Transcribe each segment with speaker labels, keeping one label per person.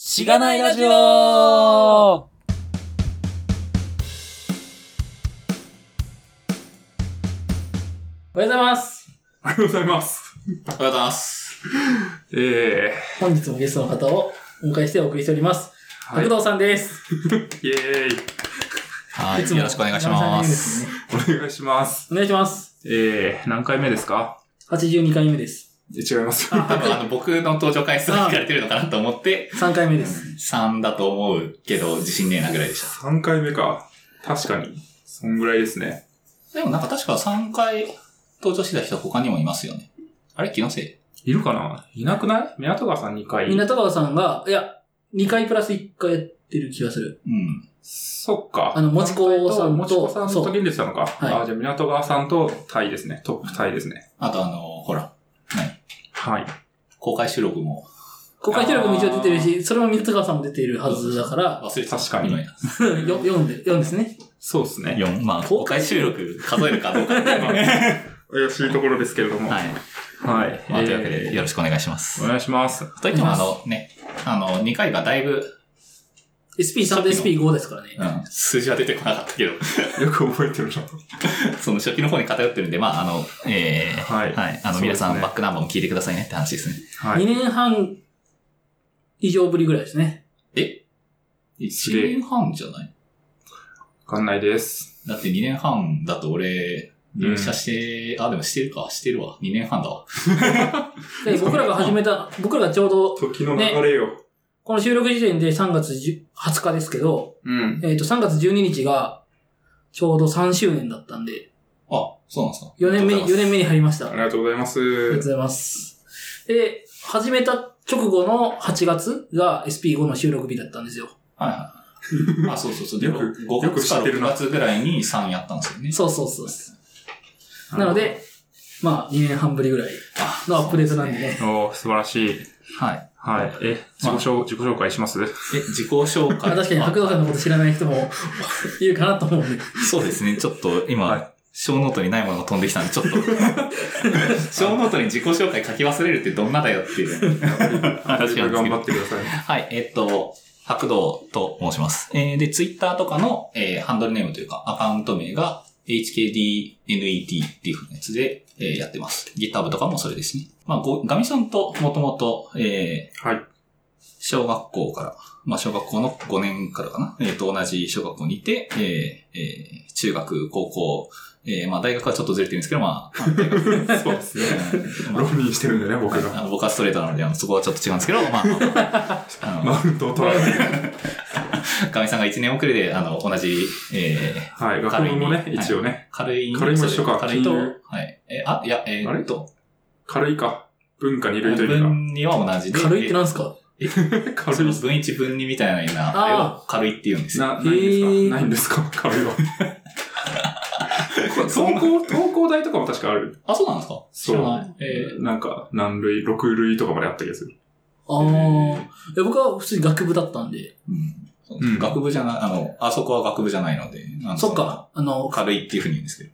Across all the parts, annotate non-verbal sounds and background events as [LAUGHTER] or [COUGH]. Speaker 1: しがないラジオ
Speaker 2: おはようございます。
Speaker 3: おはようございます。
Speaker 1: おはようございます。
Speaker 3: え
Speaker 2: 本日もゲストの方をお迎えしてお送りしております。
Speaker 3: ー、
Speaker 2: 白道さんです。
Speaker 3: イエーイ。
Speaker 1: はい
Speaker 2: つ
Speaker 1: い、
Speaker 2: も
Speaker 1: よろしくお願いしま
Speaker 2: 山田さ
Speaker 1: す。
Speaker 2: んのようですね
Speaker 3: お願いします。
Speaker 2: お願いします。
Speaker 3: えー、何回目ですか
Speaker 2: 82回目です。
Speaker 3: え違い [LAUGHS] ます。
Speaker 1: [LAUGHS] 多分あの僕の登場回数が聞かれてるのかなと思って、
Speaker 2: 3回目です。
Speaker 1: 3だと思うけど、自信ねえなぐらいでした。
Speaker 3: 3回目か。確かに。そんぐらいですね。
Speaker 1: でもなんか確か3回登場してた人他にもいますよね。あれ気のせい
Speaker 3: いるかないなくない港川さん2回。
Speaker 2: 港川さんが、いや、2回プラス1回やってる気がする。
Speaker 1: うん。
Speaker 3: そっか。
Speaker 2: あのもちこさんと
Speaker 3: もちこさんと
Speaker 2: そう
Speaker 3: 時に出てたのか。
Speaker 2: はい
Speaker 3: あ、じゃあ港川さんとタイですね。トップタイですね。
Speaker 1: あとあの、ほら、何
Speaker 3: はい。
Speaker 1: 公開収録も
Speaker 2: 公開記録も一応出てるし、それも港川さんも出ているはずだから、
Speaker 1: 忘れてた。
Speaker 3: 確かに
Speaker 1: 今や
Speaker 2: よ4で、4ですね。
Speaker 3: そうですね。
Speaker 1: 四まあ、公開収録数えるかどう [LAUGHS] かみたいなね。
Speaker 3: [LAUGHS] 怪しいところですけれども。
Speaker 1: はい。
Speaker 3: はい。
Speaker 1: まあ、というわけで、
Speaker 3: え
Speaker 1: よろしくお願いします
Speaker 3: ーお。願いします。
Speaker 1: といっても、あのね、あの、2回がだいぶ、
Speaker 2: SP3 と SP5 ですからね。
Speaker 1: うん、数字は出てこなかったけど、
Speaker 3: よく覚えてるな。
Speaker 1: その初期の方に偏ってるんで、まあ、あの、えー、
Speaker 3: はい
Speaker 1: はい。あの、
Speaker 3: そうですね
Speaker 1: 皆さん、バックナンバーも聞いてくださいねって話ですね。
Speaker 3: は
Speaker 2: 2
Speaker 3: い。
Speaker 2: 年半以上ぶりぐらいですね。
Speaker 1: え
Speaker 3: 一
Speaker 1: ?1
Speaker 3: 例
Speaker 1: 年半じゃない
Speaker 3: わかんないです。
Speaker 1: だって2年半だと俺、入社して、あ、でもしてるか、してるわ。2年半だわ。
Speaker 2: で僕らが始めた、僕らがちょうど、
Speaker 3: 時の流れよ。
Speaker 2: この収録時点で3月10 20日ですけど、
Speaker 3: うん。
Speaker 2: えっ、と、3月12日が、ちょうど3周年だったんで、
Speaker 1: あ、そうなんですか。
Speaker 2: 4年目に、4年目に入りました。あ
Speaker 3: あ
Speaker 2: り
Speaker 3: り
Speaker 2: が
Speaker 3: がとうございます。
Speaker 2: とうございます。で、始めた直後の8月が SP5 の収録日だったんですよ。
Speaker 1: はいはい。あ、そうそうそう。で、
Speaker 3: よく
Speaker 1: 5
Speaker 3: よく
Speaker 1: 月
Speaker 3: 知
Speaker 1: か
Speaker 3: って
Speaker 1: 6
Speaker 3: るな
Speaker 1: 月ぐらいに3やったんですよね。
Speaker 2: そうそうそうです。なので、まあ、2年半ぶりぐらい
Speaker 1: あ
Speaker 2: のアップデートなんで
Speaker 1: そう
Speaker 2: ね。
Speaker 3: おー素晴らしい。
Speaker 1: すねはい。
Speaker 3: はい。え、自己紹,、自己紹介し [LAUGHS] ます
Speaker 1: え、自己紹介。
Speaker 2: まあ確かに白道さんのこと知らない人もいるかなと思 [LAUGHS] うんで。
Speaker 1: そうですね。ちょっと今、
Speaker 3: はい
Speaker 1: 小ノートにないものが飛んできたんで、ちょっと。 [LAUGHS] 小ノートに自己紹介書き忘れるってどんなだよっていう、ね、話なんです
Speaker 3: 頑
Speaker 1: け
Speaker 3: 張
Speaker 1: ど
Speaker 3: っ。てください。
Speaker 1: はい、えっと、白道と申します。えーで、ツイッターとかの、えーハンドルネームというか、アカウント名が HKDNET っていうふうなやつで、えーやってます。GitHub とかもそれですね。まあ、ごガミさんともともと、えー
Speaker 3: はい。
Speaker 1: 小学校から、まあ、小学校の5年からかな、えっ、と、同じ小学校にいて、えーえー中学、高校、えーまあ、大学はちょっとずれてるんですけど、まあ、大学
Speaker 3: そうですね。
Speaker 1: うん [LAUGHS] まあ
Speaker 3: 浪人してるんでね、僕
Speaker 1: あ
Speaker 3: が。
Speaker 1: の僕はストレートなので、あのそこはちょっと違うんですけど、まあ、
Speaker 3: [LAUGHS]
Speaker 1: あの
Speaker 3: マウントを取られて。
Speaker 1: かみさんが1年遅れで、あの、同じ、えー、
Speaker 3: はい。学部もね、
Speaker 1: 軽いね
Speaker 3: 一応ね。
Speaker 1: 軽い
Speaker 3: 軽いも一緒か
Speaker 1: 軽いと
Speaker 3: 金融、
Speaker 1: はい。え、あ、いや、えー
Speaker 3: あれ
Speaker 1: と、
Speaker 3: 軽いか。文化二類というか。
Speaker 1: 分には同じで。
Speaker 2: 軽いって
Speaker 1: な
Speaker 2: なんすか
Speaker 1: そ
Speaker 3: 軽
Speaker 1: の
Speaker 3: い。
Speaker 1: 分1分2みたいな、あれを軽いって言うんですよ。
Speaker 3: な、ないんですか、
Speaker 2: えー
Speaker 3: ないんですか軽いは。東
Speaker 1: そんな
Speaker 3: 工、東工大とかも確かある。
Speaker 1: あ、そうなんですか
Speaker 3: そう
Speaker 1: 知らない。え
Speaker 3: なんか、何類、六類とかまであった気がする。
Speaker 2: あー。いや僕は普通に学部だったんで。
Speaker 1: ー
Speaker 3: うん
Speaker 1: 学部じゃない、あの、あそこは学部じゃないので、あの
Speaker 2: そっ。か、あの
Speaker 1: の、軽いっていうふうに言うんですけど。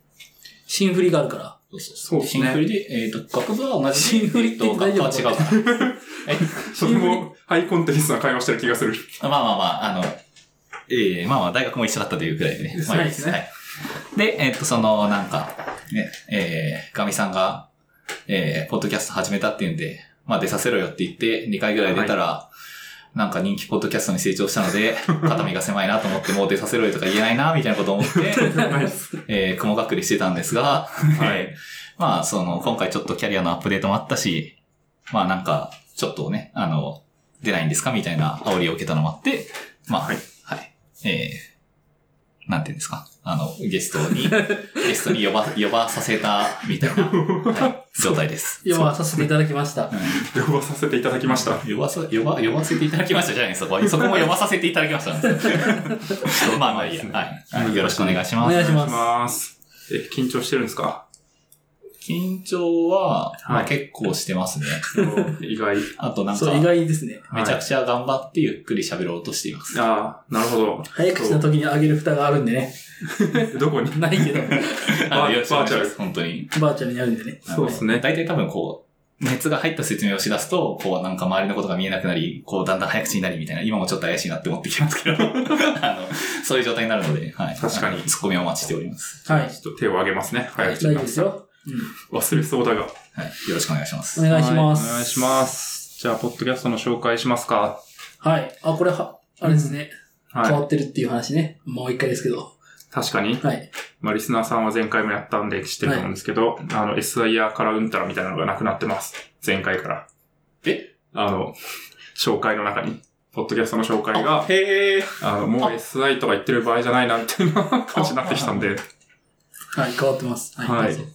Speaker 2: 新振りがあるから。
Speaker 1: そうそう
Speaker 3: そうですね
Speaker 1: 新振りで、えっ、と、学部は同じで。
Speaker 2: 新振りって
Speaker 1: えーと
Speaker 2: 大丈夫
Speaker 1: 学科は違うから。
Speaker 3: それも、ハイコンテンツな会話してる気がする。
Speaker 1: まあまあまあ、あの、ええまあまあ、大学も一緒だったというくらいでね。まあい
Speaker 2: そ
Speaker 1: い
Speaker 2: うですね
Speaker 1: はい。で、えっと、その、なんか、ね、えー、ガミさんが、えー、ポッドキャスト始めたっていうんで、まあ出させろよって言って、2回ぐらい出たら、なんか人気ポッドキャストに成長したの
Speaker 3: [LAUGHS]
Speaker 1: で、肩身が狭いなと思って、もう出させろよとか言えないな、みたいなことを
Speaker 3: [LAUGHS]
Speaker 1: 思って、
Speaker 3: ないです。
Speaker 1: えー、雲隠れしてたんですが、
Speaker 3: は
Speaker 1: えーまあ、その、今回ちょっとキャリアのアップデートもあったし、まあなんか、ちょっとね、あの、出ないんですかみたいな煽りを受けたのもあって、まあ、は
Speaker 3: はいい。
Speaker 1: えー、なんていうんですかあの、ゲスト
Speaker 3: [LAUGHS]
Speaker 1: に、ゲストに呼ば、呼ばさせた、みたいな、
Speaker 3: [LAUGHS]
Speaker 1: はい、状態です。
Speaker 2: 読まさせていただきました。
Speaker 1: うん
Speaker 3: 呼ばさせていただきました。
Speaker 1: 呼ばさ、呼ば、呼ばせていただきましたじゃないですか。そこはそこも呼ばさせていただきま [LAUGHS] した、まあまあいいや。はいはい。よろしくお願いし
Speaker 2: お
Speaker 1: ます
Speaker 2: 願い。し
Speaker 3: お願
Speaker 2: ま
Speaker 3: いし
Speaker 2: す。
Speaker 3: ます。え、緊張してるんです
Speaker 2: [LAUGHS]
Speaker 3: か
Speaker 1: 緊張は、ま
Speaker 3: はい
Speaker 1: あ結構してますね。
Speaker 3: 意外。
Speaker 1: あとなんか、
Speaker 2: そう、意外ですね。
Speaker 1: めちゃくちゃ頑張ってゆっくり喋ろうとしています。
Speaker 3: ああ、なるほど。
Speaker 2: 早口の時にあげる蓋があるんでね。
Speaker 3: どこに
Speaker 2: ないけど、
Speaker 1: [LAUGHS] あの
Speaker 3: バー
Speaker 1: よろしくお
Speaker 3: バ
Speaker 1: 願いしま
Speaker 3: ーチャ
Speaker 1: す本当に。
Speaker 2: バーチャルにあるんでね。
Speaker 3: そうですね。
Speaker 1: 大体多分こう、熱が入った説明をしだすと、こうなんか周りのことが見えなくなり、こうだんだん早口になりみたいな、今もちょっと怪しいなって思ってきますけど、 [LAUGHS] あの、そういう状態になるので、はい。
Speaker 3: 確かに
Speaker 1: ツッコミをお待ちしております。
Speaker 2: はい。
Speaker 3: ちょっと手を挙げますね。早
Speaker 2: 大
Speaker 3: 口に
Speaker 2: 丈
Speaker 3: な
Speaker 2: 夫
Speaker 3: っ
Speaker 2: です
Speaker 3: たら
Speaker 2: よ。う
Speaker 3: 忘れそうだが。
Speaker 1: はい。よろしくお願いします。
Speaker 2: ん。お願いします。
Speaker 3: はお願いしま。す。じゃあ、ポッドキャストの紹介しますか。
Speaker 2: はい。あ、これは、あれですね。変
Speaker 3: は
Speaker 2: わってるっていう話ね。もう一回ですけど。
Speaker 3: い。確かに。
Speaker 2: はい。
Speaker 3: まあ、リスナーさんは前回もやったんで知ってると思うんですけど、あの、SIR からうんたらみたいなのがなくなってます。前回から。
Speaker 1: え
Speaker 3: あの、紹介の中に。ポッドキャストの紹介
Speaker 1: あ
Speaker 3: が、
Speaker 1: へー。
Speaker 3: あの、もう SI とか言ってる場合じゃないな、みたいな感じになってきたんで。
Speaker 2: はい、変わってます。はい。
Speaker 3: はい
Speaker 2: どうぞ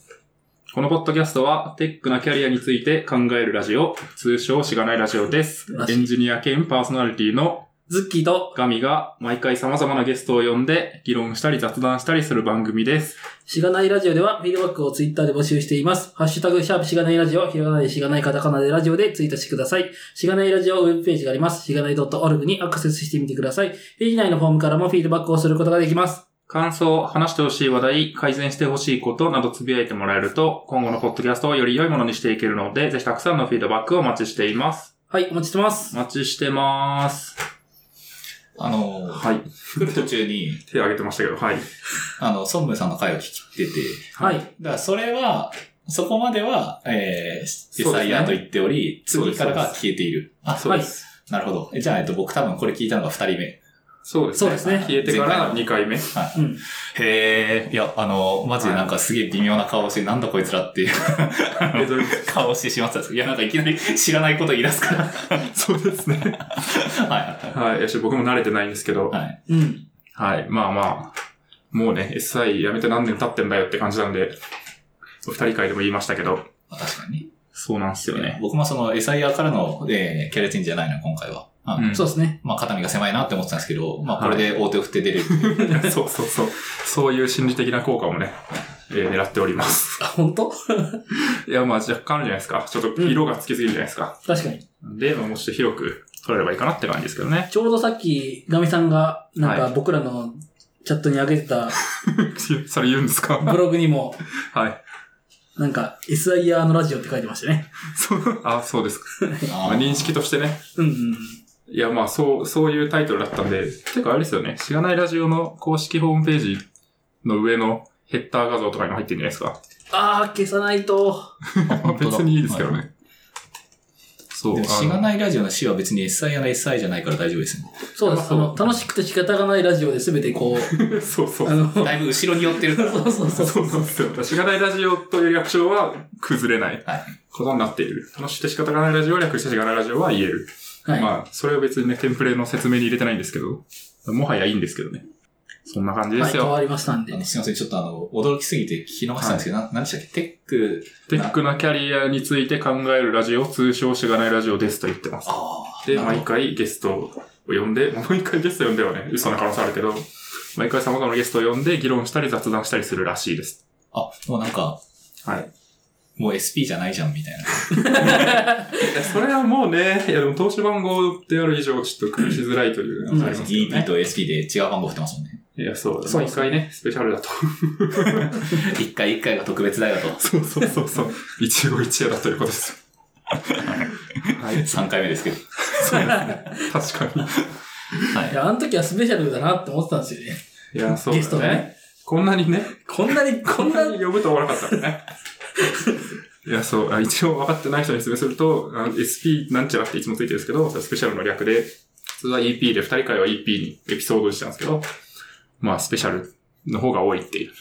Speaker 3: このポッドキャストは、テックなキャリアについて考えるラジオ、通称しがないラジオです
Speaker 2: ら。しい
Speaker 3: エンジニア兼パーソナリティの
Speaker 2: ズッキーと、
Speaker 3: ガミが毎回様々なゲストを呼んで、議論したり雑談したりする番組です。
Speaker 2: しがないラジオではフィードバックをツイッターで募集しています。ハッシュタグ、シャープしがないラジオ、ひらがなでしがないカタカナでラジオでツイートしてください。しがないラジオウェブページがあります。しがない .org にアクセスしてみてください。ページ内のフォームからもフィードバックをすることができます。
Speaker 3: 感想、話してほしい話題、改善してほしいことなどつぶやいてもらえると、今後のポッドキャストをより良いものにしていけるので、ぜひたくさんのフィードバックをお待ちしています。
Speaker 2: はい、お待ちしてます
Speaker 3: お。待ちしてます。
Speaker 1: あの、
Speaker 3: はい。
Speaker 1: 来る途中に、
Speaker 3: 手挙げてましたけど、はい。
Speaker 1: あの、孫文さんの回を聞いてて、
Speaker 2: はい。
Speaker 1: だからそれは、そこまでは、えー、
Speaker 3: そうですね
Speaker 1: SIR と言っており、次からが消えている。あ、
Speaker 3: そう
Speaker 1: は
Speaker 3: で
Speaker 1: い。
Speaker 3: す。
Speaker 1: なるほど。えじゃあ、えっと、僕多分これ聞いたのが二人目。へ
Speaker 3: そうです
Speaker 2: そうですね
Speaker 3: 消えてから2回目。
Speaker 2: うん。
Speaker 1: え、いや、あの、マジでなんかすげえ微妙な顔をして、なんだこいつらっていう [LAUGHS]
Speaker 3: えどういうこ
Speaker 1: 顔をしてしまってたんですけどいや、なんかいきなり知らないこと言い出す [LAUGHS] から。
Speaker 3: とそう
Speaker 1: [LAUGHS]
Speaker 3: ですね。
Speaker 1: は
Speaker 3: はい。よし、僕も慣れてないんですけど
Speaker 1: い。、はい。
Speaker 2: うん。
Speaker 3: はい。まあまあ、もうね、SI 辞めて何年経ってんだよって感じなんで、お二人会でも言いましたけど、
Speaker 1: まあ確かにね。
Speaker 3: そうなんですよね。
Speaker 1: 僕もその SIR からの、えー、キャリアチェンジじゃないな、今回は。あ
Speaker 3: うん
Speaker 2: そうですね。
Speaker 1: まあ、肩身が狭いなって思ってたんですけど、まあ、これで大手を振って出れる。い、
Speaker 3: そうそうそう。そういう心理的な効果もね、えー狙っております。
Speaker 2: あ、本当
Speaker 3: いや、まあ若干あるじゃないですか。ちょっと色がつきすぎるじゃないですか。
Speaker 2: 確かに。
Speaker 3: で、まあ、もうちょっと広く取れればいいかなって感じですけどね。 [LAUGHS]
Speaker 2: ちょうどさっき、ガミさんが、なんか
Speaker 3: は
Speaker 2: 僕らのチャットに上げてた
Speaker 3: それ言うんです [LAUGHS] か
Speaker 2: ブログにも、
Speaker 3: はい。
Speaker 2: なんか SIR のラジオって書いてましたね。
Speaker 3: そう、あ、そうですか。 [LAUGHS] まあ、認識としてね。
Speaker 2: うんうん。
Speaker 3: いや、まあ、そう、そういうタイトルだったんで、てかあれですよね。しがないラジオの公式ホームページの上のヘッダー画像とかにも入ってるんじゃないで
Speaker 2: ああ、消さないと。
Speaker 3: すか。
Speaker 1: 本当だ
Speaker 3: 別にいいですけどね。そう。
Speaker 1: でも、し
Speaker 3: あ
Speaker 1: が
Speaker 3: の
Speaker 1: ないラジオの C は別に SIR の SI じゃないから大丈夫ですね。
Speaker 2: そうです。
Speaker 3: ま
Speaker 2: あ
Speaker 3: あ
Speaker 2: の、楽しくて仕方がないラジオで全てこう、
Speaker 3: そうそう
Speaker 2: あ。の、
Speaker 1: だいぶ後ろに寄ってるから。
Speaker 2: そうそうそう。
Speaker 3: そうなんですよ。しがないラジオという略称は崩れない
Speaker 1: はい。
Speaker 3: ことになっている。楽しくて仕方がないラジオは略してしがないラジオは言える。
Speaker 2: はい。
Speaker 3: まあ、それは別にね、テンプレの説明に入れてないんですけど、もはやいいんですけどね。そんな感じで
Speaker 2: はい、
Speaker 3: す
Speaker 2: 変
Speaker 3: よ。
Speaker 2: わりましたん
Speaker 1: あ
Speaker 2: で
Speaker 1: の。すいません、ちょっとあの、驚きすぎて聞き逃したんですけど、な何でしたっけテック、
Speaker 3: テックなキャリアについて考えるラジオ、通称しがないラジオですと言ってます。
Speaker 1: あ
Speaker 3: で、
Speaker 1: なるほ
Speaker 3: 毎
Speaker 1: ど
Speaker 3: 回ゲストを呼んで、も [LAUGHS] う一回ゲスト呼んではね、嘘な可能性あるけど、毎回様々なゲストを呼んで議論したり雑談したりするらしいです。
Speaker 1: あ、もうなんか、
Speaker 3: はい。
Speaker 1: もう SP じゃないじゃん、みたいな。
Speaker 3: それはもうね、いやでも投資番号である以上、ちょっと崩しづらいというのがありますよ
Speaker 1: EP
Speaker 3: ね。
Speaker 1: と SP で違う番号振ってますもんね。
Speaker 3: いや、そうだ。
Speaker 2: そう
Speaker 3: 毎回ね、スペシャルだと。 [LAUGHS]
Speaker 1: 一回一回が特別だよと。
Speaker 3: そうそうそうそう。一期一会だということです。はい。
Speaker 1: 3回目ですけど。
Speaker 3: 確かに。
Speaker 1: はい
Speaker 2: い。や、あの時はスペシャルだなって思ってたんですよね。
Speaker 3: いや、そう
Speaker 2: ゲスト
Speaker 3: だ
Speaker 2: が
Speaker 3: ね。こんなにね、
Speaker 2: こんなに、こ
Speaker 3: こ
Speaker 2: ん
Speaker 3: ん
Speaker 2: な
Speaker 3: な
Speaker 2: に。
Speaker 3: に呼ぶと思わなかった
Speaker 2: [LAUGHS]
Speaker 3: ね。いや、そう。あ一応分かってない人に説明すると、あの SP なんちゃらっていつもついてるんですけど、それスペシャルの略で、普通は EP で、二人会は EP にエピソードしてたんですけど、まあ、スペシャルの方が多いっていう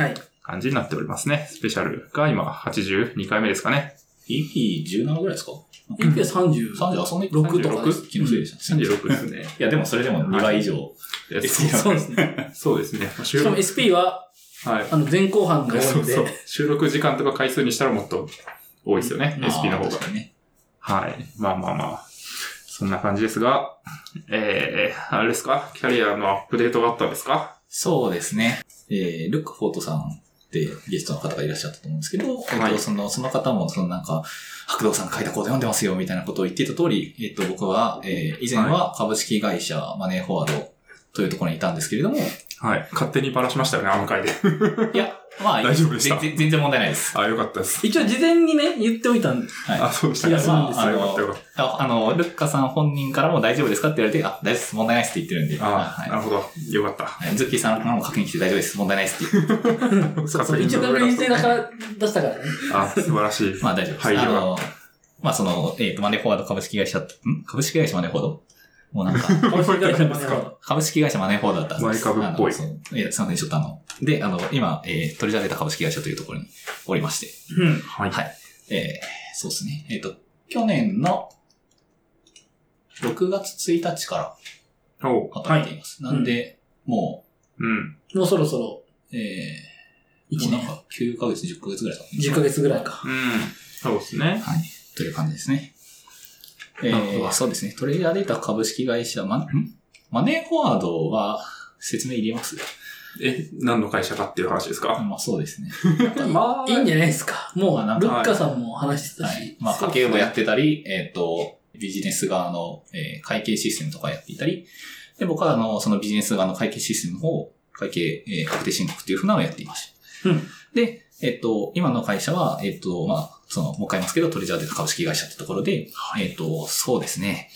Speaker 2: はい。
Speaker 3: 感じになっておりますね。スペシャルが今82回目ですかね。
Speaker 1: EP17 ぐらいですか
Speaker 2: EP は
Speaker 1: ?30
Speaker 2: 30。
Speaker 1: あ、そんなに
Speaker 2: 6とかです
Speaker 1: 36? 気のせいでしたね。
Speaker 3: 36ですね。
Speaker 1: いや、でもそれでも2倍以上。
Speaker 3: いや
Speaker 1: ですよ
Speaker 2: [LAUGHS] そうですね。
Speaker 3: そうですね。
Speaker 2: し
Speaker 3: 収
Speaker 2: か
Speaker 3: 録
Speaker 2: も SP は、
Speaker 3: はい。
Speaker 2: あの、前後半が多
Speaker 3: そ
Speaker 2: い
Speaker 3: うん
Speaker 2: で
Speaker 3: そう。。収録時間とか回数にしたらもっと多いですよね。
Speaker 2: うん
Speaker 3: SP の方が
Speaker 1: 確。かにね。
Speaker 3: はい。まあまあまあ。そんな感じですが、えー、あれですかキャリアのアップデートがあったんですか
Speaker 1: そうですね。えー、ルックフォートさんってゲストの方がいらっしゃったと思うんですけど、
Speaker 3: はい
Speaker 1: えっと、その、その方も、そのなんか、白道さんが書いたコード読んでますよ、みたいなことを言っていた通り、えっと、僕は、えー、以前は株式会社マネーフォワードというところにいたんですけ
Speaker 3: [LAUGHS]
Speaker 1: れども、
Speaker 3: はい。勝手にバラしましたよね、あの回で。
Speaker 1: いや、まあ、
Speaker 3: 大丈夫でした
Speaker 1: 全然全然問題ないです。
Speaker 3: [LAUGHS] あ、よかったです。
Speaker 2: 一応事前にね、言っておいたんで。
Speaker 1: はい。
Speaker 3: あ、そうでした
Speaker 2: いやそうな
Speaker 3: か。
Speaker 2: んです
Speaker 1: よ
Speaker 3: あよかったよかっ
Speaker 1: ああの、ルッカさん本人からも大丈夫ですかって言われて、あ、大丈夫です。問題ないですって言ってるんで。
Speaker 3: た。あ
Speaker 1: はい
Speaker 3: なるほど。よかった。
Speaker 1: はいズッキーさんからも確認して大丈夫です。問題ないですって言って。
Speaker 2: そうそう、一応確認してだから出したからね。
Speaker 3: あ、素晴らしい。
Speaker 1: まあ大丈夫です。
Speaker 3: はい
Speaker 1: あの、まあその、えっ、と、マネーフォワード株式会社、ん株式会社マネーフォワードもうなんか、
Speaker 3: [LAUGHS]
Speaker 2: 株式
Speaker 3: 覚え
Speaker 2: 会社
Speaker 3: てないんですか
Speaker 1: 株式会社マネーフォワードだったんです。
Speaker 3: 前株っぽい
Speaker 1: あのそういや、すいません、ちょっとあの、で、あの、今、えー取り立てた株式会社というところにおりまして、
Speaker 2: うん。
Speaker 3: はい。
Speaker 1: はいえー、そうですね。えっ、と、去年の6月1日から
Speaker 3: おう。
Speaker 1: 働いています。
Speaker 2: い
Speaker 1: なんで、も
Speaker 3: うん。
Speaker 2: もうそろそろ
Speaker 1: う、えー、
Speaker 2: 1
Speaker 1: もうなん
Speaker 2: 年、
Speaker 1: か9ヶ月、10ヶ月ぐらい経って
Speaker 2: 10ヶ月ぐらいか。
Speaker 3: うん。そうですね。
Speaker 1: はい。という感じですね。え
Speaker 3: なるほど
Speaker 1: ー、そうですね。トレーダーデータ株式会社、ま、んマネーフォワードは説明入れます
Speaker 3: え、何の会社かっていう話ですか
Speaker 1: まあそうですね。
Speaker 3: ま
Speaker 2: いいんじゃないですか。もう、
Speaker 1: まあ
Speaker 2: ル
Speaker 1: なん
Speaker 3: か
Speaker 2: ッカさんも話してた
Speaker 1: はい
Speaker 2: し。。
Speaker 1: まあ
Speaker 3: そう
Speaker 1: 家
Speaker 3: ですね
Speaker 1: 計簿やってたり、えっ、と、ビジネス側の、えー会計システムとかやっていたり、で、僕はあの、そのビジネス側の会計システムの方、会計、えー確定申告というふうなのをやっていました。
Speaker 2: うん
Speaker 1: で、えっ、と、今の会社は、えっ、と、まあ、その、もう一回言いますけど、トレジャーデータ株式会社ってところで、えっ、と、そうですね。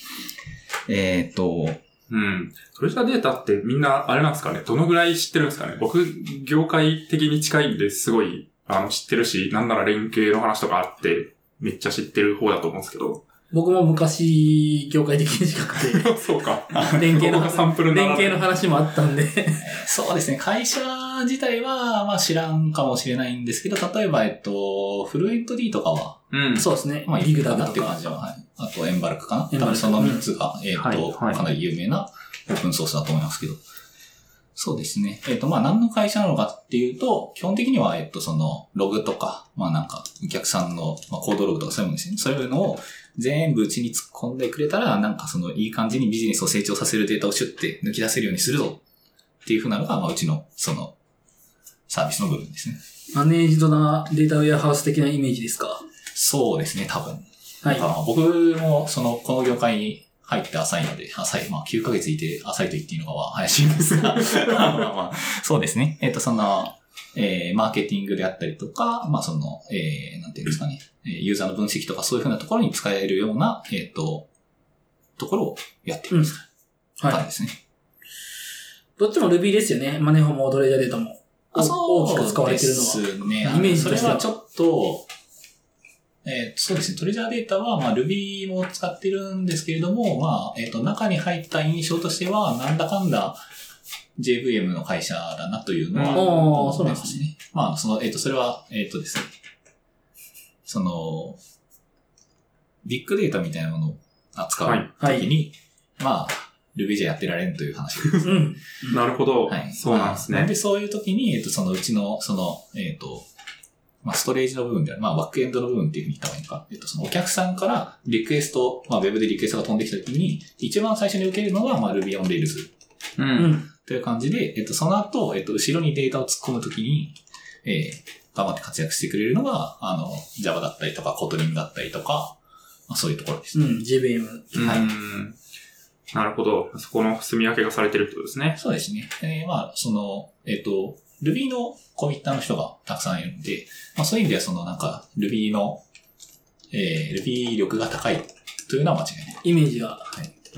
Speaker 1: えっ、と、
Speaker 3: うん。トレジャーデータってみんな、あれなんですかね、どのぐらい知ってるんですかね。僕、業界的に近いんですごい、あの、知ってるし、なんなら連携の話とかあって、めっちゃ知ってる方だと思うんですけど。 [LAUGHS]
Speaker 2: 僕も昔、業界的に近くて、
Speaker 3: そうか。
Speaker 2: 連携の
Speaker 3: ここがサンプル
Speaker 2: 話、
Speaker 3: になら
Speaker 2: 連
Speaker 3: ない
Speaker 2: 携の話もあったんで。
Speaker 1: [LAUGHS] そうですね。会社自体は、まあ知らんかもしれないんですけど、例えば、えっと、フルエント D とかは、
Speaker 3: うん。
Speaker 2: そうですね
Speaker 1: まあ、。
Speaker 2: リ
Speaker 1: い
Speaker 2: グ
Speaker 1: く
Speaker 2: ダ
Speaker 1: ら
Speaker 2: ブ
Speaker 1: だって
Speaker 2: と
Speaker 1: いう感
Speaker 2: か。
Speaker 1: じは、はい。あと、エンバルクかな
Speaker 2: エン
Speaker 1: 多
Speaker 2: バル
Speaker 1: 分
Speaker 2: ク
Speaker 1: その3つが、えっと、
Speaker 3: はいはい
Speaker 1: かなり有名なオープンソースだと思いますけど。そうですね。えっと、まあ何の会社なのかっていうと、基本的には、えっと、その、ログとか、まあなんか、お客さんの、まあ、コードログとかそういうものですね。そういうのを全部うちに突っ込んでくれたら、なんかその、いい感じにビジネスを成長させるデータをシュッて抜き出せるようにするぞっていうふうなのが、まあうちの、その、サービスの部分ですね。
Speaker 2: マネージドなデータウェアハウス的なイメージですか。
Speaker 1: そうですね、多分。
Speaker 2: はい。
Speaker 1: あの僕も、その、この業界に入って浅いので、浅い、まあ、9ヶ月いて浅いと言っていいのかは怪しいんですが、まあまあまあ [LAUGHS] そうですね。えっ、と、その、えーマーケティングであったりとか、まあ、その、えーなんていうんですかね、えーユーザーの分析とかそういうふうなところに使えるような、えっ、と、ところをやっています。
Speaker 2: はい
Speaker 1: はい。ですね。
Speaker 2: どっちも Ruby ですよね。マネホもドレジャーデータも。
Speaker 1: あ
Speaker 2: お大きく使われてるの
Speaker 1: そう
Speaker 2: は。
Speaker 1: ですね。
Speaker 2: イメージとしては
Speaker 1: それはちょっと、えーそうですね。トレジャーデータは、まあ、Ruby も使ってるんですけれども、まあ、えっ、と、中に入った印象としては、なんだかんだ JVM の会社だなというのは、
Speaker 2: うんあーそうなんですね
Speaker 1: すね。まあ、その、えっ、と、それは、えっ、とですね。その、ビッグデータみたいなものを扱
Speaker 3: は
Speaker 1: う
Speaker 3: い
Speaker 1: ときに、まあ、Ruby じゃやってられんという話です。
Speaker 2: うん。
Speaker 3: なるほど。
Speaker 1: はい。
Speaker 3: そうなんです
Speaker 1: な
Speaker 3: ね
Speaker 1: んで、。そういう時に、えっと、そのうちの、その、えっと、まあ、ストレージの部分である、まあ、バックエンドの部分っていうふうに言った方がいいのか。えっと、そのお客さんからリクエスト、まあ、ウェブでリクエストが飛んできた時に、一番最初に受けるのが、まあ、Ruby on Rails
Speaker 3: う。
Speaker 2: うんん。
Speaker 1: という感じで、えっと、その後、えっと、後ろにデータを突っ込むときに、えー、頑張って活躍してくれるのが、あの、Java だったりとか、Kotlin だったりとか、まあ、そういうところです。
Speaker 2: うん。JVM。
Speaker 1: はい
Speaker 3: うんなるほど。そこの住み分けがされてるってことですね。
Speaker 1: そうですね。えーまあ、その、えっ、と、Ruby のコミッターの人がたくさんいるんで、まあそういう意味ではそのなんか Ruby の、えー、Ruby 力が高いというのは間違いない。
Speaker 2: イメージが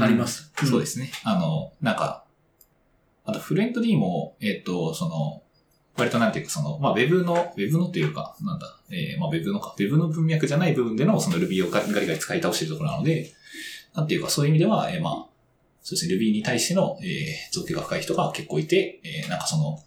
Speaker 2: あります。
Speaker 1: そう
Speaker 2: で
Speaker 1: ですね。あの、なんか、あとフルエント D も、えっ、と、その、割となんていうかその、まあ Web の、Web のというか、なんだ、えー、まあ Web のか、Web の文脈じゃない部分でのその Ruby をガリガリ使い倒しているところなので、なんていうかそういう意味では、えー、まあ、そうですね、Ruby に対しての、えー、造形が深い人が結構いて、えー、なんかその、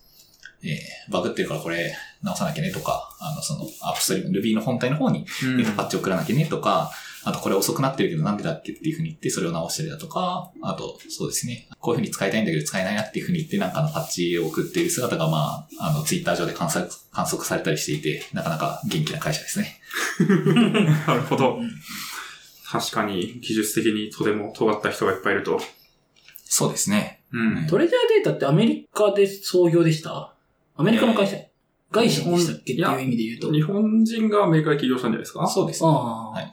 Speaker 1: えー、バグってるからこれ直さなきゃねとか、あの、その、アップストリーム、Ruby の本体の方に
Speaker 3: うん
Speaker 1: えっとパッチ送らなきゃねとか、あとこれ遅くなってるけどなんでだっけっていうふうに言ってそれを直したりだとか、あとそうですね、こういうふうに使いたいんだけど使えないなっていうふうに言ってなんかのパッチを送っている姿がまあ、あのツイッター上で観測観測されたりしていて、なかなか元気な会社ですね。
Speaker 3: [LAUGHS] なるほど
Speaker 2: うん。
Speaker 3: 確かに、技術的にとても尖った人がいっぱいいると。
Speaker 1: そうですね。
Speaker 3: うん。
Speaker 2: トレジャーデータってアメリカで創業でしたアメリカの会社、外資でしたっけって
Speaker 3: 日本
Speaker 2: いう意味で言うと。
Speaker 3: 日本人がアメリカで起業したんじゃないですか
Speaker 1: そうですね。
Speaker 2: ああ、
Speaker 1: はい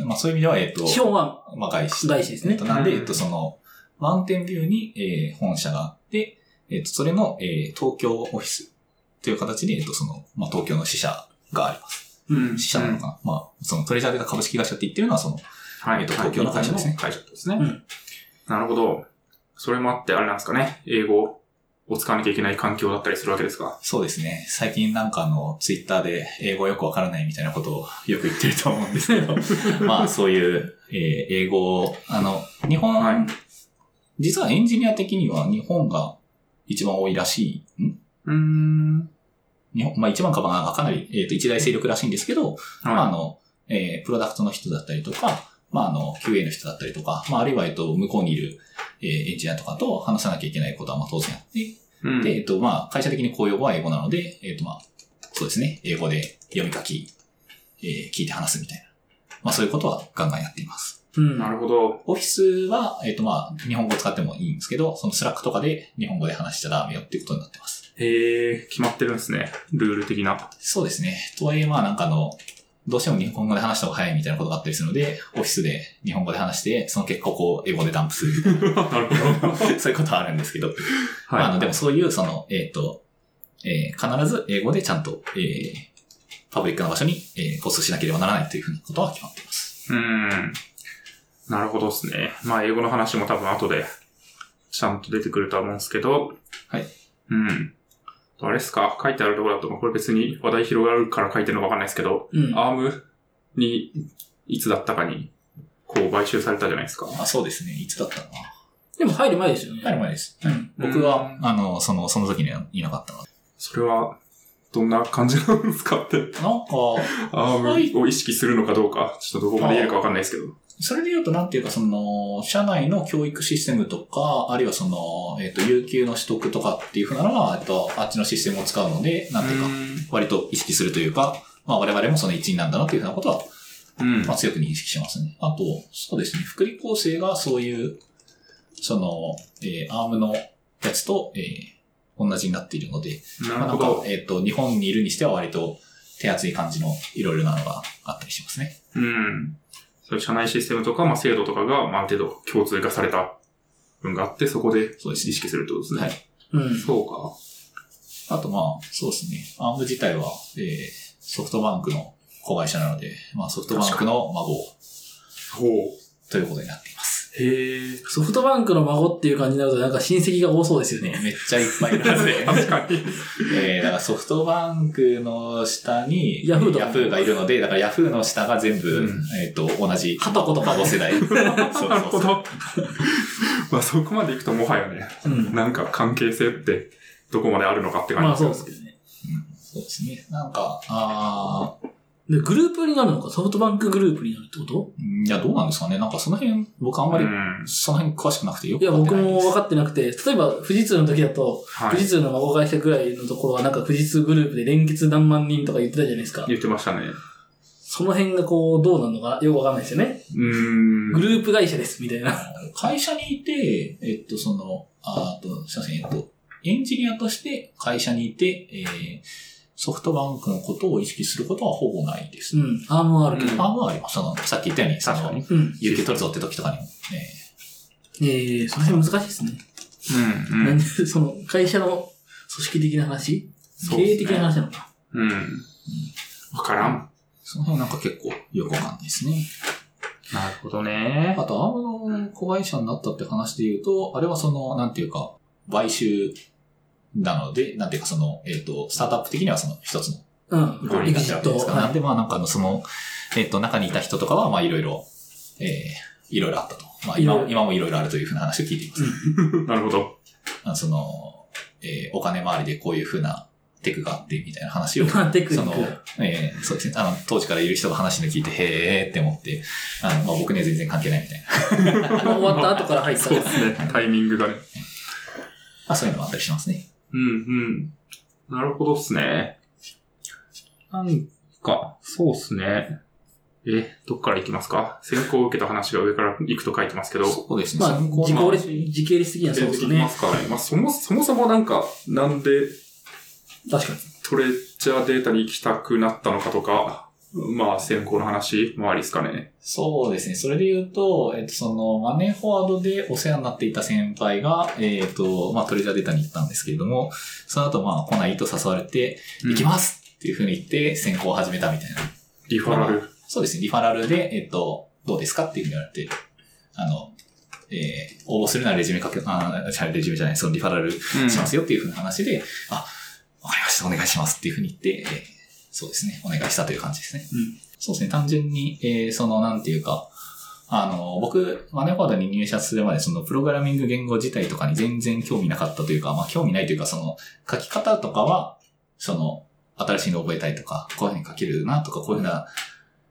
Speaker 1: まあそういう意味では、えっと、
Speaker 2: 資本は
Speaker 1: まあ外資。
Speaker 2: 外資ですね
Speaker 1: えっとなんで、
Speaker 3: うん
Speaker 1: えっとその、マウンテンビューに、えー本社があって、えっ、と、それの、えー東京オフィスという形で、えっ、と、その、まあ、東京の支社があります。
Speaker 3: うん
Speaker 1: 支社なのかな、まあ、その取り調べた株式会社って言ってるのは、その、
Speaker 3: は
Speaker 1: え
Speaker 3: い。
Speaker 1: っと東京の会社ですね
Speaker 3: 会社ですね。
Speaker 2: うん
Speaker 3: なるほど。それもあって、あれなんですかね。英語を使わなきゃいけない環境だったりするわけですか。
Speaker 1: そうですね。最近なんかあの、ツイッターで英語よくわからないみたいなことをよく言ってると思うんですけど、
Speaker 3: [LAUGHS]
Speaker 1: まあそういう、えー英語を、あの、日本、
Speaker 3: はい
Speaker 1: 実はエンジニア的には日本が一番多いらしい、ん
Speaker 3: うーん。
Speaker 1: 日本、まあ一番かまあかなり、えーと一大勢力らしいんですけど、まああ
Speaker 3: は
Speaker 1: の、えープロダクトの人だったりとか、まああの、QA の人だったりとか、まああるいはえっと、向こうにいる、えーエンジニアとかと話さなきゃいけないことはまあ当然あって、
Speaker 3: い。うん
Speaker 1: で、えっと、まあ、会社的に公用語は英語なので、えっと、まあ、そうですね、英語で読み書き、えー聞いて話すみたいな。まあ、そういうことはガンガンやっています。
Speaker 2: うん。
Speaker 3: なるほど。
Speaker 1: オフィスは、えっと、まあ、日本語を使ってもいいんですけど、そのスラックとかで日本語で話しちゃダメよっていうことになってます。
Speaker 3: へえ、決まってるんですね。ルール
Speaker 1: [LAUGHS]
Speaker 3: 的な。
Speaker 1: そうですね。とはいえ、まあ、なんかあの、どうしても日本語で話した方が早いみたいなことがあったりするので、オフィスで日本語で話して、その結果をこう、英語でダンプするみ [LAUGHS] たい
Speaker 3: なる [LAUGHS] ほど。
Speaker 1: な、そういうことはあるんですけど、まあ、あの、
Speaker 3: は
Speaker 1: でもそういう、その、えっ、と、えー必ず英語でちゃんと、えーパブリックな場所に、えーポストしなければならないというふうなことは決まっています。
Speaker 3: い。うん。なるほどですね。まあ、英語の話も多分後で、ちゃんと出てくるとは思うんですけど。
Speaker 1: はい。
Speaker 3: うん。あれですか書いてあるところだと、まあこれ別に話題広がるから書いてるのかわかんないですけど、
Speaker 2: うん。
Speaker 3: アームに、いつだったかに、こう、買収されたじゃないですか。
Speaker 1: あそうですね。いつだったかな。
Speaker 2: でも入る前ですよね。
Speaker 1: だいぶ前です。
Speaker 2: うん。
Speaker 1: 僕は
Speaker 3: う、
Speaker 1: あの、その、その時にはいなかったので。
Speaker 3: それは、どんな感じなんですかって、
Speaker 1: なんか、
Speaker 3: アームを意識するのかどうか、ちょっとどこまで言えるかわかんないですけど。
Speaker 1: それで言うと、なんていうか、その、社内の教育システムとか、あるいはその、えっ、と、有給の取得とかっていうふうなのは、えっと、あっちのシステムを使うので、なんていうか、割と意識するというか、まあ、我々もその一員なんだなというふうなことは
Speaker 3: うん。
Speaker 1: まあ、強く認識しますね。あと、そうですね、福利厚生がそういう、その、えーアームのやつと、えー同じになっているので、
Speaker 3: な
Speaker 1: まあ、
Speaker 3: る
Speaker 1: な
Speaker 3: ほ
Speaker 1: んか
Speaker 3: ど、。
Speaker 1: えっ、と、日本にいるにしては割と手厚い感じのいろいろなのがあったりしますね。
Speaker 3: うん。そういう社内システムとか、まあ、制度とかが、まあ、ある程度共通化された分があって、そこで
Speaker 1: そうです
Speaker 3: 意識するってことですね。
Speaker 1: はい
Speaker 2: うん。
Speaker 3: そうか。
Speaker 1: あと、まあ、そうですね、アーム自体は、えーソフトバンクの子会社なので、まあ、ソフトバンクの孫
Speaker 3: ほう。
Speaker 1: ということになっています。
Speaker 3: へえ。
Speaker 2: ソフトバンクの孫っていう感じになると、なんか親戚が多そうですよね。
Speaker 1: ねめっちゃいっぱいいるはずで。
Speaker 3: [LAUGHS] 確かに。
Speaker 1: えー、だからソフトバンクの下に、
Speaker 2: ヤフーとか
Speaker 1: ヤフーがいるので、だからヤフーの下が全部、
Speaker 3: うん
Speaker 1: えっ、と、同じ。
Speaker 2: はとことか
Speaker 1: 孫世代。そう
Speaker 3: なるほ
Speaker 1: そうそう。
Speaker 3: ど。 [LAUGHS] まあ、そこまでいくともはやね、
Speaker 2: うん。
Speaker 3: なんか関係性って、どこまであるのかって
Speaker 2: ま
Speaker 3: 感
Speaker 2: あ
Speaker 3: じ
Speaker 2: そうですけどね。
Speaker 1: そうですね。なんか、あー
Speaker 2: で、グループになるのか、ソフトバンクグループになるってこと
Speaker 1: うんいや、どうなんですかね。なんかその辺、僕あんま
Speaker 3: う
Speaker 1: り、
Speaker 3: ん。
Speaker 1: その辺詳しくなくてよ
Speaker 2: い
Speaker 1: く
Speaker 2: や、
Speaker 1: わかって
Speaker 2: 僕
Speaker 1: ない
Speaker 2: も
Speaker 1: です
Speaker 2: 分かってなくて、例えば富士通の時だと、
Speaker 3: は
Speaker 2: 富
Speaker 3: い
Speaker 2: 士。通の孫会社ぐらいのところはなんか富士通グループで連結何万人とか言ってたじゃないですか。
Speaker 3: 言ってましたね。
Speaker 2: その辺がこう、どうなるのかよくわかんないですよね。
Speaker 3: うー
Speaker 2: グ
Speaker 3: ん。
Speaker 2: ループ会社です、みたいな。
Speaker 1: 会社にいて、えっと、その、ああと、すいません、えっと、エンジニアとして会社にいて、えーソフトバンクのことを意識することはほぼないです
Speaker 2: う。ん。アームはあるけ
Speaker 3: ん
Speaker 2: ど。
Speaker 1: あまああります。その、さっき言ったように、その
Speaker 3: 確かに。
Speaker 2: うん。
Speaker 1: 有給取るぞって時とかにも、ね、
Speaker 2: ええその辺難しいですね。
Speaker 3: うん。う
Speaker 2: なん
Speaker 3: ん
Speaker 2: で、その、会社の組織的な話、
Speaker 3: そう
Speaker 2: 経
Speaker 3: です
Speaker 2: 営
Speaker 3: ね
Speaker 2: 的な話なのか。
Speaker 3: うん。わからん。
Speaker 1: その辺なんか結構よくわかんないですね。
Speaker 3: なるほどね
Speaker 1: あ。と、アームの子会社になったって話で言うと、あれはその、なんていうか、買収なので、なんていうかその、えっ、と、スタートアップ的にはその一つの
Speaker 2: うん。
Speaker 3: ゴリ
Speaker 2: エグ
Speaker 1: になっ
Speaker 2: ジッ
Speaker 1: てるわけ
Speaker 2: ト。
Speaker 1: ですから、なんでまあなんかあの、その、えっ、と、中にいた人とかは、まあいろいろ、えーいろいろあったと。まあ
Speaker 2: い
Speaker 1: 今
Speaker 2: ろいろ
Speaker 1: 今もいろいろあるというふうな話を聞いていま
Speaker 3: [LAUGHS]
Speaker 1: す。
Speaker 3: なるほど。
Speaker 1: あのその、えーお金回りでこういうふうなテクがあってみたいな話を、
Speaker 2: まあテクニ
Speaker 1: そ
Speaker 2: ッ
Speaker 1: の
Speaker 2: ク。、
Speaker 1: えーそうですね。あの、当時からいる人が話の聞いて、へーって思って、あの、まあ、僕には全然関係ないみたいな。
Speaker 2: まあ終わった後から入った。
Speaker 3: そうですね。 [LAUGHS] タイミングがね。
Speaker 1: まあ、そういうのもあったりしますね。
Speaker 3: うんうん。なるほどっすね。なんか、そうっすね。え、どっから行きますか選考を受けた話が上から行くと書いてますけど。
Speaker 1: そうですね。
Speaker 2: まあ、
Speaker 1: 参考
Speaker 2: 時
Speaker 1: に
Speaker 2: 系列、時系列的にはそうです
Speaker 3: 行き
Speaker 2: ね
Speaker 3: ま。すかね。まあ、そも、そもそもなんか、なんで
Speaker 2: 確かに。
Speaker 3: トレジャーデータに行きたくなったのかとか、まあ、先行の話もありですかね。
Speaker 1: そうですね。それで言うと、えっと、その、マネーフォワードでお世話になっていた先輩が、えっと、まあ、トレジャーデータに行ったんですけれども、その後、まあ、来ないと誘われて、行きますっていうふうに言って、選考を始めたみたいな。
Speaker 3: すリファラル。
Speaker 1: そうですね。リファラルで、えっと、どうですかっていうふうに言われて、あの、えー応募するならレジュメかけ、あー、じゃあレジュメじゃない、そのリファラルし
Speaker 3: うん
Speaker 1: ますよっていうふうな話で、あ、わかりました、お願いしますっていうふうに言って、えーそうですね、お願いしたという感じですね。
Speaker 3: うん
Speaker 1: そうですね、単純に、えーその、なんていうか、あの、僕、マネフォワードに入社するまで、その、プログラミング言語自体とかに全然興味なかったというか、まあ、興味ないというか、その、書き方とかは、その、新しいのを覚えたいとか、こういうふうに書けるなとか、こういうふうな、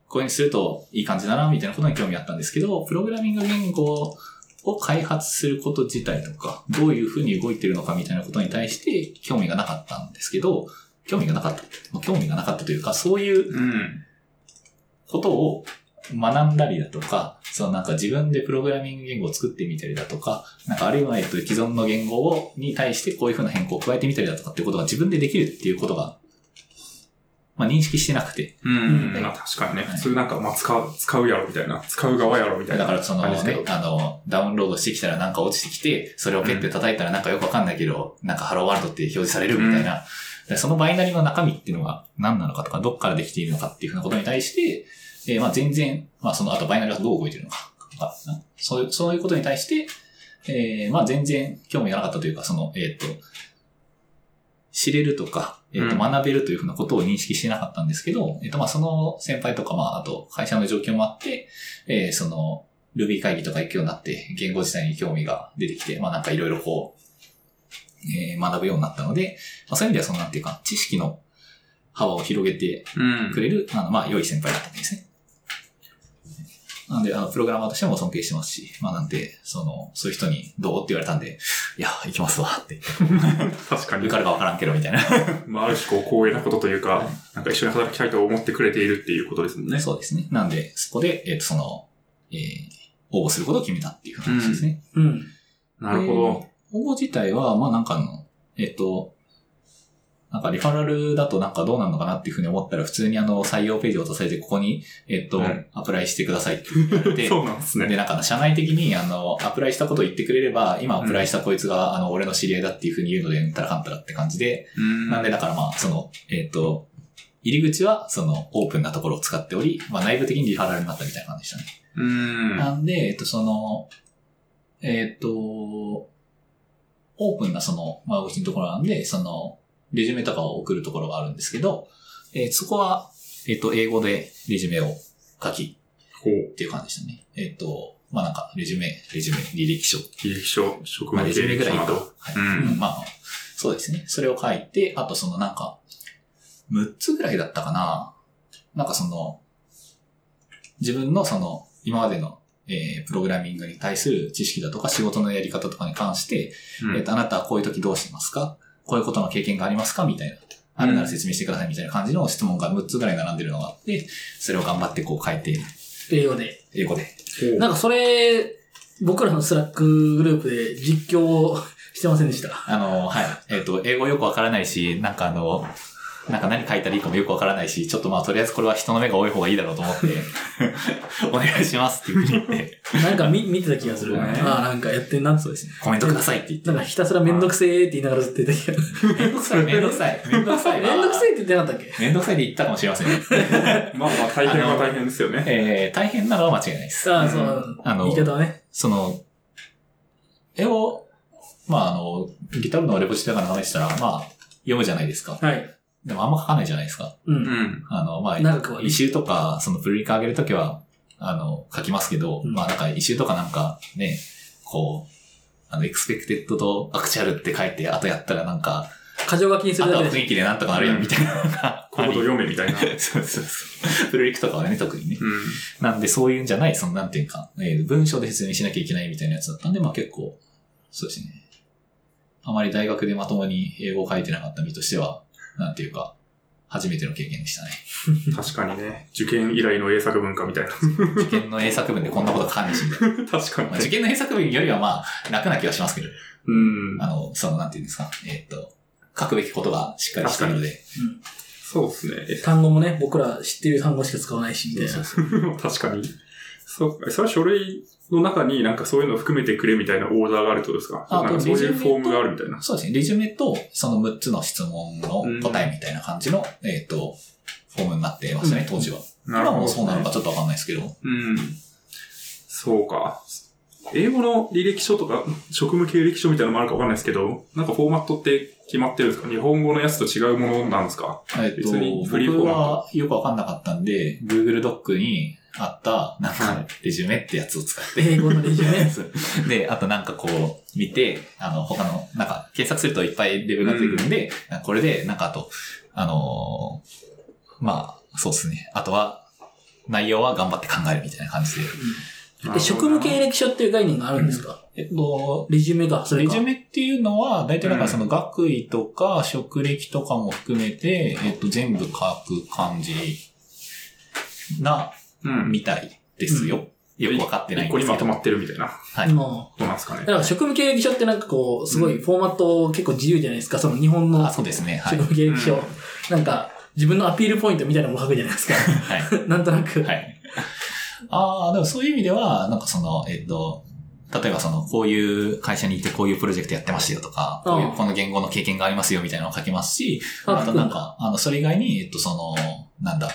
Speaker 1: こういうふうにするといい感じだな、みたいなことに興味あったんですけど、プログラミング言語を開発すること自体とか、どういうふうに動いてるのかみたいなことに対して興味がなかったんですけど、興味がなかった。まあ興味がなかったというか、そういう
Speaker 3: うん。
Speaker 1: ことを学んだりだとか、そのなんか自分でプログラミング言語を作ってみたりだとか、なんかあるいはえっと既存の言語をに対してこういう風な変更を加えてみたりだとかっていうことが自分でできるっていうことが、まあ認識してなくて。
Speaker 3: うん。
Speaker 1: うん
Speaker 3: まあ、確かにね。
Speaker 1: はい
Speaker 3: 普通なんか、まあ、使う、使うやろみたいな。使う側やろみた
Speaker 1: だ
Speaker 3: いな。
Speaker 1: からその
Speaker 3: あれですけ
Speaker 1: ね
Speaker 3: ど、
Speaker 1: あの、ダウンロードしてきたらなんか落ちてきて、それをペッて叩いたらなんかよくわかんないけど、なんかハローワールドって表示されるみたいな。でそのバイナリの中身っていうのが何なのかとか、どっからできているのかっていうふうなことに対して、えーまあ全然、まあその、あとバイナリがどう動いているのかとか、そういう、そういうことに対して、えーまあ全然興味がなかったというか、その、えーっ、と、知れるとか、えーっ、と、
Speaker 3: うん
Speaker 1: 学べるというふうなことを認識してなかったんですけど、えーっ、と、まあその先輩とか、まああと会社の状況もあって、えーその、Ruby 会議とか行くようになって、言語自体に興味が出てきて、まあなんかいろいろこう、えー学ぶようになったので、まあそういう意味ではそのなんていうか、知識の幅を広げて
Speaker 3: うん
Speaker 1: くれる、あの、まあ、良い先輩だったんですね。なんで、あの、プログラマーとしても尊敬してますし、まあ、なんで、その、そういう人にどうって言われたんで、いや、行きますわって、
Speaker 3: 確かに
Speaker 1: 受。かるかわからんけど、みたいな。 [LAUGHS]
Speaker 3: まあ、ある種こう、光栄なことというか、なんか一緒に働きたいと思ってくれているっていうことですもんね。
Speaker 1: そうですね。なんで、そこで、えっ、と、その、えー応募することを決めたっていう話ですね。
Speaker 2: うん。
Speaker 3: なるほど。
Speaker 1: 応募自体は、まあなんかあの、えっと、なんかリファラルだとなんかどうなるのかなっていうふうに思ったら、普通にあの、採用ページを渡されて、ここに、えっと、
Speaker 3: うん
Speaker 1: アプライしてくださいって言われて、
Speaker 3: [LAUGHS] そうなんです
Speaker 1: で、
Speaker 3: ね。
Speaker 1: なんかあの、社内的に、あの、アプライしたことを言ってくれれば、今アプライしたこいつが、あの、俺の知り合いだっていうふうに言うので、うんたらかんたらって感じで、
Speaker 3: うん
Speaker 1: なんでだからまあ、その、えっと、入り口は、その、オープンなところを使っており、まあ、内部的にリファラルになったみたいな感じでしたね。
Speaker 3: うん。
Speaker 1: なんで、えっと、その、えっと、オープンなその、まあ、うちのところなんで、その、レジュメとかを送るところがあるんですけど、えーそこは、えっと、英語でレジュメを書き
Speaker 3: こう、
Speaker 1: っていう感じでしたね。えっと、まあ、なんか、レジュメ、レジュメ、履歴書。
Speaker 3: 履歴書、職
Speaker 1: まあ、
Speaker 3: 務
Speaker 1: レジュ
Speaker 3: 経
Speaker 1: メ
Speaker 3: 歴書
Speaker 1: ぐらいか
Speaker 3: な。ど。
Speaker 1: はい。
Speaker 3: うん
Speaker 1: うんまあ、そうですね。それを書いて、あとそのなんか、6つぐらいだったかな。なんかその、自分のその、今までの、えープログラミングに対する知識だとか仕事のやり方とかに関して、
Speaker 3: うん
Speaker 1: えっと、あなたはこういう時どうしてますかこういうことの経験がありますかみたいな。あるなら説明してくださいみたいな感じの質問が6つぐらい並んでるのがあって、それを頑張ってこう書いて、
Speaker 2: 英語で。
Speaker 1: 英語で。
Speaker 2: なんかそれ、僕らのスラックグループで実況をしてませんでした。 [LAUGHS]
Speaker 1: あの、はい。えっ、と、英語よくわからないし、なんかあの、なんか何書いたらいいかもよくわからないし、ちょっとまあとりあえずこれは人の目が多い方がいいだろうと思 [LAUGHS] って、お願いしますっていうふうに言って、
Speaker 2: なんか見見てた気がする。
Speaker 3: そうね
Speaker 2: ああ、なんかやってんな。そうですね。
Speaker 1: コメントくださいって言って
Speaker 2: なんかひたすらめんどくせえって言いながらずっと言ってたけど。
Speaker 1: めんどくさい、めんどくさい、めんどくさい。
Speaker 2: めんどくせえって言ってなかったっけ
Speaker 1: めんどくさいで言ったかもしれません。
Speaker 3: まあまあ、大変は大変ですよね。
Speaker 1: えー、大変なのは間違いないです。
Speaker 2: ああ、そう。
Speaker 1: あの
Speaker 2: 言い方はね。
Speaker 1: その、絵を、まああの、ギター部のレポジトリから眺めてたら、まあ、読むじゃないですか。
Speaker 2: はい。
Speaker 1: でもあんま書かないじゃないですか。
Speaker 2: う。
Speaker 3: うんん。
Speaker 1: あの、まあ、
Speaker 2: 長くは
Speaker 1: 異臭とか、そのプルリカ上げるときは、あの、書きますけど、
Speaker 2: うん
Speaker 1: まあなんか異臭とかなんかね、こう、あの、エクスペクテッドとアクチュアルって書いて、あとやったらなんか、
Speaker 2: 過剰書きにす
Speaker 1: あ
Speaker 2: る
Speaker 1: と
Speaker 2: だ
Speaker 1: は
Speaker 2: けで。
Speaker 1: 雰囲気でなんとかなるやんみたいなのが
Speaker 3: コード
Speaker 1: あり
Speaker 3: 読めみたいな。
Speaker 1: [LAUGHS] そうそうそう。プルリクとかはね、特にね。
Speaker 3: うん。
Speaker 1: なんでそういうんじゃない、そのなんていうか、えー文章で説明しなきゃいけないみたいなやつだったんで、まあ結構、そうですね。あまり大学でまともに英語を書いてなかった身としては、なんていうか、初めての経験でしたね。
Speaker 3: 確かにね。受験以来の英作文化みたいな。 [LAUGHS]
Speaker 1: 受験の英作文でこんなこと書かねえし、みたいな。
Speaker 3: 確かに
Speaker 1: まあ、
Speaker 3: ね。
Speaker 1: 受験の偏作文よりはまあ、楽な気はしますけど、
Speaker 3: うん
Speaker 1: あ。の、その、なんていうんですか、えーっ、と、書くべきことがしっかりしてるので、
Speaker 2: うん
Speaker 3: そうですね。
Speaker 2: 単語もね、僕ら知ってる単語しか使わないし、みたい
Speaker 3: [LAUGHS]
Speaker 2: な。
Speaker 3: 確かに。そうか。それは書類の中になんかそういうのを含めてくれみたいなオーダーがあるってことですか
Speaker 1: あ
Speaker 3: なんかそういうフォームがあるみたいな。
Speaker 1: そうですね。レジュメと、その6つの質問の答えみたいな感じの、えっ、と、フォームになってましたね、当時は。
Speaker 3: なる
Speaker 1: 今
Speaker 3: ほど
Speaker 1: もそうなのかちょっとわかんないですけど。
Speaker 3: うん。そうか。英語の履歴書とか、職務経歴書みたいなのもあるかわかんないですけど、なんかフォーマットって決まってるんですか日本語のやつと違うものなんですか
Speaker 1: えっ、
Speaker 3: 別に
Speaker 1: と、
Speaker 3: フリーフォー
Speaker 1: 僕
Speaker 3: マット
Speaker 1: はよくわかんなかったんで、Google ドックにあった、なん
Speaker 3: は
Speaker 1: か、レジュメってやつを使って。
Speaker 2: 英語のレジュ
Speaker 1: [LAUGHS]
Speaker 2: メ。
Speaker 1: そうで、あとなんかこう、見て、あの、他の、なんか、検索するといっぱいレベルが出てくるんで、これで、なんかあと、あのーまあ、そうですね。あとは、内容は頑張って考えるみたいな感じで。
Speaker 2: で、職務経
Speaker 3: 歴
Speaker 2: 歴書っていう概念があるんですか
Speaker 1: えっと、
Speaker 2: レジュメが、それ
Speaker 1: レ
Speaker 2: か
Speaker 1: ジュ。メっていうのは、大体だか
Speaker 3: うん
Speaker 1: らその学位とか職歴とかも含めて、えっと、全部書く感じな、
Speaker 3: うん。
Speaker 1: みたいですよ。よくわかってない
Speaker 3: 一
Speaker 1: ん
Speaker 3: 個
Speaker 1: で
Speaker 3: に
Speaker 1: す
Speaker 3: ま
Speaker 1: け
Speaker 3: と
Speaker 1: ど。
Speaker 3: まってるみたいな。こ
Speaker 1: はい
Speaker 2: も
Speaker 3: となんですか
Speaker 2: う
Speaker 3: ね
Speaker 2: だ。から職務経歴書ってなんかこう、すごいフォーマット結構自由じゃないですか。その日本の
Speaker 1: あ、そうですね。 [LAUGHS] はい
Speaker 2: 職。務経歴書
Speaker 3: うん。
Speaker 2: なんか、自分のアピールポイントみたいなのも書くじゃないですか。
Speaker 1: はい。
Speaker 2: なんとなく。
Speaker 1: はい。ああ、でもそういう意味では、なんかその、えっと、例えばその、こういう会社にいてこういうプロジェクトやってましたよとか、こういう
Speaker 2: ああ
Speaker 1: この言語の経験がありますよみたいなのを書きますし、
Speaker 2: あ
Speaker 1: あとなんか、あの、それ以外に、えっと、その、なんだ、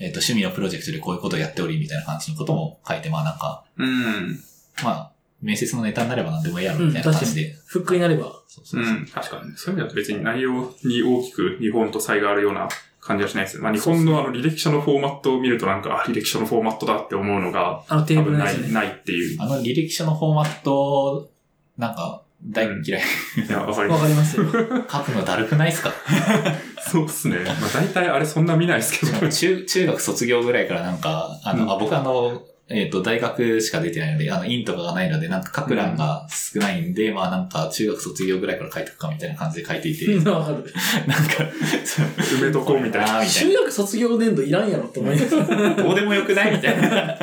Speaker 1: えっと、趣味のプロジェクトでこういうことをやっておりみたいな感じのことも書いて、まあなんか、
Speaker 3: うん。、
Speaker 1: まあ、面接のネタになれば何でもいいやろみたいな感じで。
Speaker 2: フックになれば。
Speaker 1: そうそううそうん
Speaker 3: 確かに。そういう意味だと別に内容に大きく日本と差異があるような感じはしないですね。まあ日本のあの履歴書のフォーマットを見るとなんか、あ履歴書のフォーマットだって思うのが
Speaker 2: あのテ
Speaker 3: 多
Speaker 2: ーブ
Speaker 3: 分
Speaker 2: ルの
Speaker 3: な
Speaker 2: やつ
Speaker 3: い、
Speaker 2: ね。
Speaker 3: ないっていう。
Speaker 1: あの履歴書のフォーマット、なんか、大嫌い。
Speaker 3: いや、わかり
Speaker 1: [LAUGHS]
Speaker 3: ま
Speaker 2: わ
Speaker 3: す。
Speaker 2: かりますよ。
Speaker 1: 書くのだるくないですか
Speaker 3: そうっすね。まあ大体あれそんな見ないですけど。
Speaker 1: 中、中学卒業ぐらいからなんか、あの、
Speaker 3: うん
Speaker 1: あ僕あの、えっ、と、大学しか出てないので、あの、院とかがないので、なんか書く欄が少ないんで、まあなんか、中学卒業ぐらいから書いてくかみたいな感じで書いていて、
Speaker 2: う
Speaker 1: なんんか、
Speaker 2: わかる。
Speaker 1: そう
Speaker 3: 埋めとこうみたいな。
Speaker 1: あーみたい
Speaker 2: 修学卒業年度いらんやろって思います。
Speaker 1: な。どうでもよくないみたいな、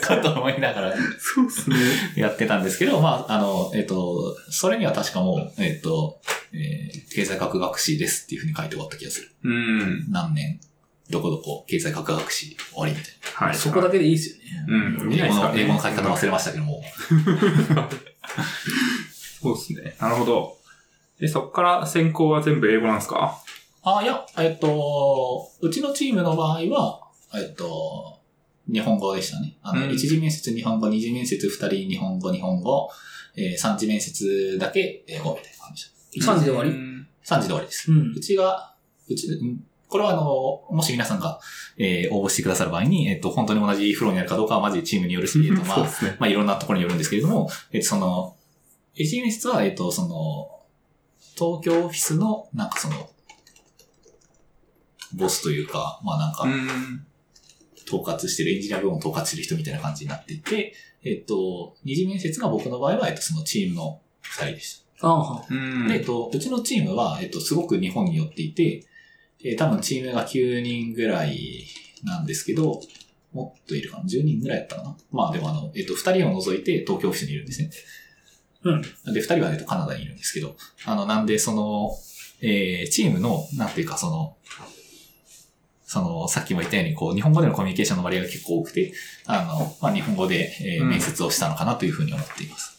Speaker 1: かと思いながら
Speaker 3: そうっすね。
Speaker 1: やってたんですけど、まあ、あの、えっ、と、それには確かもう、えっ、と、えー経済学学士ですっていうふうに書いて終わった気がする。
Speaker 3: うん。
Speaker 1: 何年、どこどこ、経済学学士終わりみたいな。
Speaker 3: はい。
Speaker 2: そこだけでいいですよね。
Speaker 3: うん見
Speaker 1: 英
Speaker 3: ないですか
Speaker 1: 語
Speaker 3: ら
Speaker 1: の、
Speaker 3: ね
Speaker 1: 英語の書き方忘れましたけども。
Speaker 3: そうですね。なるほど。で、そこから専攻は全部英語なんですか
Speaker 1: あ、いや、えっと、うちのチームの場合は、えっと、日本語でしたね。あの、
Speaker 3: うん
Speaker 1: 一次面接日本語、二次面接二人日本語、日本語、えー三次面接だけ英語みたいな感じで
Speaker 2: 3時で終わり
Speaker 3: うん
Speaker 1: した。三次で終わりです。
Speaker 2: うん
Speaker 1: う。ちが、うち、うんこれはあの、もし皆さんが、えー応募してくださる場合に、えっと、本当に同じフローになるかどうかはマジでチームによるし、
Speaker 3: [LAUGHS]
Speaker 1: えっと、ま
Speaker 3: そう
Speaker 1: あ
Speaker 3: で、すね。
Speaker 1: まあ、いろんなところによるんですけれども、えっと、その、エジネスは、えっと、その、東京オフィスの、なんかその、ボスというか、まあなん
Speaker 3: う
Speaker 1: か、
Speaker 3: ん。
Speaker 1: 統括してる、エンジニア部門を統括してる人みたいな感じになっていて、えっと、二次面接が僕の場合は、えっと、そのチームの二人でした。
Speaker 2: ああ、は
Speaker 3: うん。
Speaker 1: で、えっと、うちのチームは、えっと、すごく日本に寄っていて、えー多分チームが9人ぐらいなんですけど、もっといるかな ?10 人ぐらいだったかなまあでもあの、えっと、2人を除いて東京オフィスにいるんですね。
Speaker 2: うん。
Speaker 1: で、2人は、えっと、カナダにいるんですけど、あの、なんで、その、えーチームの、なんていうか、その、その、さっきも言ったように、こう、日本語でのコミュニケーションの割合が結構多くて、あの、まあ、日本語で、えー
Speaker 3: うん
Speaker 1: 面接をしたのかなというふうに思っています。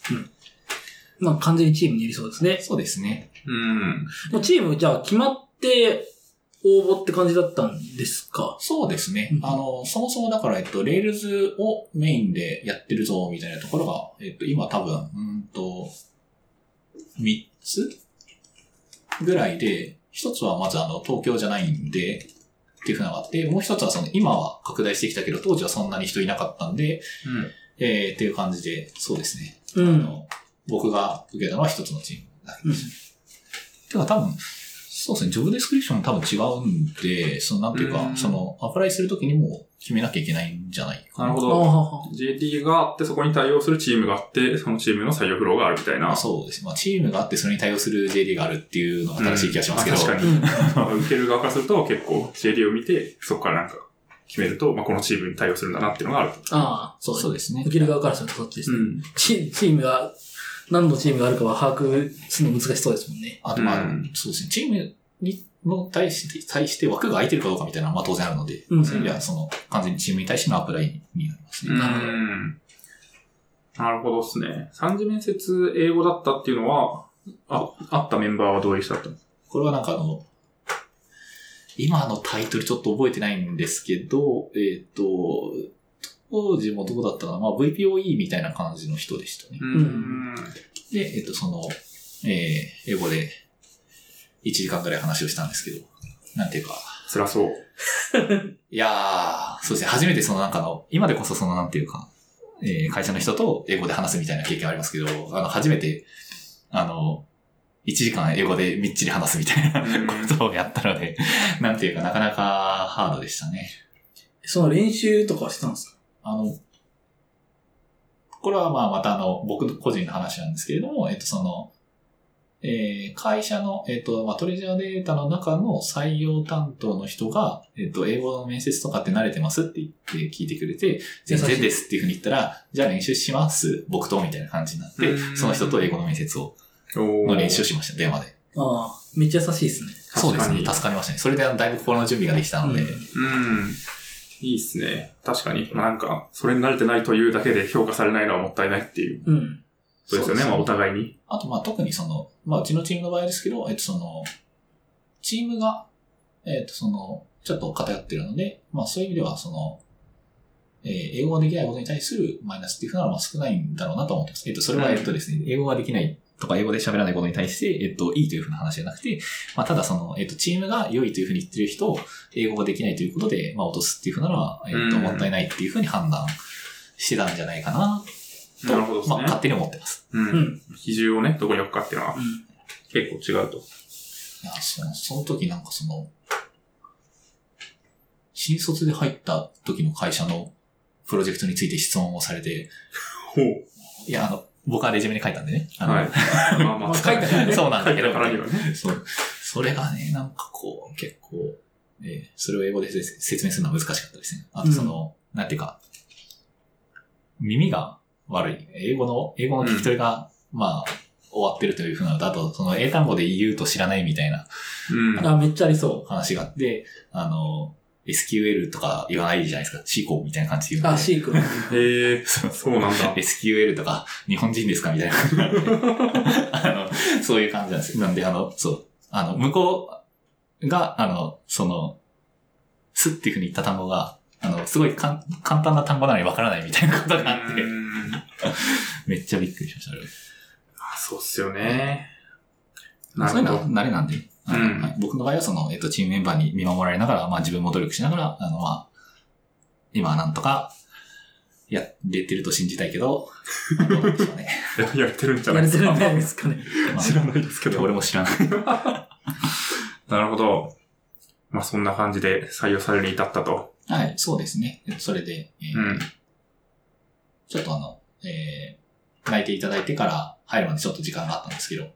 Speaker 2: まあ完全にチームにいるそうですね。
Speaker 1: そうですね。
Speaker 3: うん。
Speaker 2: もうチーム、じゃあ決まって応募って感じだったんですか
Speaker 1: そうですね
Speaker 2: う。ん
Speaker 1: あの、そもそもだから、えっと、レールズをメインでやってるぞ、みたいなところが、えっと、今多分、うーんと、3つぐらいで、1つはまずあの、東京じゃないんで、っていうふうなのがあって、もう1つはその、今は拡大してきたけど、当時はそんなに人いなかったんで、えー、っていう感じで、そうですね。
Speaker 2: う
Speaker 1: あ
Speaker 2: ん。
Speaker 1: の、僕が受けたのは一つのチームだけです。てか多分、そうですね、ジョブディスクリプションも多分違うんで、そのなんていうか、
Speaker 3: うん
Speaker 1: その、アプライするときにも決めなきゃいけないんじゃないか
Speaker 3: なるほ
Speaker 2: ああ、
Speaker 3: ど。
Speaker 2: はあはあ
Speaker 3: JT があって、そこに対応するチームがあって、そのチームの採用フローがあるみたいな。
Speaker 1: そうですね。まあ、チームがあってそれに対応する JD があるっていうのが正しい気がしますけど。
Speaker 3: うん確かに。
Speaker 2: うん。
Speaker 3: まあ受ける側からすると結構 JD を見て、そこからなんか決めると、まあ、このチームに対応するんだなっていうのがあると。
Speaker 2: ああ、
Speaker 1: そうそうですね
Speaker 2: 受。ける側からするとそっちですね。
Speaker 3: ん。
Speaker 2: チチームが、何のチームがあるかは把握するの難しそうですもんね。
Speaker 1: あとまあ、
Speaker 3: うん
Speaker 1: そうですね、チームに、の対して、対して枠が空いてるかどうかみたいなのはまあ当然あるので、
Speaker 2: うん
Speaker 1: そういう意味ではその、完全にチームに対してのアプライになりますね。
Speaker 2: なるほど
Speaker 3: うんなるほどですね。三次面接英語だったっていうのは、あ、あったメンバーはどういう人だったの
Speaker 1: これはなんかあの、今のタイトルちょっと覚えてないんですけど、えっ、と、当時もどうだったかな、まあ、VPOE みたいな感じの人でしたね。
Speaker 2: ん
Speaker 1: で、えっ、と、その、えー英語で1時間ぐらい話をしたんですけど、なんていうか、
Speaker 3: 辛そう。
Speaker 1: いやー、そうですね、初めてそのなんかの、今でこそそのなんていうか、えー会社の人と英語で話すみたいな経験はありますけど、あの、初めて、あの、1時間英語でみっちり話すみたいな
Speaker 3: うん
Speaker 1: ことをやったので、なんていうかなかなかハードでしたね。
Speaker 2: その練習とかはしてたんですか
Speaker 1: あの、これはまあまたあの、僕の個人の話なんですけれども、えっとその、えー会社の、えっと、まあ、トレジャーデータの中の採用担当の人が、えっと、英語の面接とかって慣れてますって言って聞いてくれて、
Speaker 2: 優
Speaker 1: 全
Speaker 2: しい
Speaker 1: 然ですっていうふうに言ったら、じゃあ練習します、僕と、みたいな感じになって
Speaker 3: う、ん
Speaker 1: その人と英語の面接を、
Speaker 3: おー
Speaker 1: の練習をしました、電話で。
Speaker 2: ああ、めっちゃ優しいですね。
Speaker 3: 確かに
Speaker 1: そうですね、助かりましたね。それであのだいぶ心の準備ができたので、
Speaker 2: うん
Speaker 3: うん。いいっすね。確かに。まあ、なんか、それに慣れてないというだけで評価されないのはもったいないっていう
Speaker 2: うん。
Speaker 3: ことですよね。まあ、お互いに。
Speaker 1: あと、まあ、特にその、まあ、うちのチームの場合ですけど、えっと、その、チームが、えっと、その、ちょっと偏ってるので、まあ、そういう意味では、その、えー英語ができないことに対するマイナスっていうのは、まあ、少ないんだろうなと思ってます。えっと、それは、
Speaker 3: うん
Speaker 1: えっとですね、英語ができないとか、英語で喋らないことに対して、えっと、いいというふうな話じゃなくて、まあ、ただ、その、えっと、チームが良いというふうに言ってる人を、英語ができないということで、まあ、落とすっていうふうなのは、えっと、
Speaker 3: うん
Speaker 1: もったいないっていうふうに判断してたんじゃないかな、と、
Speaker 3: なるほどです
Speaker 1: まあ、
Speaker 3: ね。
Speaker 1: 勝手に思ってます。
Speaker 3: う。
Speaker 2: うんん。
Speaker 3: 比重をね、どこに置くかっていうのは
Speaker 2: うん。
Speaker 3: 結構違うと。
Speaker 1: いや、その、その時なんかその、新卒で入った時の会社のプロジェクトについて質問をされて、
Speaker 3: ほう。
Speaker 1: いや、あの、僕はレジュメに書いたんでね。あの [LAUGHS]
Speaker 3: はい。まあま
Speaker 2: まあ
Speaker 3: あ、
Speaker 2: 書いてないね
Speaker 1: そうなん
Speaker 3: 書
Speaker 1: だ
Speaker 3: い
Speaker 1: け
Speaker 3: た
Speaker 1: ど。
Speaker 3: からにはね。
Speaker 1: そう。それがね、なんかこう、結構、えーそれを英語で説説明するのは難しかったですね。あとその、なんていうか、耳が悪い。英語の、英語の聞き取りが、まあ、終わってるというふうなのと、あと、その英単語で言うと知らないみたいな
Speaker 3: うん。
Speaker 2: あ、めっちゃありそ
Speaker 1: 話があって、あの、SQL とか言わないじゃないですか。C コみたいな感じで
Speaker 2: う。
Speaker 1: 言う
Speaker 2: あ、
Speaker 1: ので。
Speaker 2: シー
Speaker 1: [LAUGHS]
Speaker 2: ク。う
Speaker 3: へえ。
Speaker 1: そう
Speaker 3: そうなん
Speaker 1: [LAUGHS]
Speaker 3: だ。
Speaker 1: SQL とか、日本人ですか
Speaker 2: [LAUGHS]
Speaker 1: みたいな感じなんであの、そういう感じなんですよ。なんで、あの、そう。あの、向こうが、あの、その、すっていうふうに言った単語が、あの、すごいかん簡単な単語なのにわからないみたいなことがあって、
Speaker 3: うん
Speaker 1: めっちゃびっくりしました。あれ
Speaker 3: あそうっすよね。
Speaker 1: そういうの [LAUGHS] は慣れなんで、あの
Speaker 3: うん
Speaker 1: はい僕の場合はその、えっと、チームメンバーに見守られながら、まあ自分も努力しながら、あの、まあ、今はなんとか、やれてると信じたい
Speaker 3: [LAUGHS]
Speaker 1: けど、あのどうでしょうね。
Speaker 3: ややれてるんじゃ
Speaker 2: や
Speaker 3: ない
Speaker 2: れ [LAUGHS]
Speaker 3: で
Speaker 2: て
Speaker 3: す
Speaker 2: る
Speaker 3: か
Speaker 2: ん。じゃないですかね。
Speaker 1: ま
Speaker 3: 知らないですけ [LAUGHS]
Speaker 1: あ、
Speaker 3: ど。
Speaker 1: 俺も知らない。
Speaker 3: なるほど。まあそんな感じで採用されるに至ったと。
Speaker 1: はい、そうですね。それで、えー
Speaker 3: うん。
Speaker 1: ちょっとあの、えー、泣いていただいてから入るまでちょっと時間があったんですけど、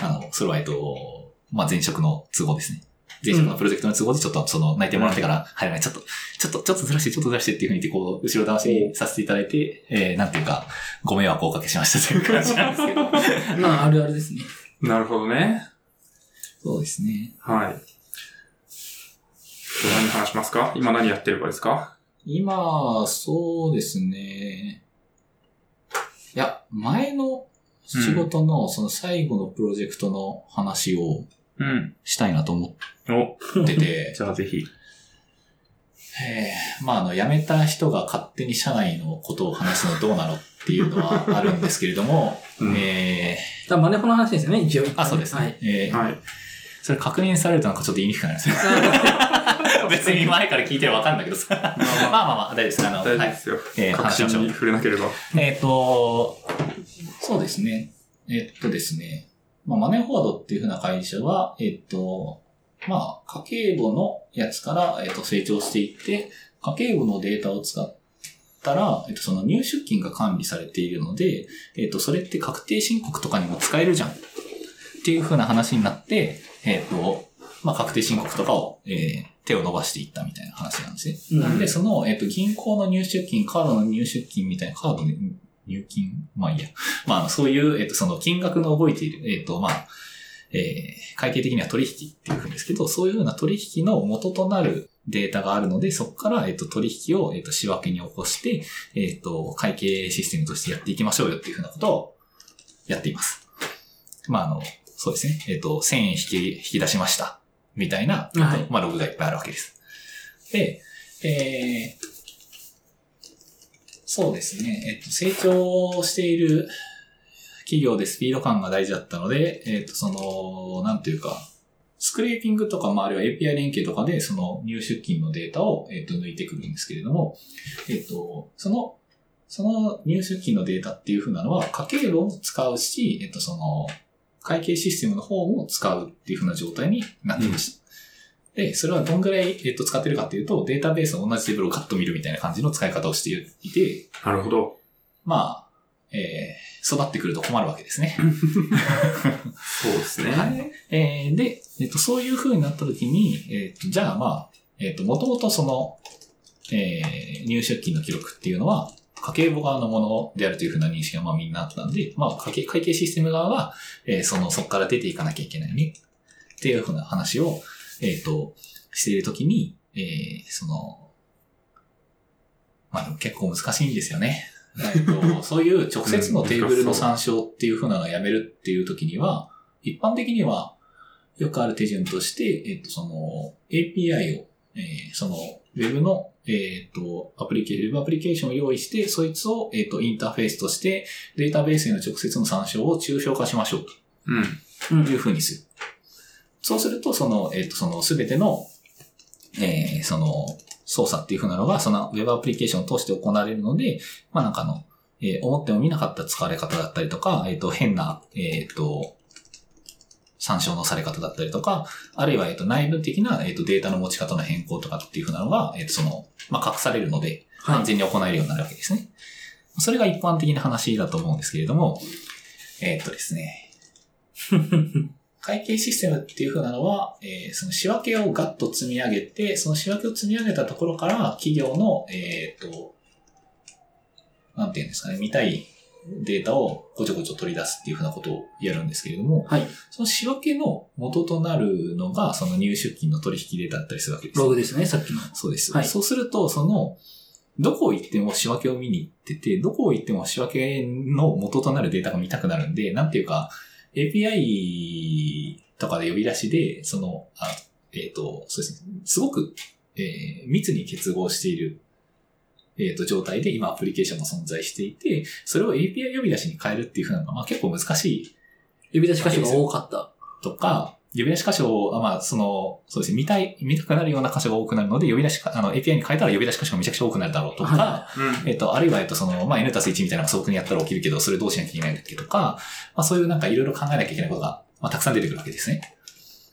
Speaker 1: あの、それはえっと、まあ、前職の都合ですね。前職のプロジェクトの都合でちょっとその泣いてもらってから入る前にちょっと、ちょっと、ちょっとずらして、ちょっとずらしてっていうふうに言ってこう、後ろ倒しにさせていただいて、えー、なんていうか、ご迷惑をおかけしましたという感じなんですけど。
Speaker 2: まあ、あるあるですね。
Speaker 3: なるほどね。
Speaker 1: そうですね。
Speaker 3: はい。何話しますか今何やってるかですか
Speaker 1: 今、そうですね。いや、前の仕事のその最後のプロジェクトの話を
Speaker 3: うん。
Speaker 1: したいなと思
Speaker 3: お、
Speaker 1: ってて、
Speaker 3: じゃあぜひ。
Speaker 1: えーまあ、あの、辞めた人が勝手に社内のことを話すのどうなのっていうのはあるんですけれども、
Speaker 3: うん
Speaker 1: え
Speaker 2: だからマネホの話ですよね、一応。
Speaker 1: ーあ、そうですね。
Speaker 2: はい。
Speaker 1: えー
Speaker 3: はい。
Speaker 1: それ確認されるとなんかちょっと言いにくくなり [LAUGHS] ますね。別に前から聞いてるわかんないけどさ。まあまあ [LAUGHS] まあ、大丈夫です。あの、
Speaker 3: 大丈
Speaker 1: は
Speaker 3: 夫で
Speaker 1: い。
Speaker 3: すよ。
Speaker 1: えー
Speaker 3: 確信
Speaker 1: 話しましょう
Speaker 3: に触れなければ。
Speaker 1: [LAUGHS] えっ、と、そうですね。えっとですね。まあ、マネーフォワードっていうふうな会社は、えっと、まあ、家計簿のやつから、えっと、成長していって、家計簿のデータを使ったら、えっと、その入出金が管理されているので、えっと、それって確定申告とかにも使えるじゃん。っていうふうな話になって、えっと、まあ、確定申告とかを、えー手を伸ばしていったみたいな話なんですね。
Speaker 2: うん
Speaker 1: なんで、その、えっと、銀行の入出金、カードの入出金みたいな、カードで入金、まあいいや。まあ、そういう、えっと、その金額の動いている、えっと、まあ、えー会計的には取引っていうふうにですけど、そういうふうな取引の元となるデータがあるので、そこから、えっと、取引を、えっと、仕分けに起こして、えっと、会計システムとしてやっていきましょうよっていうふうなことをやっています。まあ、あの、そうですね。えっと、1000円引き、引き出しました。みたいな、
Speaker 2: はい
Speaker 1: まあ、ログがいっぱいあるわけです。で、えー、そうですね。えっと、成長している企業でスピード感が大事だったので、えっ、と、その、なんていうか、スクレーピングとか、まあ、あるいは API 連携とかで、その入出金のデータを、えっ、と、抜いてくるんですけれども、えっ、と、その、その入出金のデータっていうふうなのは、家計簿も使うし、えっ、と、その、会計システムの方も使うっていうふうな状態になってました。で、それはどんぐらい、えっ、と、使ってるかっていうと、データベースを同じテーブルをガッと見るみたいな感じの使い方をしていて、
Speaker 3: なるほど。
Speaker 1: まあ、えー育ってくると困るわけですね。
Speaker 3: そうですね。
Speaker 1: はいえーで、えっと、そういう風になった時に、えっと、じゃあまあ、えっと、もともとその、えー入出金の記録っていうのは、家計簿側のものであるという風な認識がまあみんなあったんで、まあ、家計、会計システム側は、えーその、そこから出ていかなきゃいけないね。っていう風な話を、えっ、と、している時に、えーその、まあでも結構難しいんですよね。えっと、そういう直接のテーブルの参照っていう風なのをやめるっていう時には、一般的には、よくある手順として、えっと、その、API を、えーその、Web の、えっと、アプリケーション、Web アプリケーションを用意して、そいつを、えっと、インターフェースとして、データベースへの直接の参照を抽象化しましょう
Speaker 3: うん。
Speaker 2: うん
Speaker 1: というふうにする。そうすると、その、えっ、と、その、すべての、えーその、操作っていうふうなのが、その、ウェブアプリケーションを通して行われるので、まあなんかあの、えー思っても見なかった使われ方だったりとか、えっ、と、変な、えっ、と、参照のされ方だったりとか、あるいは、えっ、と、内部的な、えっ、と、データの持ち方の変更とかっていうふうなのが、えっ、と、その、まあ、隠されるので、
Speaker 2: は
Speaker 1: 完全に行えるようになるわけですね。それが一般的な話だと思うんですけれども、えーっとです
Speaker 2: [LAUGHS]
Speaker 1: ね。会計システムっていう風なのは、えーその仕分けをガッと積み上げて、その仕分けを積み上げたところから企業の、えーっと、なんていうんですかね、見たいデータをごちょごちょ取り出すっていう風なことをやるんですけれども、
Speaker 2: はい
Speaker 1: その仕分けの元となるのが、その入出金の取引データだったりするわけですね
Speaker 2: ログですね、さっきの。
Speaker 1: そうです。
Speaker 2: はい
Speaker 1: そうすると、その、どこ行っても仕分けを見に行ってて、どこ行っても仕分けの元となるデータが見たくなるんで、なんていうか、API とかで呼び出しで、その、あえっ、と、そうですね、すごく、えー密に結合している、えっ、と、状態で今アプリケーションが存在していて、それを API 呼び出しに変えるっていうふうなのが、まあ結構難しい
Speaker 2: 呼び出し箇所が多かった。
Speaker 1: とか、呼び出し箇所を、あまあ、その、そうですね、見たい、見たくなるような箇所が多くなるので、呼び出しか、あの、API に変えたら呼び出し箇所がめちゃくちゃ多くなるだろうとか、
Speaker 2: は
Speaker 3: うん。
Speaker 1: えっと、あるいは、えっと、その、まあ、N たす1みたいなのが素朴にやったら起きるけど、それどうしなきゃいけないんだっけとか、まあ、そういうなんかいろいろ考えなきゃいけないことが、まあ、たくさん出てくるわけですね。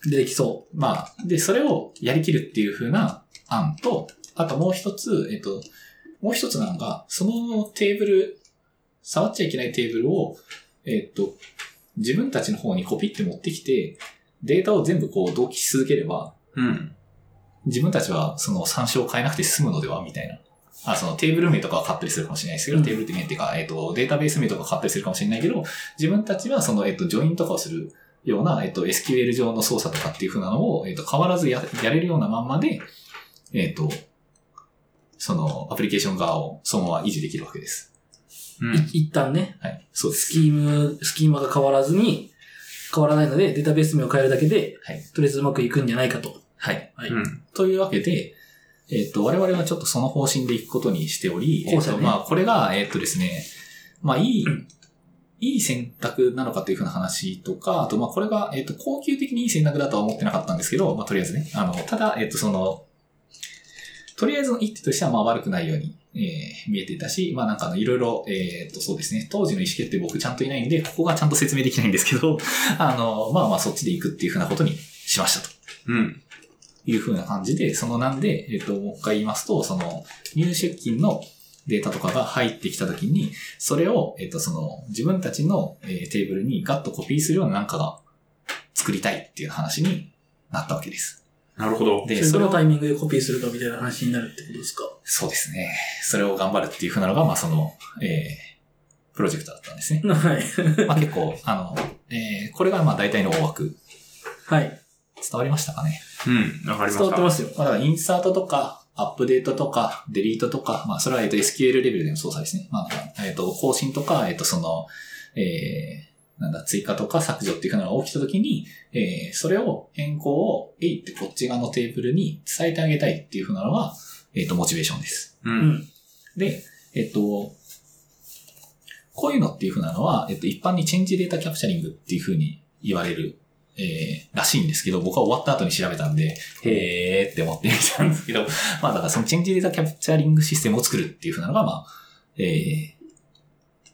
Speaker 2: 出てきそ
Speaker 1: まあ、で、それをやりきるっていう風な案と、あともう一つ、えっと、もう一つなのが、そのテーブル、触っちゃいけないテーブルを、えっと、自分たちの方にコピって持ってきて、データを全部こう同期し続ければ、
Speaker 3: うん。
Speaker 1: 自分たちはその参照を変えなくて済むのではみたいな。あ、そのテーブル名とかは買ったりするかもしれないですけど、
Speaker 2: うん
Speaker 1: テーブルって名っていうか、えっ、と、データベース名とか買ったりするかもしれないけど、自分たちはその、えっ、と、ジョインとかをするような、えっ、と、SQL 上の操作とかっていう風なのを、えっ、と、変わらずややれるようなまんまで、えっ、と、その、アプリケーション側をそのまま維持できるわけです。
Speaker 3: う
Speaker 2: う。い一旦ね、
Speaker 1: はい。そうです。
Speaker 2: スキーム、スキーマが変わらずに、変わらないので、データベース名を変えるだけで、
Speaker 1: はい
Speaker 2: とりあえずうまくいくんじゃないかと。
Speaker 1: はい。
Speaker 2: はい。
Speaker 3: ん。
Speaker 1: というわけで、えっ、と、我々はちょっとその方針でいくことにしており、え
Speaker 2: 後
Speaker 1: っ
Speaker 2: 者ね
Speaker 1: と、まあ、これが、えっ、とですね、まあ、いい、いい選択なのかというふうな話とか、あと、まあ、これが、えっ、と、高級的にいい選択だとは思ってなかったんですけど、まあ、とりあえずね、あの、ただ、えっ、と、その、とりあえずの一手としては、まあ、悪くないように、えー見えていたし、まあ、なんかあの、いろいろ、えっ、と、そうですね、当時の意思決定僕ちゃんといないんで、ここがちゃんと説明できないんですけど、あの、まあまあ、そっちで行くっていうふうなことにしましたと。
Speaker 3: うん。
Speaker 1: いう風な感じで、そのなんで、えっ、と、もう一回言いますと、その、入出金のデータとかが入ってきたときに、それを、えっ、と、その、自分たちの、えーテーブルにガッとコピーするようななんかが作りたいっていう話になったわけです。
Speaker 3: なるほど。
Speaker 1: で、
Speaker 2: そ
Speaker 1: そ
Speaker 2: れ
Speaker 1: れ
Speaker 2: の
Speaker 1: を、
Speaker 2: タイミングでコピーするかみたいな話になるってことですか。
Speaker 1: そうですね。それを頑張るっていう風なのが、まあ、その、えープロジェクトだったんですね。
Speaker 2: [LAUGHS] はい。
Speaker 1: まあ結構、あの、えーこれがまあ大体の大枠
Speaker 2: はい。
Speaker 1: 伝わりましたかね。
Speaker 3: うん、わかりま
Speaker 2: 伝
Speaker 3: し
Speaker 2: わってま
Speaker 3: た。
Speaker 2: すよ。
Speaker 1: まあ、だからインサートとか、アップデートとか、デリートとか、まあ、それは、えっと、SQL レベルでの操作ですね。まあ、なんかえっと、更新とか、えっと、その、えー、なんだ、追加とか削除っていうのが起きたときに、えー、それを、変更を、えいってこっち側のテーブルに伝えてあげたいっていうふうなのが、えっと、モチベーションです。
Speaker 3: う。
Speaker 2: うんん。
Speaker 1: で、えっと、こういうのっていうふうなのは、えっと、一般にチェンジデータキャプチャリングっていうふうに言われる、えー、らしいんですけど、僕は終わった後に調べたんで、へーって思ってみたんですけど、まあだからそのチェンジデータキャプチャリングシステムを作るっていうふうなのが、まあ、えー、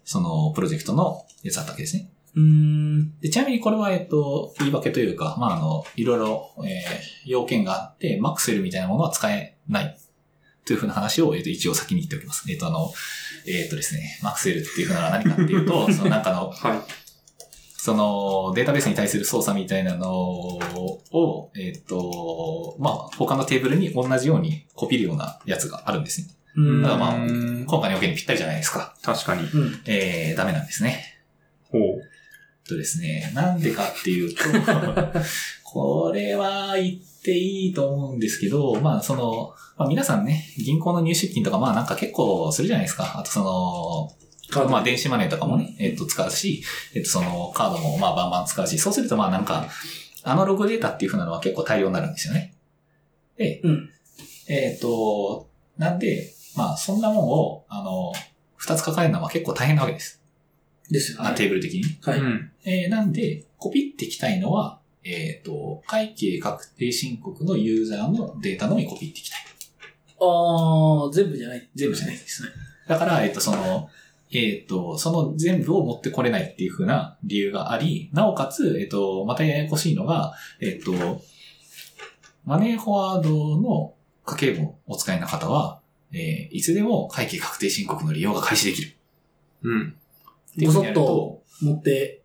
Speaker 1: そのプロジェクトのやつだったわけですね。
Speaker 2: うーん。
Speaker 1: でちなみにこれは、えっと、言い訳というか、まあ、あの、いろいろ、えー要件があって、マクセルみたいなものは使えない。というふうな話を、えっと、一応先に言っておきます。えっと、あの、えっとですね、マクセルっていうふうなのは何かっていうと、そのなんかの、
Speaker 3: は
Speaker 1: その、データベースに対する操作みたいなのを、えっと、まあ、他のテーブルに同じようにコピるようなやつがあるんですね。
Speaker 2: う
Speaker 3: い。
Speaker 2: ん。
Speaker 1: だからまあ
Speaker 3: うん
Speaker 1: 今回の要件にぴったりじゃないですか。
Speaker 3: 確かに。
Speaker 2: うん。
Speaker 1: えー、ダメなんですね。
Speaker 3: ほう。
Speaker 1: えっとですね、なんでかっていうと、これは言っていいと思うんですけど、 [LAUGHS] まあその、まあ皆さんね、銀行の入出金とかまあなんか結構するじゃないですか。あとその、まあ電子マネーとかもね、えっと使うし、えっとそのカードもまあバンバン使うし、そうするとまあなんか、アナログデータっていう風なのは結構大量になるんですよね。で、
Speaker 2: うん
Speaker 1: えっと、なんで、まあそんなもんを、あの、二つ抱えるのは結構大変なわけです。
Speaker 2: ですよ
Speaker 1: あ
Speaker 2: ね。
Speaker 1: テーブル的に。
Speaker 2: は
Speaker 3: う
Speaker 2: い。
Speaker 3: ん。
Speaker 1: えーなんで、コピってきたいのは、えっ、と、会計確定申告のユーザーのデータのみコピってきたい。
Speaker 2: ああ、全部じゃない。
Speaker 1: 全部じゃないです。だから、えっ、と、その、えっ、と、その全部を持ってこれないっていう風な理由があり、なおかつ、えっ、と、またややこしいのが、えっ、と、マネーフォワードの家計簿をお使いの方は、えーいつでも会計確定申告の利用が開始できる。
Speaker 3: うん。
Speaker 1: っていう
Speaker 2: ぼ
Speaker 1: 風
Speaker 2: そ
Speaker 1: に
Speaker 2: っ
Speaker 1: やると
Speaker 2: と持って、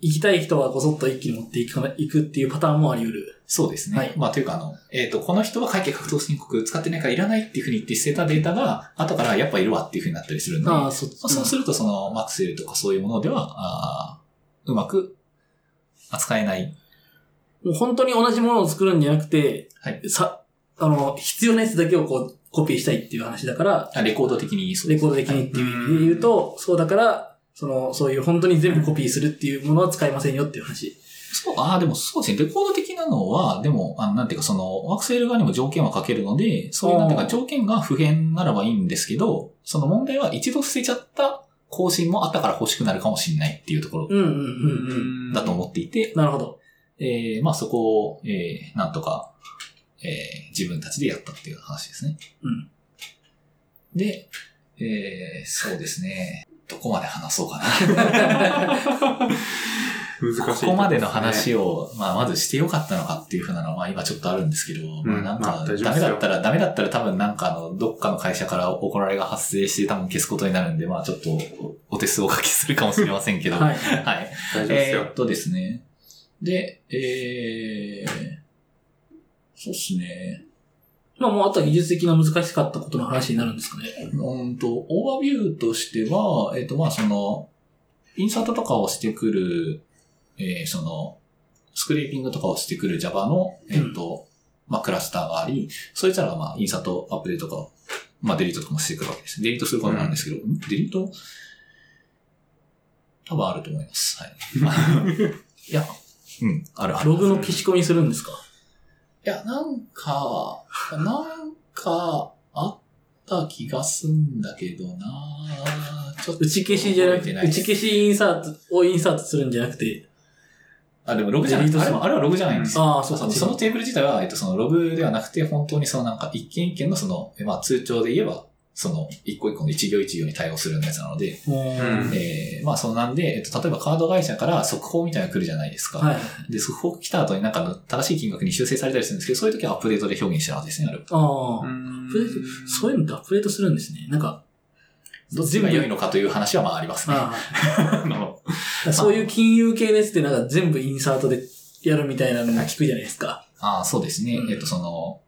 Speaker 2: 行きたい人はごそっと一気に持っていくかないくっていうパターンもあり得る。
Speaker 1: そうですね。
Speaker 2: はい
Speaker 1: まあ、というか、あの、えっ、と、この人は会計確定申告使ってないからいらないっていうふうに言って捨てたデータが、後からやっぱいるわっていうふうになったりするんで、
Speaker 2: ああ、そっち。
Speaker 1: まあそうすると、その、マクセルとかそういうものでは、あーうまく扱えない。
Speaker 2: もう本当に同じものを作るんじゃなくて、
Speaker 1: はい
Speaker 2: さ、あの、必要なやつだけをこう、コピーしたいっていう話だから、
Speaker 1: あレコード的にそう
Speaker 2: レ
Speaker 1: です
Speaker 2: コード的にっていう意味で言うと、そうだから、その、そういう本当に全部コピーするっていうものは使いませんよっていう話。
Speaker 1: そう、ああ、でもそうですね。レコード的なのは、でも、あのなんていうか、その、マクセル側にも条件は書けるので、そういう、なんていう
Speaker 2: あ
Speaker 1: か、
Speaker 2: ー
Speaker 1: 条件が不変ならばいいんですけど、その問題は一度捨てちゃった更新もあったから欲しくなるかもしれないっていうところ
Speaker 2: うんうんうん
Speaker 3: う
Speaker 2: うん。
Speaker 3: ん [LAUGHS]
Speaker 1: だと思っていて、
Speaker 2: なるほど。
Speaker 1: えーまあそこを、えーなんとか、えー自分たちでやったっていう話ですね。
Speaker 2: うん
Speaker 1: で、えーそうですね。どこまで話そうかな。
Speaker 3: 難しいとろす
Speaker 1: こ
Speaker 3: ね。
Speaker 1: こまでの話を、まあまずしてよかったのかっていうふうなのは、まあ今ちょっとあるんですけど、まあなん
Speaker 3: まあ
Speaker 1: か、
Speaker 3: 大丈夫で
Speaker 1: ダメ
Speaker 3: すよ
Speaker 1: だったら、ダメだったら多分なんかあの、どっかの会社から怒られが発生して多分消すことになるんで、まあちょっとおお手数をおかけするかもしれませんけど、
Speaker 2: はい。
Speaker 1: はい。
Speaker 3: 大丈夫です
Speaker 1: えーっ
Speaker 3: よ。
Speaker 1: とですね。で、えー、そうっすね。
Speaker 2: まあもうあとは技術的な難しかったことの話になるんですかね。
Speaker 1: うんと、オーバービューとしては、えーっと、まあその、インサートとかをしてくる、えーその、スクリーピングとかをしてくる Java の、えーっと、まあクラスターがあり、そいつらがまあインサートアップデートとか、まあデリートとかもしてくるわけです。デリートすることなんですけど、んデリート多分あると思いま
Speaker 3: [LAUGHS]
Speaker 1: す。はい。いや、うん、あるある。
Speaker 2: ログの消し込みするんですか
Speaker 1: いや、なんか、なんか、あった気がすんだけどなちょっと。
Speaker 2: 打ち消しじゃなくて、打
Speaker 1: 打
Speaker 2: ち
Speaker 1: ち
Speaker 2: 消
Speaker 1: 消し。
Speaker 2: しインサートをインサートするんじゃなくて、
Speaker 1: あ、でもログじゃない。
Speaker 2: デリート
Speaker 1: あ
Speaker 2: す
Speaker 1: れ
Speaker 2: る
Speaker 1: は、あれはログじゃないんですよ。
Speaker 2: ああ、そ
Speaker 1: そうう
Speaker 2: か
Speaker 1: そうそのテーブル自体は、えっと、そのログではなくて、本当にそのなんか、一件一件のその、まあ、通帳で言えば、その、一個一個の一行一行に対応するようなやつなので、
Speaker 2: うーん
Speaker 3: うん
Speaker 1: えー、まあ、そのなんで、えっと、例えばカード会社から速報みたいなのが来るじゃないですか。
Speaker 2: はい。
Speaker 1: で、速報来た後になんか、正しい金額に修正されたりするんですけど、そういう時はアップデートで表現してるはずですね、あれは。
Speaker 2: あ
Speaker 3: う
Speaker 2: あ、
Speaker 3: ん
Speaker 2: プレそういうのってアップデートするんですね。なんか、
Speaker 1: どっちが良いのかという話はまあありますね。
Speaker 2: あ
Speaker 1: [LAUGHS] あの、
Speaker 2: あそういう金融系のやつってなんか全部インサートでやるみたいなのも聞くじゃないですか。
Speaker 1: ああ、そうですね。
Speaker 2: うん
Speaker 1: えっと、その、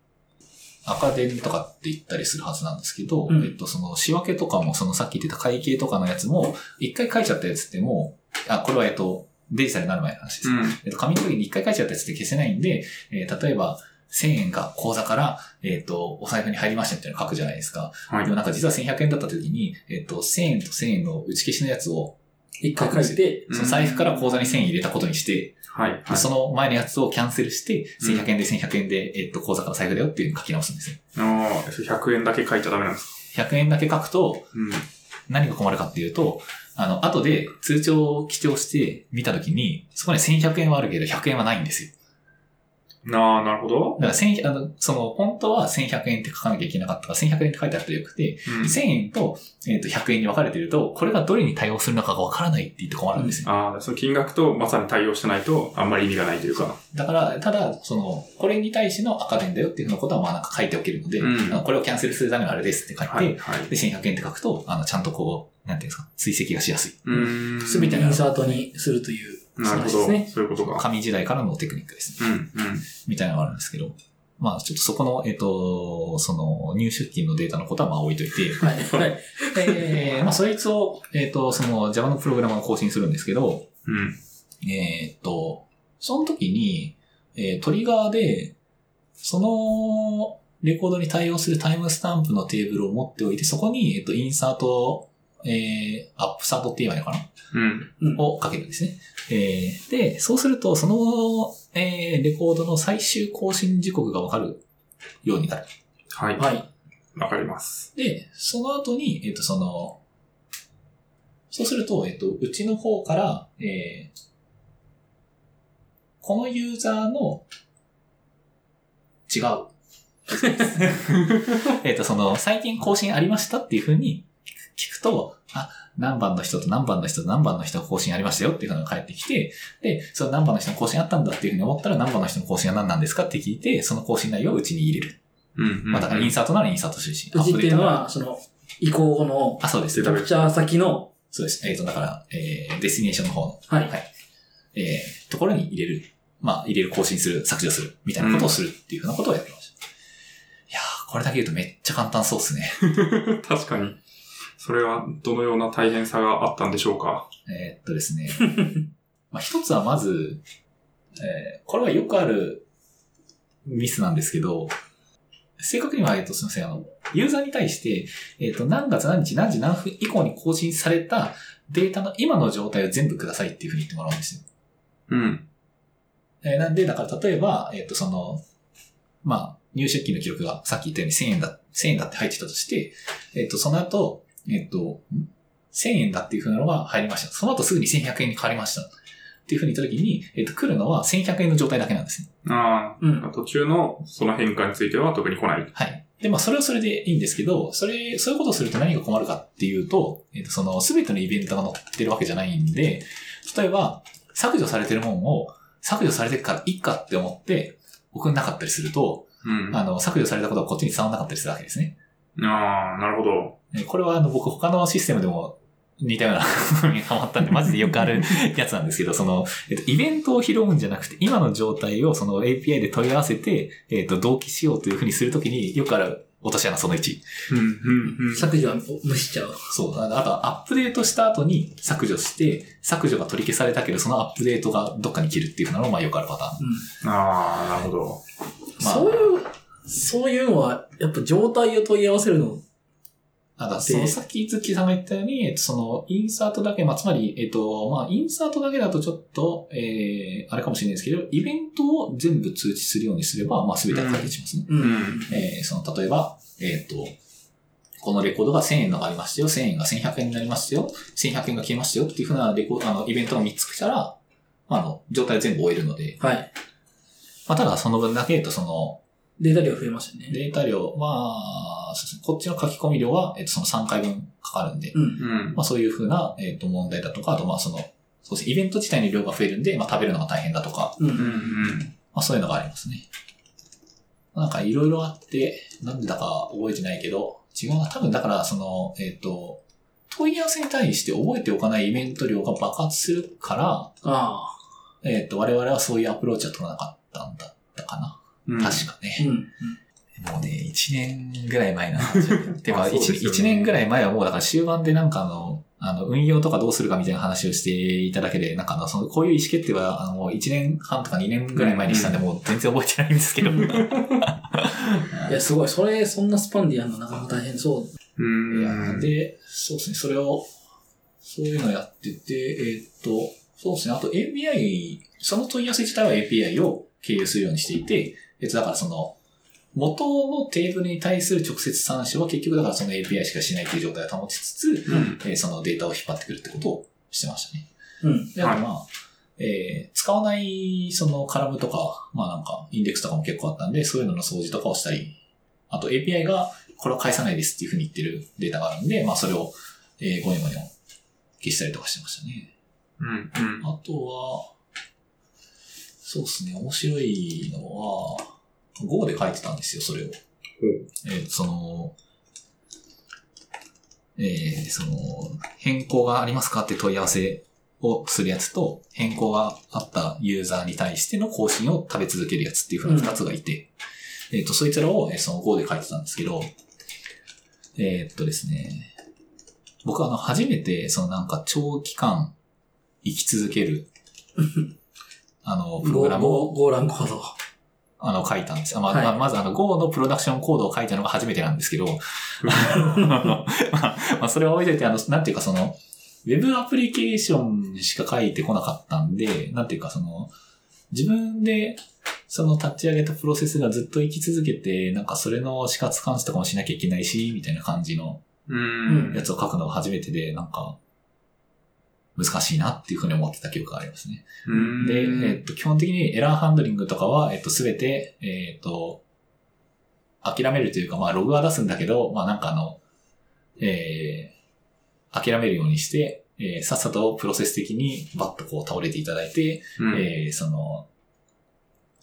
Speaker 1: アカデミーとかって言ったりするはずなんですけど、
Speaker 2: うん
Speaker 1: えっと、その仕分けとかも、そのさっき言ってた会計とかのやつも、一回書いちゃったやつってもう、あ、これはえっと、デジタルになる前の話です。
Speaker 3: うん。
Speaker 1: えっと、紙の時に一回書いちゃったやつって消せないんで、えー例えば、1000円が口座から、えっ、と、お財布に入りましたみたいなの書くじゃないですか。
Speaker 3: はい
Speaker 1: でもなんか実は1100円だった時に、えっ、と、1000円と1000円の打ち消しのやつを、
Speaker 2: 一回書いて、
Speaker 1: その財布から口座に1000円入れたことにして、
Speaker 3: はい。はい。
Speaker 1: その前のやつをキャンセルして、
Speaker 3: うん
Speaker 1: 1100円で1100円で、えっ、と、口座から財布だよっていうのを書き直すんですよ。
Speaker 3: ああ、それ100円だけ書いちゃダメなんですか
Speaker 1: 100円だけ書くと、
Speaker 3: うん。
Speaker 1: 何が困るかっていうと、あの、後で通帳を記帳して見た時に、そこに1100円はあるけど100円はないんですよ。
Speaker 3: ああ、なるほど。
Speaker 1: だから1100あの、その、本当は1100円って書かなきゃいけなかったから、1100円って書いてあったらよくて、
Speaker 3: うん
Speaker 1: 1000円と,、えっと100円に分かれてると、これがどれに対応するのかが分からないって言って困るんですよ。
Speaker 3: ああ、その金額とまさに対応してないと、あんまり意味がないというか。
Speaker 1: だから、ただ、その、これに対しての赤点だよっていうふうなことは、まあなんか書いておけるので、
Speaker 3: うん
Speaker 1: あのこれをキャンセルするためのあれですって書いて、
Speaker 3: はい。はい。
Speaker 1: で、1100円って書くと、あの、ちゃんとこう、なんていうんですか、追跡がしやすい。
Speaker 3: うん。
Speaker 2: すべてインサートにするという
Speaker 3: なるほど。
Speaker 2: 話です
Speaker 3: そう
Speaker 2: ね。
Speaker 3: いうことか。
Speaker 1: 紙時代からのテクニックですね。
Speaker 3: うん。うん。
Speaker 1: みたいなのがあるんですけど、まあちょっとそこの、えっ、と、その、入出金のデータのことはまあ置いといて、
Speaker 2: はい。はい。
Speaker 1: えーまあ、そいつを、えっ、と、その Java のプログラマーが更新するんですけど、
Speaker 3: うん。
Speaker 1: えっ、と、その時に、えートリガーで、そのレコードに対応するタイムスタンプのテーブルを持っておいて、そこに、えっ、と、インサート、えー、アップサートって言えばいいのかな
Speaker 3: うん。
Speaker 1: をかけるんですね。えーで、そうすると、その、えーレコードの最終更新時刻がわかるようになる。
Speaker 3: はい。
Speaker 2: はい。
Speaker 3: わかります。
Speaker 1: で、その後に、えっ、と、その、そうすると、えっ、と、うちの方から、えーこのユーザーの、
Speaker 2: [LAUGHS]
Speaker 1: 違う。えっと、その、最近更新ありましたっていうふうに聞くと、あ、何番の人と何番の人と何番の人が更新ありましたよっていうのが返ってきて、で、その何番の人の更新あったんだっていうふうに思ったら、何番の人の更新は何なんですかって聞いて、その更新内容をうちに入れる。
Speaker 3: うんうん。
Speaker 1: まあだからインサートならインサートするし、
Speaker 2: うちっていうの
Speaker 1: なら
Speaker 2: は、その、移行後の、
Speaker 1: あ、そうです。
Speaker 3: データ
Speaker 2: キャプチャー先の、
Speaker 1: そうです。えっ、と、だから、えー、デスティネーションの方の、
Speaker 2: はい。
Speaker 1: えー、ところに入れる。まあ、入れる、更新する、削除する、みたいなことをするっていうふうなことをやってました。いやー、これだけ言うとめっちゃ簡単そうですね。
Speaker 3: [LAUGHS] 確かに。それはどのような大変さがあったんでしょうか。
Speaker 1: えーっとで
Speaker 2: [LAUGHS]
Speaker 1: すね。まあ、一つはまず、えー、これはよくあるミスなんですけど、正確には、えっと、すみません、あの、ユーザーに対して、えっと、何月何日何時何分以降に更新されたデータの今の状態を全部くださいっていうふうに言ってもらうんですよ。
Speaker 3: うん。
Speaker 1: えーなんで、だから例えば、えっ、と、その、まあ、入出金の記録がさっき言ったように1000円だ、1000円だって入ってたとして、えっ、と、その後、えっ、と、ん1000円だっていう風なのが入りました。その後すぐに1100円に変わりました。っていう風に言った時に、えっ、と、来るのは1100円の状態だけなんですね。
Speaker 3: あ
Speaker 2: う
Speaker 3: あ。
Speaker 2: ん。
Speaker 3: 途中のその変化については特に来ない。
Speaker 1: はい。で、まあ、それはそれでいいんですけど、それ、そういうことをすると何が困るかっていうと、えっ、と、その、すべてのイベントが載ってるわけじゃないんで、例えば、削除されてるもんを、削除されてからいいかって思って、送んなかったりすると、
Speaker 3: うん。
Speaker 1: あ
Speaker 3: あ
Speaker 1: の、削除されたことがこっちに伝わらなかったりするわけですね。
Speaker 3: あ、なるほど。
Speaker 1: えこれはあの、僕他のシステムでも似たような [LAUGHS] 風にハマったんで、マジでよくあるやつなんですけど、その、えっと、イベントを拾うんじゃなくて、今の状態をその API で問い合わせて、えっと、同期しようというふうにするときに、よくある落とし穴その1。
Speaker 3: うん、うん、うん。
Speaker 2: 削除は無視しちゃう。
Speaker 1: そう。あのあとはアップデートした後に削除して、削除が取り消されたけど、そのアップデートがどっかに切るっていうふうなのが、まあよくあるパターン。
Speaker 2: うん。
Speaker 3: ああ、なるほど。
Speaker 1: まあ
Speaker 2: そういう、そういうのは、やっぱ状態を問い合わせるの。
Speaker 1: あだそのさっき月さんが言ったように、えっと、その、インサートだけ、まあ、つまり、えっと、まあ、インサートだけだとちょっと、えー、あれかもしれないですけど、イベントを全部通知するようにすれば、まあ、すべては解決しますね。
Speaker 2: う
Speaker 3: うん。
Speaker 1: えー、その、例えば、えっと、このレコードが1000円のがありましたよ、1000円が1100円になりましたよ、1100円が消えましたよっていうふうなレコあの、イベントが3つ来たら、まあ、あの、状態全部終えるので、
Speaker 2: はい。
Speaker 1: まあ、ただその分だけ、えっと、その、
Speaker 2: データ量増えましたね。
Speaker 1: データ量、まあ、そうですね、こっちの書き込み量は、えっと、その3回分かかるんで、
Speaker 2: うん。
Speaker 3: うん
Speaker 1: ま。あそういうふうな、えっ、と、問題だとか、あとまあその、そうですね、イベント自体の量が増えるんで、まあ食べるのが大変だとか、
Speaker 2: う。
Speaker 3: うんん、
Speaker 1: まあそういうのがありますね。なんかいろいろあって、なんでだか覚えてないけど、違うな、多分だからその、えっ、と、問い合わせに対して覚えておかないイベント量が爆発するか
Speaker 2: ああ。
Speaker 1: ら、えっ、と、我々はそういうアプローチは取らなかったんだったかな。
Speaker 3: うん。
Speaker 1: 確か
Speaker 2: [LAUGHS] う
Speaker 1: ね。
Speaker 2: ん。
Speaker 1: もうね、1年ぐらい前の
Speaker 3: [LAUGHS]
Speaker 1: 話だけど。て
Speaker 3: ま
Speaker 1: か、
Speaker 3: あそうですよ
Speaker 1: 一
Speaker 3: ね
Speaker 1: 一年ぐらい前はもう、だから終盤でなんかあの、あの、運用とかどうするかみたいな話をしていただけで、なんかあの、その、こういう意思決定は、あの、もう1年半とか2年ぐらい前にしたんで、もう全然覚えてないんですけど。
Speaker 2: いや、すごい。それ、そんなスパンでやるのなかなか大変そう。
Speaker 3: うん。
Speaker 1: いやで、そうですね、それを、そういうのやってて、えーっと、そうですね、あと API、その問い合わせ自体は API を経由するようにしていて、えっと、だからその、元のテーブルに対する直接参照は結局だからその API しかしないという状態を保ちつつ、
Speaker 3: うん。
Speaker 1: えーそのデータを引っ張ってくるってことをしてましたね。
Speaker 2: うん。
Speaker 1: で、あとまあ、えー使わないそのカラムとか、まあなんかインデックスとかも結構あったんで、そういうのの掃除とかをしたり、あと API がこれは返さないですっていうふうに言ってるデータがあるんで、まあそれを、えー、ゴニョゴニョ消したりとかしてましたね。
Speaker 3: うん。うん。
Speaker 1: あとは、そうですね、面白いのは、Go で書いてたんですよ、それを。えーその、えーその、変更がありますかって問い合わせをするやつと、変更があったユーザーに対しての更新を食べ続けるやつっていうふうな二つがいて、えっ、と、そいつらを、えーその Go で書いてたんですけど、えーっとですね、僕はあの、初めて、そのなんか長期間生き続け
Speaker 2: [LAUGHS]
Speaker 1: る、あの、プログラム
Speaker 2: ゴ
Speaker 1: を
Speaker 2: ー、ゴーランコード。
Speaker 1: あの、書いたんですよ。まあ、
Speaker 2: はい
Speaker 1: まあまずあの、Go のプロダクションコードを書いたのが初めてなんです
Speaker 2: [LAUGHS]
Speaker 1: けど、 [LAUGHS] まあ、まあそれは置いといて、あの、なんていうかその、ウェブアプリケーションしか書いてこなかったんで、なんていうかその、自分で、その立ち上げたプロセスがずっと生き続けて、なんかそれの死活監視とかもしなきゃいけないし、みたいな感じの
Speaker 3: うん
Speaker 1: や。つを書くのが初めてで、なんか、難しいなっていうふうに思ってた記憶がありますね。
Speaker 3: うん
Speaker 1: で、えっと、基本的にエラーハンドリングとかは、えっと、すべて、えっと、諦めるというか、まあ、ログは出すんだけど、まあ、なんかあの、えー、諦めるようにして、えー、さっさとプロセス的にバッとこう倒れていただいて、
Speaker 3: うん
Speaker 1: えー、その、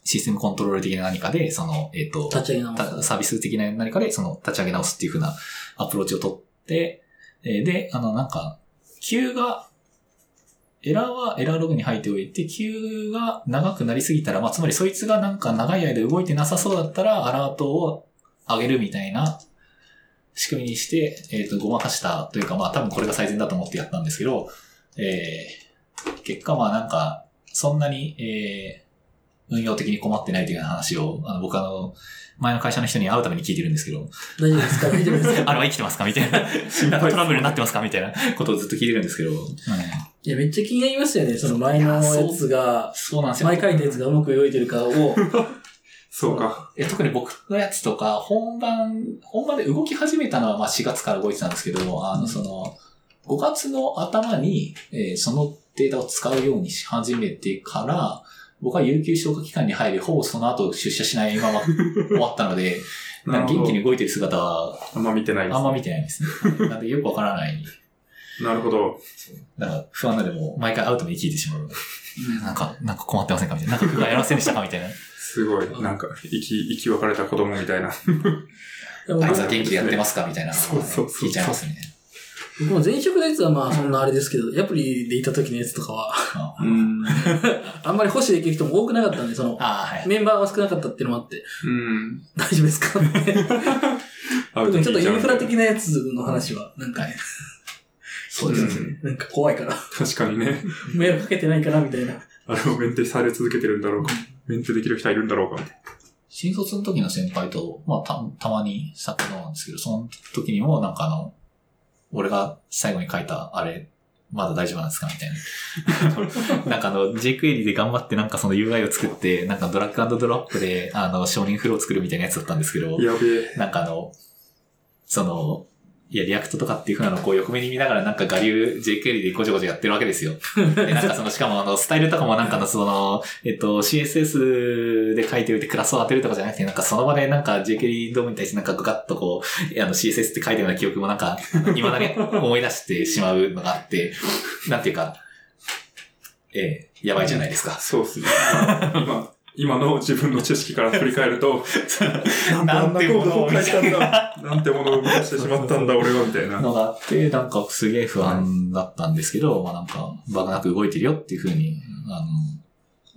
Speaker 1: システムコントロール的な何かで、その、えっ、と、
Speaker 2: 立ち上げ直す。
Speaker 1: たサービス的な何かで、その、立ち上げ直すっていう風なアプローチを取って、えーで、あの、なんか、Q が、エラーはエラーログに入っておいて、Q が長くなりすぎたら、まあ、つまりそいつがなんか長い間動いてなさそうだったら、アラートを上げるみたいな仕組みにして、えっ、と、ごまかしたというか、まあ、多分これが最善だと思ってやったんですけど、えー結果、まあ、なんか、そんなに、えー運用的に困ってないというような話を、あの、僕あの、前の会社の人に会うために聞いてるんですけ [LAUGHS] ど、
Speaker 2: 大丈夫ですか大丈夫 [LAUGHS] ですか
Speaker 1: あれは生きてますかみたいな。なんかトラブルになってますかみたいなことをずっと聞いてるんですけど。
Speaker 2: いや、めっちゃ気になりますよね。その前のやつが、
Speaker 1: そうなんですよ。
Speaker 2: 前書いたやつがうまく動いてる [LAUGHS] かを、
Speaker 3: [LAUGHS] そうか。
Speaker 1: え特に僕のやつとか、本番、本番で動き始めたのはまあ4月から動いてたんですけど、あ
Speaker 2: うん
Speaker 1: の、その、5月の頭に、えーそのデータを使うようにし始めてから、僕は有給消化期間に入り、ほぼその後出社しないまま [LAUGHS] 終わったので、なんか元気に動いてる姿は
Speaker 3: あんま見てないです
Speaker 1: あんま見てないですね。なんでよくわからない。
Speaker 3: なるほど。
Speaker 1: なんか不安なのでもう毎回会うために聞いてしまう。なんか、なんか困ってませんかみたいな。なんか不安やらせんでしたかみたい [LAUGHS] な。
Speaker 3: すごい。なんか、生き、生き別れた子供みたいな。
Speaker 2: でも
Speaker 1: あいつは元気でやってますかみたいな。
Speaker 3: そうそうそう
Speaker 1: 聞いちゃいますね。
Speaker 2: 僕も前職のやつはまあそんなあれですけど、アプリでいた時のやつとかは、 [LAUGHS]
Speaker 1: あ
Speaker 3: うん。
Speaker 2: あんまり保守できる人も多くなかったんで、その、
Speaker 1: あー、はい。
Speaker 2: メンバーが少なかったっていうのもあって、
Speaker 3: うん。
Speaker 2: 大丈夫ですかって。
Speaker 3: ア
Speaker 2: 特
Speaker 3: ウト
Speaker 2: にちょっ
Speaker 3: 聞い
Speaker 2: とイ
Speaker 3: ちゃう
Speaker 2: ン
Speaker 3: み
Speaker 2: フ
Speaker 3: た
Speaker 2: ラ
Speaker 3: いな
Speaker 2: 的なやつの話は、なんかね、
Speaker 1: そうですね。
Speaker 2: なんか怖いから、 [LAUGHS]
Speaker 3: 確かにね。
Speaker 2: 迷惑かけてないかなみたいな。
Speaker 3: あれをメンテされ続けてるんだろうか。メンテできる人はいるんだろうか。
Speaker 1: 新卒の時の先輩と、まあ、た、たまに酒飲むんですけど、その時にも、なんかあの、俺が最後に書いた、あれ、まだ大丈夫なんですかみたい [LAUGHS] な。なんかあの、JQuery で頑張ってなんかその UI を作って、なんかドラッグドロップで、あの、承認フローを作るみたいなやつだったんですけど、
Speaker 3: やべえ。
Speaker 1: なんかあの、その、いや、リアクトとかっていう風なのをこう横目に見ながらなんか我流 JQuery でごちょごちょやってるわけですよ。で、なんかその、しかもあの、スタイルとかもなんかのその、えっと、CSS で書いておいてクラスを当てるとかじゃなくて、なんかその場でなんか JQuery ドームに対してなんかガッとこう、あの CSS って書いたような記憶もなんか、未だに思い出してしまうのがあって、なんていうか、ええやばいじゃないですか。
Speaker 3: そうっすね。今、今の自分の知識から振り返ると、
Speaker 1: なんてもの
Speaker 3: [LAUGHS]
Speaker 1: を
Speaker 3: なんであんなことを書いたんだ。なんてものを生み出してしまったんだ、俺は、みたいな。
Speaker 1: のがあって、なんかすげえ不安だったんですけど、まあなんか、バカなく動いてるよっていうふうに、あ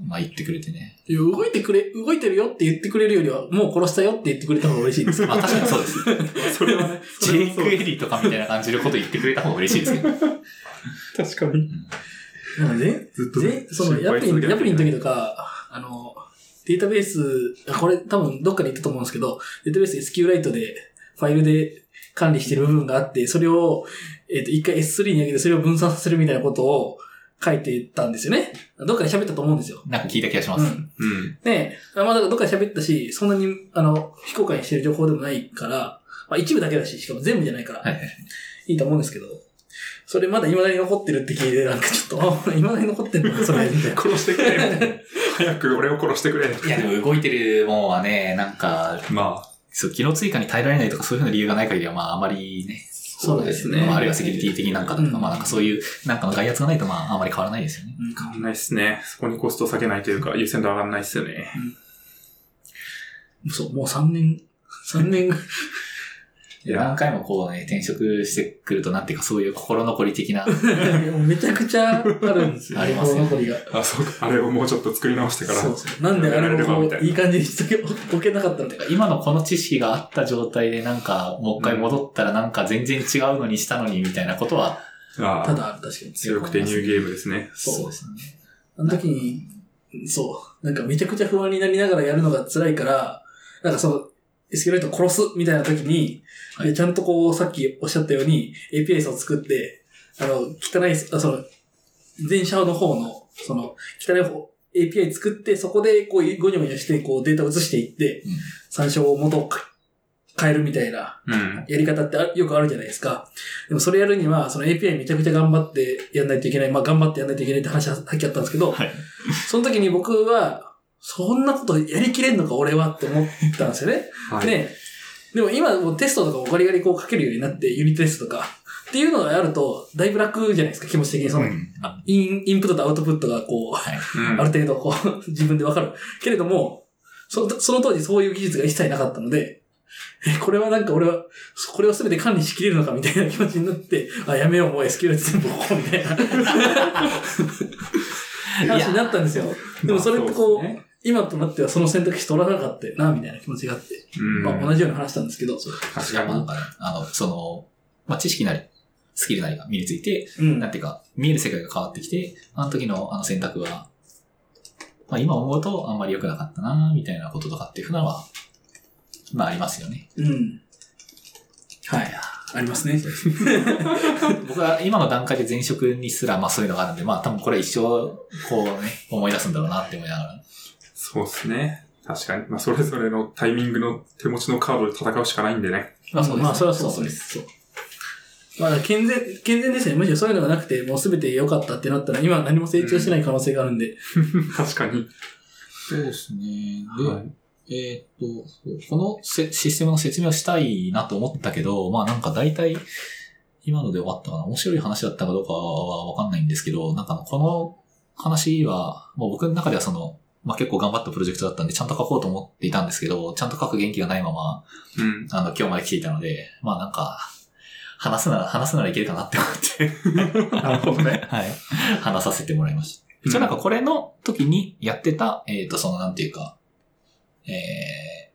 Speaker 1: の、まあ言ってくれて [LAUGHS] ね。
Speaker 2: いや動いてくれ、動いてるよって言ってくれるよりは、もう殺したよって言ってくれた方が嬉しいですよ。
Speaker 1: まあ確かにそうです。
Speaker 3: それはね。
Speaker 1: [LAUGHS] ジェイク・エリーとかみたいな感じのこと言ってくれた方が嬉しいですけど。
Speaker 3: 確かに。
Speaker 2: なんかね、
Speaker 3: ずっと
Speaker 2: ぜ
Speaker 3: ね、
Speaker 2: その、
Speaker 3: 心
Speaker 2: ヤ
Speaker 3: 配
Speaker 2: プリ
Speaker 3: 続
Speaker 2: ン、
Speaker 3: けな
Speaker 2: ヤ
Speaker 3: きゃ
Speaker 2: プ
Speaker 3: いけな
Speaker 2: リンの
Speaker 3: い
Speaker 2: 時とか、あの、データベース、あこれ多分どっかで言ったと思うんですけど、データベース SQLite で、ファイルで管理してる部分があって、それを、えっ、と、一回 S3 に上げて、それを分散させるみたいなことを書いてたんですよね。どっかで喋ったと思うんですよ。
Speaker 1: なんか聞いた気がしま
Speaker 2: う
Speaker 1: す。
Speaker 2: ん。
Speaker 3: うん。
Speaker 2: ねえ、あまあ、だからどっかで喋ったし、そんなに、あの、非公開にしてる情報でもないから、まあ、一部だけだし、しかも全部じゃないから、
Speaker 1: はいはい
Speaker 2: いと思うんですけど、それまだ未だに残ってるって聞いて、なんかちょっと、あ、未だに残ってるな、そ
Speaker 1: [LAUGHS]
Speaker 2: れ、みたいな。
Speaker 3: 殺してくれ。早く俺を殺してくれ。
Speaker 1: いやでも動いてるもんはね、なんか、
Speaker 3: まあ、
Speaker 1: そう、機能追加に耐えられないとかそういうふうな理由がない限りは、まああまりね。
Speaker 2: そうですね
Speaker 1: まああるいはセキュリティ的なんかとか、
Speaker 2: うん
Speaker 1: まあなんかそういう、なんかの外圧がないとまああまり変わらないですよね。
Speaker 2: うん
Speaker 3: 変わんないっすね。そこにコストを下げないというか、優先度上がんないっすよね。
Speaker 2: そう、もう3年、3年、
Speaker 3: いや
Speaker 1: 何回もこうね、転職してくるとなんていうかそういう心残り的な、
Speaker 2: もうめちゃくちゃあるんですよ、
Speaker 1: [LAUGHS] ありますよ
Speaker 2: 心残りが。
Speaker 3: あ、そうか。あれをもうちょっと作り直してから。
Speaker 2: そうそう。なんであれをこう、いい感じにしとけ、置けなかったのか。
Speaker 1: 今のこの知識があった状態でなんか、もう一回戻ったらなんか全然違うのにしたのにみたいなことは、
Speaker 3: あ
Speaker 2: た
Speaker 3: あ、
Speaker 2: だ、確かに。
Speaker 3: 強くてニューゲームですね。
Speaker 2: そう
Speaker 1: ですね。
Speaker 2: あの時に、そう、なんかめちゃくちゃ不安になりながらやるのが辛いから、なんかその、エスキュレート殺すみたいな時に、
Speaker 1: はい
Speaker 2: ちゃんとこう、さっきおっしゃったように、APIs を作って、あの、汚い、あその、前者の方の、その、汚い方、API 作って、そこでこう、ごにょごにょして、こう、データを移していって、
Speaker 1: うん
Speaker 2: 参照を元を変えるみたいな、
Speaker 3: うん。
Speaker 2: やり方ってあよくあるじゃないですか。でもそれやるには、その API めちゃくちゃ頑張ってやんないといけない。まあ頑張ってやんないといけないって話はさっきあったんですけど、
Speaker 1: はい
Speaker 2: その時に僕は、そんなことやりきれんのか俺はって思ったんですよね。
Speaker 3: はい。
Speaker 2: ね。でも今もうテストとかをガリガリこう書けるようになって、ユニテストとか。っていうのがあると、だいぶ楽じゃないですか、気持ち的に。その、
Speaker 1: あ
Speaker 2: インインプットとアウトプットがこう、
Speaker 3: うん。
Speaker 2: ある程度こう、 [LAUGHS] 自分でわかる。けれども、その、その当時そういう技術が一切なかったので、え、これはなんか俺は、そこれを全て管理しきれるのかみたいな気持ちになって、あ、やめよう、もう SQL 全部置こうみたい
Speaker 3: [LAUGHS]
Speaker 2: な話になったんですよ。でもそれってこう、
Speaker 3: まあそうですね
Speaker 2: 今となってはその選択肢取らなかったよな、みたいな気持ちがあって、
Speaker 3: うん。
Speaker 2: まあ同じように話したんですけど、
Speaker 3: 確
Speaker 1: しか
Speaker 3: か
Speaker 1: も
Speaker 3: に
Speaker 1: なん。かね、あの、その、まあ知識なり、スキルなりが身について、
Speaker 2: うん
Speaker 1: なんていうか、見える世界が変わってきて、あの時のあの選択は、まあ今思うとあんまり良くなかったな、みたいなこととかっていうふうなのは、まあありますよね。
Speaker 2: うん。はい。ありますね。
Speaker 1: 僕は今の段階で前職にすらまあそういうのがあるんで、まあ多分これは一生、こうね、思い出すんだろうなって思いながら。
Speaker 3: そうですね。確かに。まあ、それぞれのタイミングの手持ちのカードで戦うしかないんでね。 [LAUGHS]
Speaker 1: まあそうです、
Speaker 2: まあ、それはそうそうで。す。そう。まあ、だから健全、健全ですね。むしろそういうのがなくて、もう全て良かったってなったら、今は何も成長してない可能性があるんで。
Speaker 3: 確かに。
Speaker 1: そうですね。で、
Speaker 3: はい。
Speaker 1: えーっと、このせシステムの説明をしたいなと思ったけど、まあなんか大体、今ので終わったかな面白い話だったかどうかはわかんないんですけど、なんかあのこの話は、もう僕の中ではその、まあ結構頑張ったプロジェクトだったんで、ちゃんと書こうと思っていたんですけど、ちゃんと書く元気がないまま、
Speaker 3: うん。
Speaker 1: あの、今日まで来ていたので、まあなんか、話すなら、話すならいけるかなって思って。
Speaker 3: [LAUGHS] なるほどね。
Speaker 1: はい。話させてもらいました。一応なんかこれの時にやってた、えっ、と、そのなんていうか、え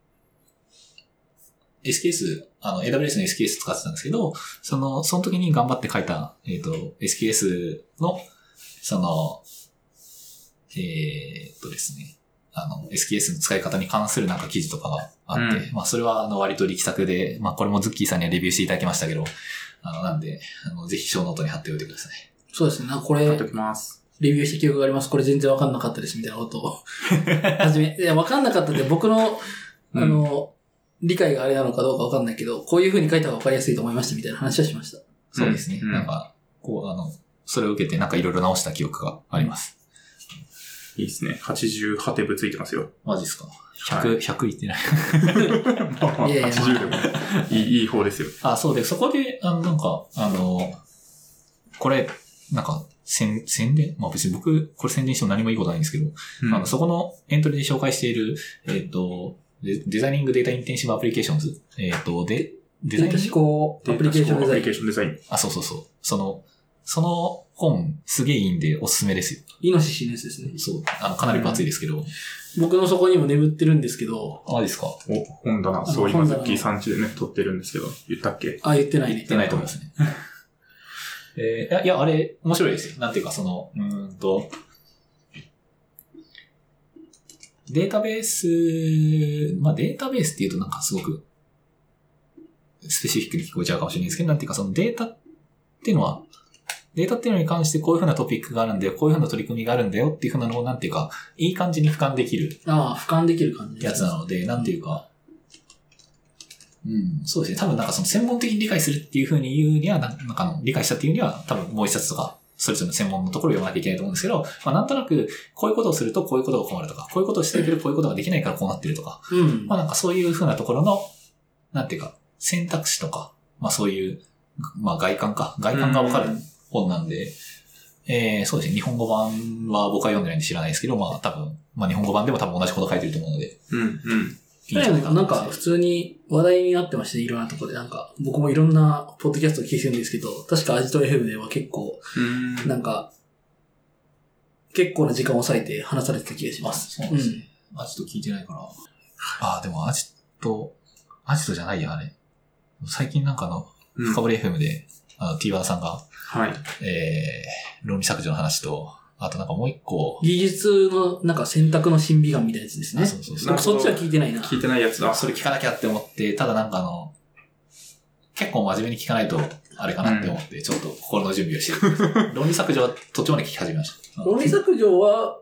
Speaker 1: ー、SKS、あの、AWS の SKS 使ってたんですけど、その、その時に頑張って書いた、えっ、と、SKS の、その、えーっとですね、あの、SKS の使い方に関するなんか記事とかがあって、まあ、それは、あの、割と力作で、まあ、これもズッキーさんにはレビューしていただきましたけど、あの、なんで、あの、ぜひ小ノートに貼っておいてください。
Speaker 2: そうですね。なんかこ
Speaker 3: 買
Speaker 2: れ
Speaker 3: っ、ときます。
Speaker 2: レビューした記憶があります。これ全然わかんなかったです、みたいな [LAUGHS] ことを。はじめ、いや、わかんなかったって僕の、あの、理解があれなのかどうかわかんないけど、こういう風に書いた方がわかりやすいと思いました、みたいな話はしました。
Speaker 1: そうですね。
Speaker 3: うん
Speaker 1: なんか、こう、あの、それを受けてなんかいろいろ直した記憶があります。
Speaker 3: いいですね。88テープついてますよ。
Speaker 1: マジですか ?100、100いってない。
Speaker 3: まあまあ
Speaker 2: いやいや
Speaker 3: [LAUGHS] 80でもいい、いい方ですよ。
Speaker 1: あ、そうで、そこで、あの、なんか、あの、これ、なんか、宣、宣伝まあ別に僕、これ宣伝しても何もいいことないんですけど、
Speaker 3: うん
Speaker 1: あの、そこのエントリーで紹介している、えっ、と、デデザイニングデータインテンシブアプリケーションズ、えっ、と、で、デザイ
Speaker 2: デ
Speaker 1: ン
Speaker 2: ータ思考アプリケーション
Speaker 3: データ思考
Speaker 2: デザイン。
Speaker 3: アプリケーションデザイン。
Speaker 1: あ、そうそうそう。その、その本、すげえいいんでおすすめですよ。
Speaker 2: イノシシのやつですね。
Speaker 1: そう。あの、かなり分厚いですけど。
Speaker 2: 僕のそこにも眠ってるんですけど、
Speaker 1: あ、いいですか言
Speaker 3: お、本棚、そう、今、ズッキー産地でね、撮ってるんですけど、言ったっけ
Speaker 2: あ、言ってないね。
Speaker 1: ってないと思いますね。えーいや、いや、あれ、面白いですよ。なんていうか、その、うーんと、データベース、まあデータベースっていうとなんかすごく、スペシフィックに聞こえちゃうかもしれないですけど、なんていうかそのデータっていうのは、データっていうのに関してこういうふうなトピックがあるんだよ、こういうふうな取り組みがあるんだよっていうふうなのを、なんていうか、いい感じに俯瞰できる
Speaker 2: ああ、俯瞰できる感じ
Speaker 1: やつなので、なんていうか、うん、そうですね。多分なんかその専門的に理解するっていうふうに言うには、なんなんかあの理解したっていうには、多分もう一冊とか、それぞれの専門のところを読まなきゃいけないと思うんですけど、まあなんとなく、こういうことをするとこういうことが困るとか、こういうことをしてるけどこういうことができないからこうなってるとか、
Speaker 2: うん。
Speaker 1: まあなんかそういうふうなところの、なんていうか、選択肢とか、まあそういう、まあ外観か、外観がわかる本なんで、えー、そうですね。日本語版は僕は読んでないんで知らないですけど、まあ多分、まあ日本語版でも多分同じこと書いてると思うので、
Speaker 3: うん、うん。
Speaker 1: いいんじゃいと思
Speaker 2: ないん
Speaker 1: ます
Speaker 2: か普通に話題になってましたね、いろんなところで。なんか、僕もいろんなポッドキャストを聞いてるんですけど、確かアジト FM では結構、
Speaker 3: うん
Speaker 2: なんか、結構な時間を割いて話されてた気がします。
Speaker 1: そうなんですね。アジト聞いてないから。ああ、でもアジト、アジトじゃないや、あれ。最近なんかあの、
Speaker 3: うん
Speaker 1: 深掘り FM で、あの、T1 さんが、
Speaker 3: はい。
Speaker 1: えー、論理削除の話と、あとなんかもう一個、
Speaker 2: 技術の、なんか選択の審美眼みたいなやつですね
Speaker 1: あ。そうそうそう。
Speaker 3: な
Speaker 2: 僕そっちは聞いてないな。
Speaker 3: 聞いてないやつだ。
Speaker 1: それ聞かなきゃって思って、ただなんかあの、結構真面目に聞かないと、あれかなって思って、ちょっと心の準備をして
Speaker 2: [LAUGHS]
Speaker 1: る。論理削除は途中まで聞き始めました。
Speaker 2: 論理削除は、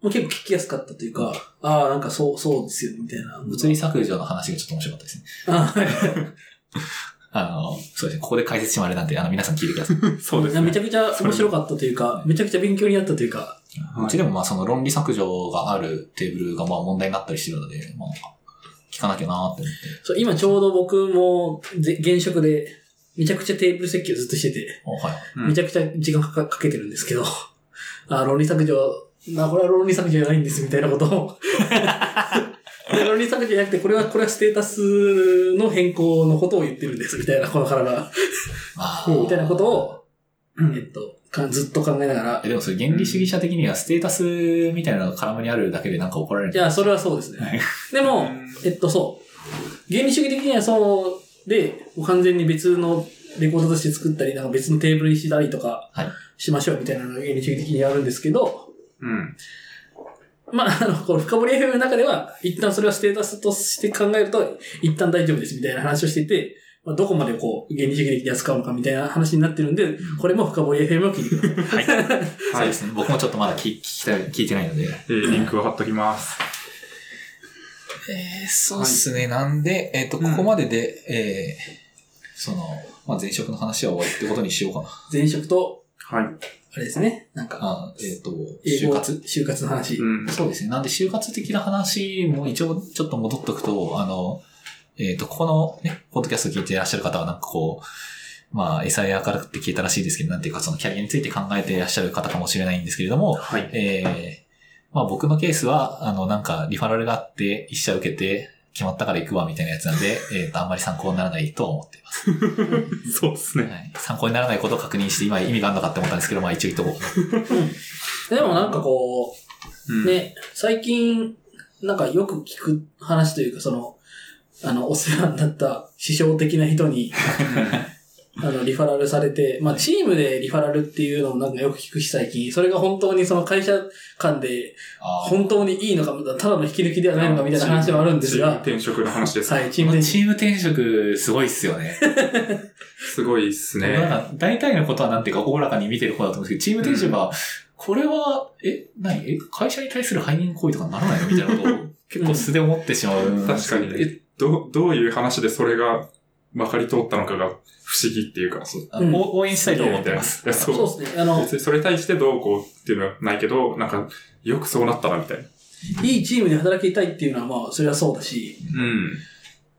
Speaker 2: もう結構聞きやすかったというか、ああ、なんかそう、そうですよね、みたいな。
Speaker 1: 物理削除の話がちょっと面白かったですね。
Speaker 2: ああ
Speaker 1: あの、そうですね。ここで解説してもあれなんで、あの、皆さん聞いてください。
Speaker 3: そうです
Speaker 2: め
Speaker 3: ね
Speaker 2: ち。ゃくちゃ面白かったというか、めちゃくちゃ勉強になったというか、
Speaker 3: はいう
Speaker 1: ちでもまあ、その論理削除があるテーブルがまあ問題になったりしてるので、まあ、聞かなきゃなーって思って
Speaker 2: そう今ちょうど僕もぜ現職で、めちゃくちゃテーブル設計をずっとしてて、
Speaker 1: あ。はい。
Speaker 3: うん
Speaker 2: めちゃくちゃ時間かかかけてるんですけど、 [LAUGHS] あ論理削除、な、これは論理削除じゃないんですみたいなことを。
Speaker 3: [LAUGHS]
Speaker 2: これ論理削除じゃなくて、これは、これはステータスの変更のことを言ってるんですみたいな、この体。
Speaker 1: あー
Speaker 2: みたいなことを、
Speaker 3: うん
Speaker 2: えっと、かずっと考えながら
Speaker 1: え、でもそれ原理主義者的にはステータスみたいなのが絡むにあるだけでなんか怒られるん
Speaker 2: い
Speaker 1: じゃ
Speaker 2: や、それはそうです
Speaker 1: はい
Speaker 2: ね。でも
Speaker 3: うん、
Speaker 2: えっと、そう。原理主義的にはそうで、完全に別のレコードとして作ったり、なんか別のテーブルにしたりとか
Speaker 1: はい
Speaker 2: しましょうみたいなのが原理主義的にあるんですけど、
Speaker 3: うん。
Speaker 2: まあ、あの、この深掘り FM の中では、一旦それはステータスとして考えると、一旦大丈夫ですみたいな話をしてて、まあ、どこまでこう、原理主義的に扱うのかみたいな話になってるんで、これも深掘り FM を聞いてください。
Speaker 1: な
Speaker 3: はいい
Speaker 1: で。すね。僕もちょっとまだ聞聞きたい、聞いてないので。
Speaker 3: えーリンクを貼っときます。
Speaker 1: えー、そうですね。なんで、えっ、と、ここまでで、えー、その、まあ、前職の話は終わりってことにしようかな。
Speaker 2: 前職と、
Speaker 3: はい。
Speaker 2: あれですね、なんか、
Speaker 1: あーえっ、と、
Speaker 2: 英
Speaker 1: 就
Speaker 2: 語、
Speaker 1: 活
Speaker 2: 就活の話。
Speaker 3: うん。
Speaker 1: そうですね。なんで、就活的な話も一応ちょっと戻っとくと、あの、えっ、と、ここのね、ポッドキャスト聞いていらっしゃる方はなんかこう、まあ、SIR からって聞いたらしいですけど、なんていうか、そのキャリアについて考えていらっしゃる方かもしれないんですけれども、
Speaker 3: はい。
Speaker 1: ええまあ僕のケースは、あの、なんか、リファラルがあって、一社受けて、決まったから行くわ、みたいなやつなんで、えっ、と、あんまり参考にならないとは思っています。
Speaker 3: [LAUGHS] そうですね。
Speaker 1: はい、参考にならないことを確認して、今意味があるのかって思ったんですけど、まあ一応言っとこう。
Speaker 2: でもなんかこう、
Speaker 3: うん。
Speaker 2: ね、最近、なんかよく聞く話というか、その、あの、お世話になった師匠的な人に、あの、リファラルされて、まあ、チームでリファラルっていうのをなんかよく聞くし、最近、それが本当にその会社間で、
Speaker 1: あー
Speaker 2: 本当にいいのか、ただの引き抜きではないのかみたいな話もあるんですが、
Speaker 3: 転職の話です。
Speaker 2: [LAUGHS] はい、チームで、
Speaker 1: チーム転職、すごいっすよね。
Speaker 3: すごいっす
Speaker 1: なん
Speaker 3: ね。
Speaker 1: か、大体のことはなんていうか、おおらかに見てる方だと思うんですけど、チーム転職は、これは、え、何え、会社に対する背任行為とかならないのみたいなことを、結構素で思ってしまう。
Speaker 3: 確かに。え、ど、どういう話でそれがまかり通ったのかが不思議っていうか。そう。
Speaker 1: あの
Speaker 2: うん
Speaker 1: 応応援したいと思ってます。
Speaker 3: いや、そう。
Speaker 2: そうですね、あの、
Speaker 3: 別にそれに対してどうこうっていうのはないけど、なんか、よくそうなったな、みたいな。
Speaker 2: いいチームで働きたいっていうのは、まあ、それはそうだし、
Speaker 3: うん。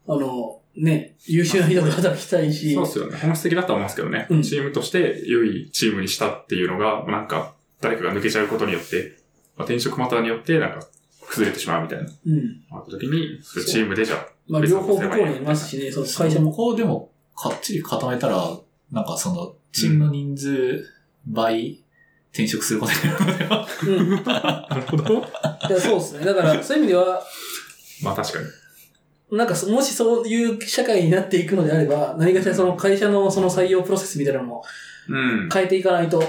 Speaker 2: あの、ね、優秀な人で働きたいし
Speaker 3: そう、ですよね。本質的だとは思うんですけどね。
Speaker 2: うん
Speaker 3: チームとして良いチームにしたっていうのが、なんか、誰かが抜けちゃうことによって、まあ、転職マターによって、なんか、崩れてしまうみたいな。
Speaker 2: うん。
Speaker 3: あった時に、それチームでじゃ
Speaker 2: まあ、両方不幸にいますしね、そう、会社も
Speaker 1: もこうでも、かっちり固めたら、なんかその、チームの人数倍転職することになるのでは。
Speaker 2: うん。
Speaker 3: なるほど。
Speaker 2: いやそうですね。だから、そういう意味では、
Speaker 3: まあ確かに。
Speaker 2: なんかそ、もしそういう社会になっていくのであれば、何かしらその会社のその採用プロセスみたいなのも
Speaker 3: うん。
Speaker 2: 変えていかないとい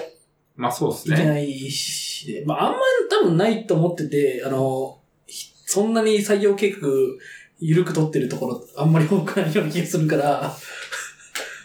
Speaker 3: まあそうです
Speaker 2: け
Speaker 3: ね。
Speaker 2: ないし、まあ、あんまり多分ないと思ってて、あの、ひそんなに採用計画、緩く取ってるところ、あんまり多くないような気がするから、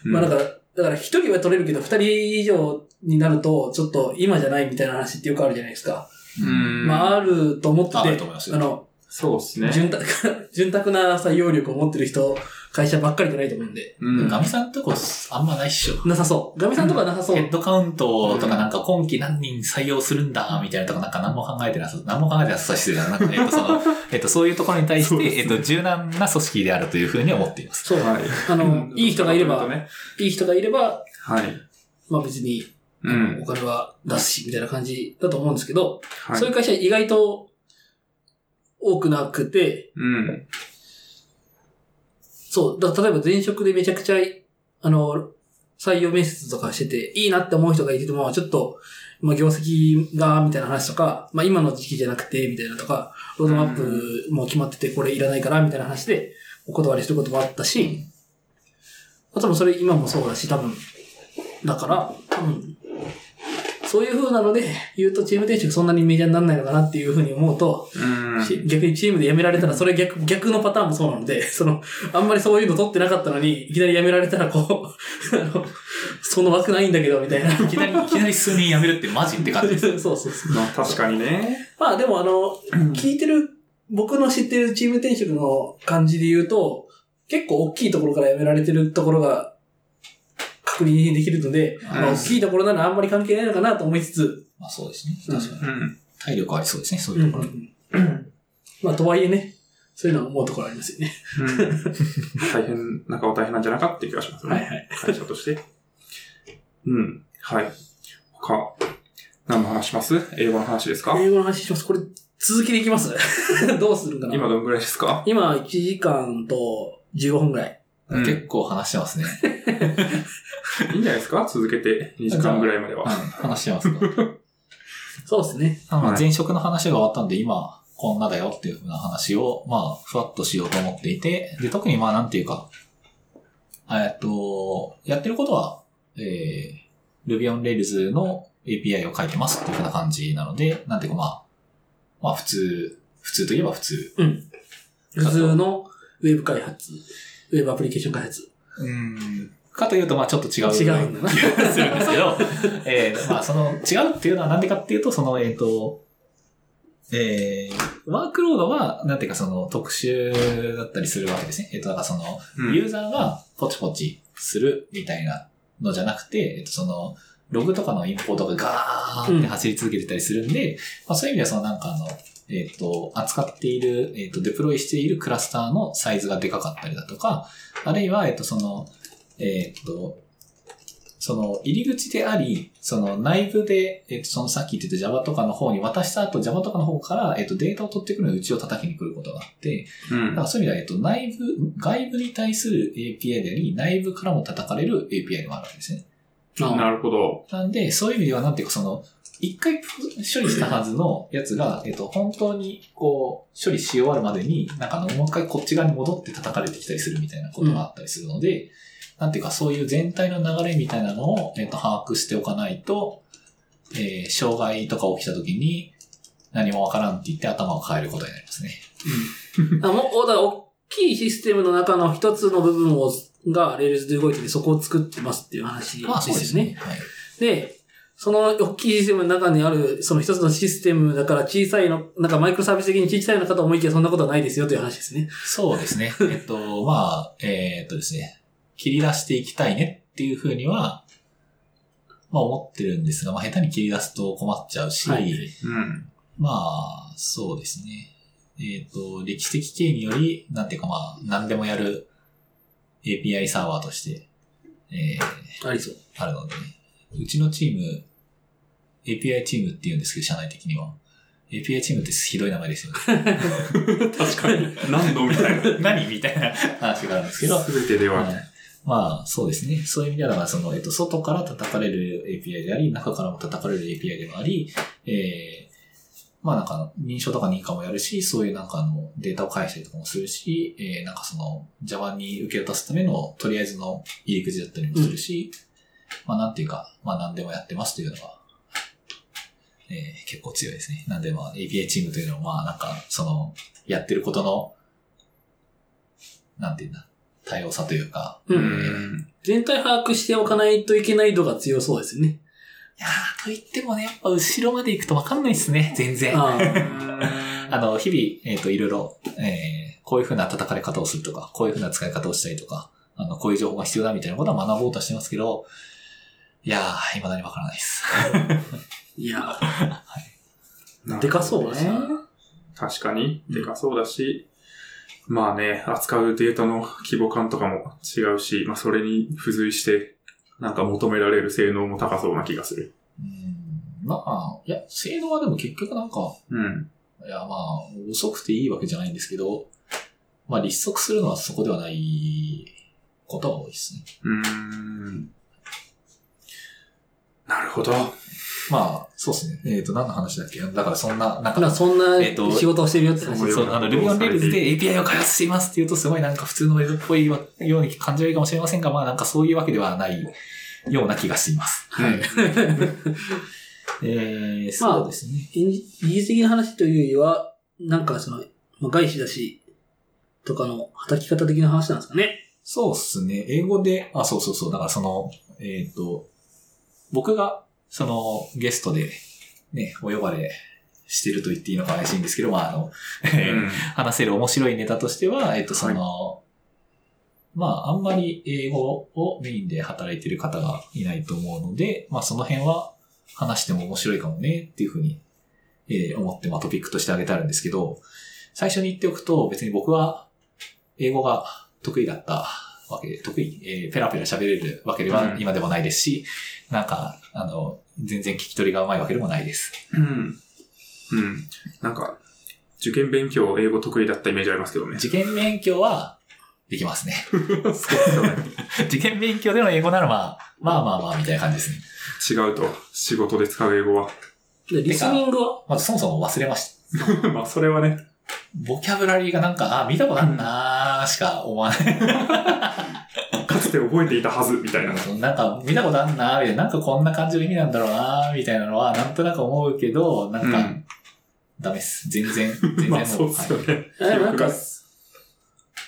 Speaker 3: うん
Speaker 2: まあだから、だから一人は取れるけど、二人以上になると、ちょっと今じゃないみたいな話ってよくあるじゃないですか。
Speaker 3: うん
Speaker 2: まあ、あると思ってて、
Speaker 1: ああると思いますよ
Speaker 2: あの、
Speaker 3: そうですね。
Speaker 2: 潤沢、 [LAUGHS] 潤沢な採用力を持ってる人、会社ばっかりじゃないと思うんで。
Speaker 3: うん。
Speaker 1: ガミさんとこあんまないっしょ。
Speaker 2: なさそう。ガミさんとかなさそう
Speaker 1: ヘッ。ドカウントとかなんか今期何人採用するんだみたいなとかなんか何も考えてなさ、何も考えてなさそうですなんか、え [LAUGHS] っと、その、えっと、そういうところに対し
Speaker 3: そう
Speaker 1: て、
Speaker 3: ですね
Speaker 1: えっと、柔軟な組織であるというふうに思っています。
Speaker 2: そう。
Speaker 3: はい。
Speaker 2: あの、いい人がいれ
Speaker 3: うん
Speaker 2: ば、いい人がいれば、
Speaker 3: はい。
Speaker 2: まあ別に、
Speaker 3: うん
Speaker 2: お。金は出すし、みたいな感じだと思うんですけど、
Speaker 3: はい
Speaker 2: そういう会社意外と多くなくて、
Speaker 3: うん。
Speaker 2: そう、だ例えば前職でめちゃくちゃ、あの、採用面接とかしてて、いいなって思う人がいてても、ちょっと、まあ、業績が、みたいな話とか、まあ、今の時期じゃなくて、みたいなとか、ロードマップも決まってて、これいらないから、みたいな話で、お断りすることもあったし、あともそれ今もそうだし、多分、だから、多分、そういう風なので、言うとチーム転職そんなにメジャーにならないのかなっていう風に思うと、
Speaker 3: うん。
Speaker 2: し逆にチームで辞められたら、それ逆、逆のパターンもそうなので、その、あんまりそういうの取ってなかったのに、いきなり辞められたら、こう、あ [LAUGHS] の、その枠ないんだけど、みたいな。
Speaker 1: いきなり、いきなり数人辞めるってマジって感じです。
Speaker 2: [LAUGHS] そうそうそう。
Speaker 3: まあ確かにね。
Speaker 2: まあでも、あの、
Speaker 3: うん
Speaker 2: 聞いてる、僕の知ってるチーム転職の感じで言うと、結構大きいところから辞められてるところが、確認できるので、まあ大きいところならあんまり関係ないのかなと思いつつ、
Speaker 1: まあそうですね。
Speaker 2: 確かに
Speaker 3: うん。
Speaker 1: 体力ありそうですね、そう
Speaker 2: う
Speaker 1: い
Speaker 2: ん
Speaker 1: う
Speaker 2: う
Speaker 1: ところ。
Speaker 2: んうんまあ、とはいえね、そういうのは思うところありますよね。
Speaker 3: うん大変、なんか大変なんじゃなかっていう気がしますね。
Speaker 2: い。
Speaker 3: 会社として。うん。はい。他、何の話します英語の話ですか
Speaker 2: 英語の話します。これ、続きでいきます [LAUGHS] どうするかな
Speaker 3: 今どんぐらいですか
Speaker 2: 今1時間と15分ぐらい。
Speaker 3: うん
Speaker 1: 結構話してますね。
Speaker 3: いいんじゃないですか続けて2時間ぐらいまで
Speaker 1: うん
Speaker 3: は。
Speaker 1: 話してますね。
Speaker 2: そうですね。
Speaker 1: あの
Speaker 3: はい
Speaker 1: 前職の話が終わったんで、今、こんなだよっていうふうな話を、まあ、ふわっとしようと思っていて、で、特にまあ、なんていうか、えっと、やってることは、えー、Ruby on Rails の API を書いてますっていうふうな感じなので、なんていうかまあ、まあ、普通、普通といえば普通。
Speaker 2: 普通のウェブ開発、ウェブアプリケーション開発。
Speaker 1: うん。かというと、まあ、ちょっと違う。
Speaker 2: 違うんだ
Speaker 1: [LAUGHS]
Speaker 2: な
Speaker 1: 気がするんですけど、えーまあ、その、違うっていうのはなんでかっていうと、その、えっ、と、えー、ワークロードは、なんていうか、その、特殊だったりするわけですね。えっ、と、だからその、
Speaker 3: うん
Speaker 1: ユーザーがポチポチするみたいなのじゃなくて、えっと、その、ログとかのインポートがガーって走り続けてたりするんで、まあ、そういう意味ではそのなんかあの、えっ、と、扱っている、えっ、と、デプロイしているクラスターのサイズがでかかったりだとか、あるいは、えっ、と、その、えっ、と、その入り口であり、その内部で、えっ、と、そのさっき言ってた Java とかの方に渡した後、Java とかの方から、えっ、と、データを取ってくるのにうちを叩きに来ることがあって、
Speaker 3: う
Speaker 1: だ
Speaker 3: ん
Speaker 1: か。らそういう意味では、えっと、内部、外部に対する API であり、内部からも叩かれる API でもあるわけですね。
Speaker 3: なるほど。
Speaker 1: なんで、そういう意味では、なんていうか、その、一回処理したはずのやつが、えっと、本当に、こう、処理し終わるまでに、なんかあの、もう一回こっち側に戻って叩かれてきたりするみたいなことがあったりするので、なんていうか、そういう全体の流れみたいなのを、えっと、把握しておかないと、えー障害とか起きた時に、何もわからんって言って頭を変えることになりますね。
Speaker 2: あもう、だから大きいシステムの中の一つの部分を、が Rails で動いてて、そこを作ってますっていう話
Speaker 1: まあ、そう
Speaker 2: で
Speaker 1: ですす
Speaker 2: よ
Speaker 1: ね
Speaker 2: ね。。
Speaker 1: はい。
Speaker 2: で、その大きいシステムの中にある、その一つのシステムだから小さいの、なんかマイクロサービス的に小さいのかと思いきやそんなことはないですよという話ですね。
Speaker 1: そうです [LAUGHS] ね。えっと、まあ、えーっとですね、切り出していきたいねっていうふうには、まあ思ってるんですが、まあ下手に切り出すと困っちゃうし、
Speaker 2: はい
Speaker 3: うん。
Speaker 1: まあ、そうですね。えーっと、歴史的経緯により、なんていうかまあ、何でもやる API サーバーとして、えー
Speaker 2: ありそう。
Speaker 1: あるので、うちのチーム、API チームって言うんですけど、社内的には。API チームってひどい名前ですよね。 [LAUGHS]
Speaker 3: [LAUGHS] 確かに。何度みたいな。
Speaker 1: 何みたいな話があるんですけど、
Speaker 3: すべてでは
Speaker 1: はい。まあ、そうですね。そういう意味では、だからその、えっと、外から叩かれる API であり、中からも叩かれる API でもあり、えーまあなんか、認証とか認可もやるし、そういうなんかあの、データを返したりとかもするし、えーなんかその、Java に受け渡すための、とりあえずの入り口だったりもするし、まあなんていうか、まあ何でもやってますというのが、えー結構強いですね。なんでまあ API チームというのは、まあなんか、その、やってることの、なんていうんだ、多様さというか、
Speaker 2: う。
Speaker 3: うんん。
Speaker 2: 全体把握しておかないといけない度が強そうですよね。
Speaker 1: いやー、と言ってもね、やっぱ後ろまで行くとわかんないですね、全然。あ
Speaker 2: ああ。
Speaker 1: の、日々、えっ、と、いろいろ、えー、こういうふうな叩かれ方をするとか、こういうふうな使い方をしたりとか、あの、こういう情報が必要だみたいなことは学ぼうとしてますけど、いやー、未だにわからないです。
Speaker 2: い
Speaker 1: [LAUGHS]
Speaker 2: や、でかそうね。
Speaker 3: 確かに、でかそうだし、まあね、扱うデータの規模感とかも違うし、まあそれに付随して、なんか求められる性能も高そうな気がする。
Speaker 1: うん、まあ、いや、性能はでも結局なんか、
Speaker 3: うん。
Speaker 1: いや、まあ、遅くていいわけじゃないんですけど、まあ、立足するのはそこではないことが多いですね。
Speaker 3: うーん。なるほど。
Speaker 1: まあ、そうですね。えっ、と、何の話だっけだからそんな、なんか、
Speaker 2: まあそんな
Speaker 1: えっと
Speaker 2: 仕事をしてるよって話
Speaker 3: そ
Speaker 2: です。
Speaker 1: そう、あの、Ruby on Rails で API を開発していますって言うと、すごいなんか普通のウェブっぽいように感じられるかもしれませんが、まあなんかそういうわけではないような気がしています。。
Speaker 3: はい
Speaker 1: えー、そうですね。
Speaker 2: 現実技術的な話というよりは、なんかその、まあ、外資だし、とかの働き方的な話なんですかね。
Speaker 1: そうですね。英語で、あ、そうそうそう。だからその、えっ、と、僕が、その、ゲストで、ね、お呼ばれしてると言っていいのか怪しいんですけど、まああの、えー
Speaker 3: うん
Speaker 1: 話せる面白いネタとしては、えっと、その、まあ、あんまり英語をメインで働いてる方がいないと思うので、まあ、その辺は話しても面白いかもねっていうふうに、えー思って、まあ、トピックとしてあげてあるんですけど、最初に言っておくと、別に僕は英語が得意だったわけで、得意、えーペラペラ喋れるわけでは
Speaker 3: うん
Speaker 1: 今でもないですし、なんか、あの、全然聞き取りがうまいわけでもないです。
Speaker 3: うん。うん。なんか、受験勉強、英語得意だったイメージありますけどね。
Speaker 1: 受験勉強はできますね。
Speaker 3: そうですよね
Speaker 1: [LAUGHS] 受験勉強での英語ならまあ、まあまあまあ、みたいな感じですね。
Speaker 3: 違うと、仕事で使う英語は。 [LAUGHS]
Speaker 2: でリスニングは
Speaker 1: まずそもそも忘れました。
Speaker 3: まあ、それはね。
Speaker 1: ボキャブラリーがなんか、あ、見たことあるなーしか思わない。
Speaker 3: かつて覚えていたはず、みたいな。
Speaker 1: なんか、見たことあるなーみたいな、なんかこんな感じの意味なんだろうなーみたいなのは、なんとなく思うけど、なんか、
Speaker 3: うん
Speaker 1: ダメっす。全然、全然も
Speaker 3: まあ、そうですよ
Speaker 1: はい
Speaker 3: ね。
Speaker 2: あでもなんか
Speaker 3: 記憶が、